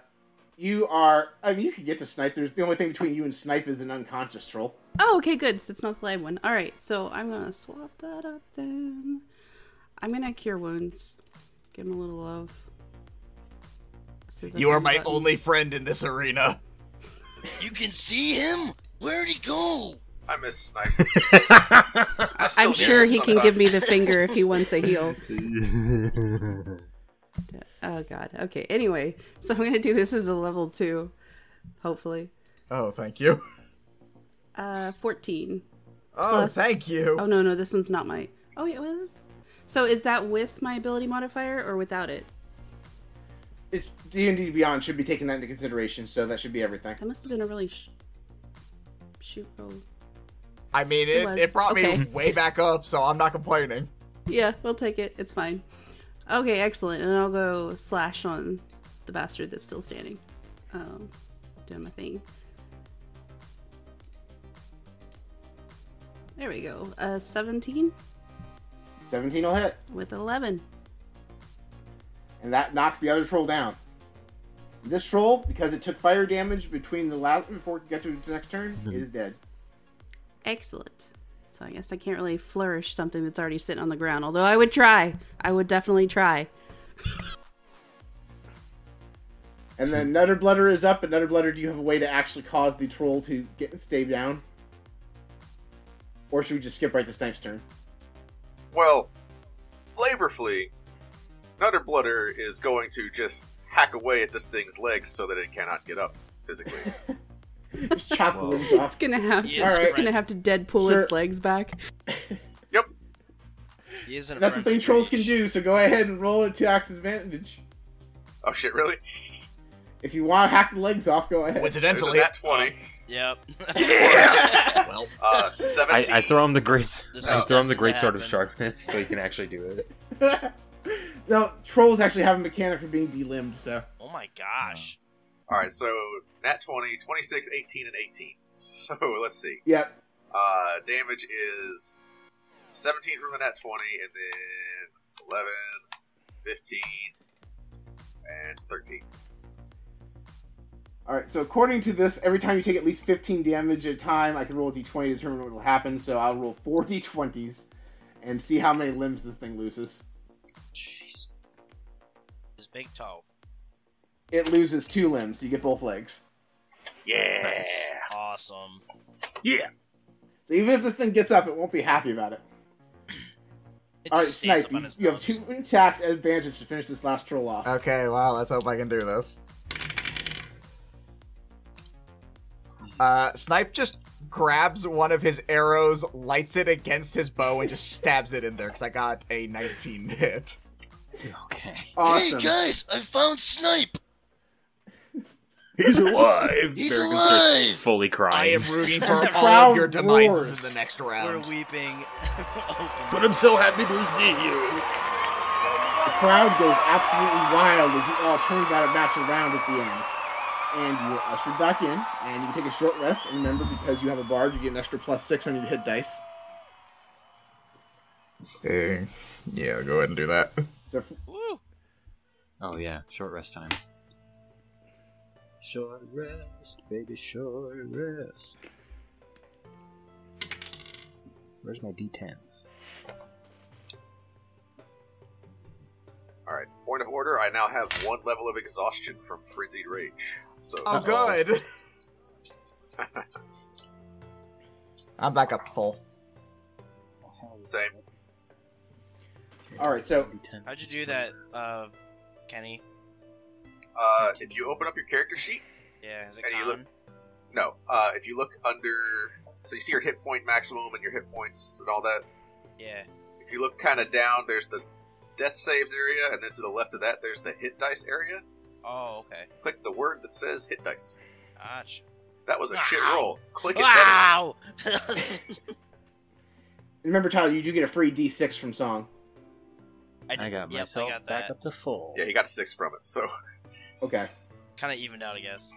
Speaker 2: you are. I mean, you could get to snipe. There's the only thing between you and snipe is an unconscious troll.
Speaker 7: Oh, okay, good. So it's not the live one. All right. So I'm gonna swap that up then. I'm gonna cure wounds. Give him a little love. So that's
Speaker 6: You are
Speaker 7: on the
Speaker 6: my
Speaker 7: button.
Speaker 6: only friend in this arena.
Speaker 9: You can see him. Where'd he go?
Speaker 5: I miss Snipe. I still
Speaker 7: I'm
Speaker 5: do
Speaker 7: sure
Speaker 5: it
Speaker 7: he can give me
Speaker 5: sometimes.
Speaker 7: the finger if he wants a heal. oh god. Okay. Anyway, so I'm gonna do this as a level two, hopefully.
Speaker 6: Oh, thank you.
Speaker 7: Uh, fourteen.
Speaker 6: Oh,
Speaker 7: plus-
Speaker 6: thank you.
Speaker 7: Oh no, no, this one's not my. Oh wait, what is? So is that with my ability modifier or without it?
Speaker 2: It's D and D Beyond should be taking that into consideration, so that should be everything.
Speaker 7: That must have been a really sh- shoot oh. roll.
Speaker 6: I mean,
Speaker 7: It
Speaker 6: it,
Speaker 7: was.
Speaker 6: it, brought
Speaker 7: Okay.
Speaker 6: me way back up, so I'm not complaining.
Speaker 7: Yeah, we'll take it. It's fine. Okay, excellent. And I'll go slash on the bastard that's still standing. Um, doing my thing. There we go. Uh, 17
Speaker 2: Seventeen will hit,
Speaker 7: with 11.
Speaker 2: and that knocks the other troll down. This troll, because it took fire damage between the last before it got to its next turn, is dead.
Speaker 7: Excellent. So I guess I can't really flourish something that's already sitting on the ground, although I would try. I would definitely try.
Speaker 2: And then Nutter Blutter is up. And Nutter Blutter, do you have a way to actually cause the troll to get stay down? Or should we just skip right to Snipe's turn?
Speaker 5: Well, flavorfully, Nutter Blutter is going to just hack away at this thing's legs so that it cannot get up physically.
Speaker 2: Just chop the
Speaker 4: Whoa.
Speaker 2: limbs
Speaker 7: It's
Speaker 2: off.
Speaker 7: gonna have to,
Speaker 3: Yes,
Speaker 7: it's
Speaker 2: Alright.
Speaker 7: gonna have to Deadpool
Speaker 2: Sure.
Speaker 7: its legs back.
Speaker 5: yep.
Speaker 3: He is in
Speaker 2: That's the thing
Speaker 3: forensic
Speaker 2: trolls can
Speaker 3: rage.
Speaker 2: do, so go ahead and roll at tax advantage.
Speaker 5: Oh shit, really?
Speaker 2: If you want to hack the legs off, go ahead.
Speaker 5: There's a
Speaker 6: Coincidentally,
Speaker 5: nat 20.
Speaker 3: Yep.
Speaker 6: well,
Speaker 5: Uh, 17.
Speaker 4: I, I throw him the great.
Speaker 3: This
Speaker 4: I
Speaker 3: is
Speaker 4: throw him the
Speaker 3: destined to
Speaker 4: great sword of
Speaker 3: happen.
Speaker 4: sharpness, so he can actually do it.
Speaker 2: no, trolls actually have a mechanic for being delimbed, so.
Speaker 3: Oh my gosh.
Speaker 5: Alright, Uh, so nat 20, 26, 18, and 18. So let's see.
Speaker 2: Yep.
Speaker 5: Uh, damage is 17 from the net 20, and then 11, 15, and 13.
Speaker 2: Alright, so according to this, every time you take at least 15 damage at a time, I can roll a d20 to determine what will happen, so I'll roll 4 d20s and see how many limbs this thing loses.
Speaker 3: Jeez. His big toe.
Speaker 2: It loses two limbs, so you get both legs.
Speaker 5: Yeah!
Speaker 3: Awesome.
Speaker 2: So even if this thing gets up, it won't be happy about it.
Speaker 3: It
Speaker 2: Alright,
Speaker 3: just stands
Speaker 2: Snipe,
Speaker 3: up on
Speaker 2: you,
Speaker 3: his
Speaker 2: you have
Speaker 3: nose.
Speaker 2: two attacks at advantage to finish this last troll off.
Speaker 6: okay, wow, let's hope I can do this. Uh, Snipe just grabs one of his arrows, lights it against his bow, and just stabs it in there because I got a 19 hit.
Speaker 4: Okay.
Speaker 2: Awesome.
Speaker 9: Hey guys, I found Snipe.
Speaker 4: He's alive.
Speaker 9: He's
Speaker 4: Bergen starts
Speaker 9: alive!
Speaker 4: Fully
Speaker 6: I
Speaker 4: crying.
Speaker 6: am rooting for all
Speaker 2: crowd
Speaker 6: of your
Speaker 2: roars.
Speaker 6: demises in the next
Speaker 3: We're
Speaker 6: round.
Speaker 3: weeping.
Speaker 4: But I'm so happy to see you.
Speaker 2: The crowd goes absolutely wild as you all turn that match around at the end. And you are ushered back in, and you can take a short rest. And remember, because you have a bard, you get an extra plus six on your hit dice.
Speaker 6: Eh, yeah, go ahead and do that.
Speaker 2: So f-
Speaker 3: Woo.
Speaker 4: Oh yeah, short rest time. Short rest, baby, short rest. Where's my d10s?
Speaker 5: Alright, point of order, I now have one level of exhaustion from Frenzied Rage. So,
Speaker 6: Oh, good. I'm back up to full.
Speaker 5: same.
Speaker 2: all right, so
Speaker 3: How'd you do that, uh, Kenny?
Speaker 5: Uh, if you open up your character sheet,
Speaker 3: Yeah, is it
Speaker 5: Kenny, you
Speaker 3: Con?
Speaker 5: no, uh, if you look under, so you see your hit point maximum and your hit points and all that.
Speaker 3: Yeah.
Speaker 5: If you look kind of down, there's the death saves area, and then to the left of that, there's the hit dice area.
Speaker 3: Oh, okay.
Speaker 5: Click the word that says hit dice.
Speaker 3: Gotcha.
Speaker 5: That was a shit
Speaker 3: Wow.
Speaker 5: roll. Click it better.
Speaker 3: Wow!
Speaker 2: remember, Tyler, you do get a free D6 from Song.
Speaker 3: did-
Speaker 4: I got
Speaker 3: yep,
Speaker 4: myself
Speaker 3: I got
Speaker 4: back
Speaker 3: that.
Speaker 4: up to full.
Speaker 5: Yeah, he got a six from it. So
Speaker 2: Okay.
Speaker 3: Kind of evened out, I guess.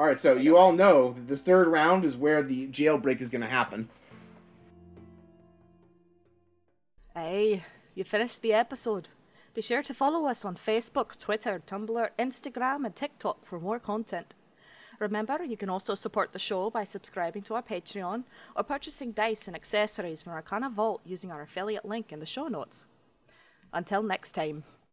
Speaker 2: All right, so you all know that this third round is where the jailbreak is going to happen.
Speaker 1: Hey, you finished the episode. Be sure to follow us on Facebook, Twitter, Tumblr, Instagram, and TikTok for more content. Remember, you can also support the show by subscribing to our Patreon or purchasing dice and accessories from Arcana Vault using our affiliate link in the show notes. Until next time.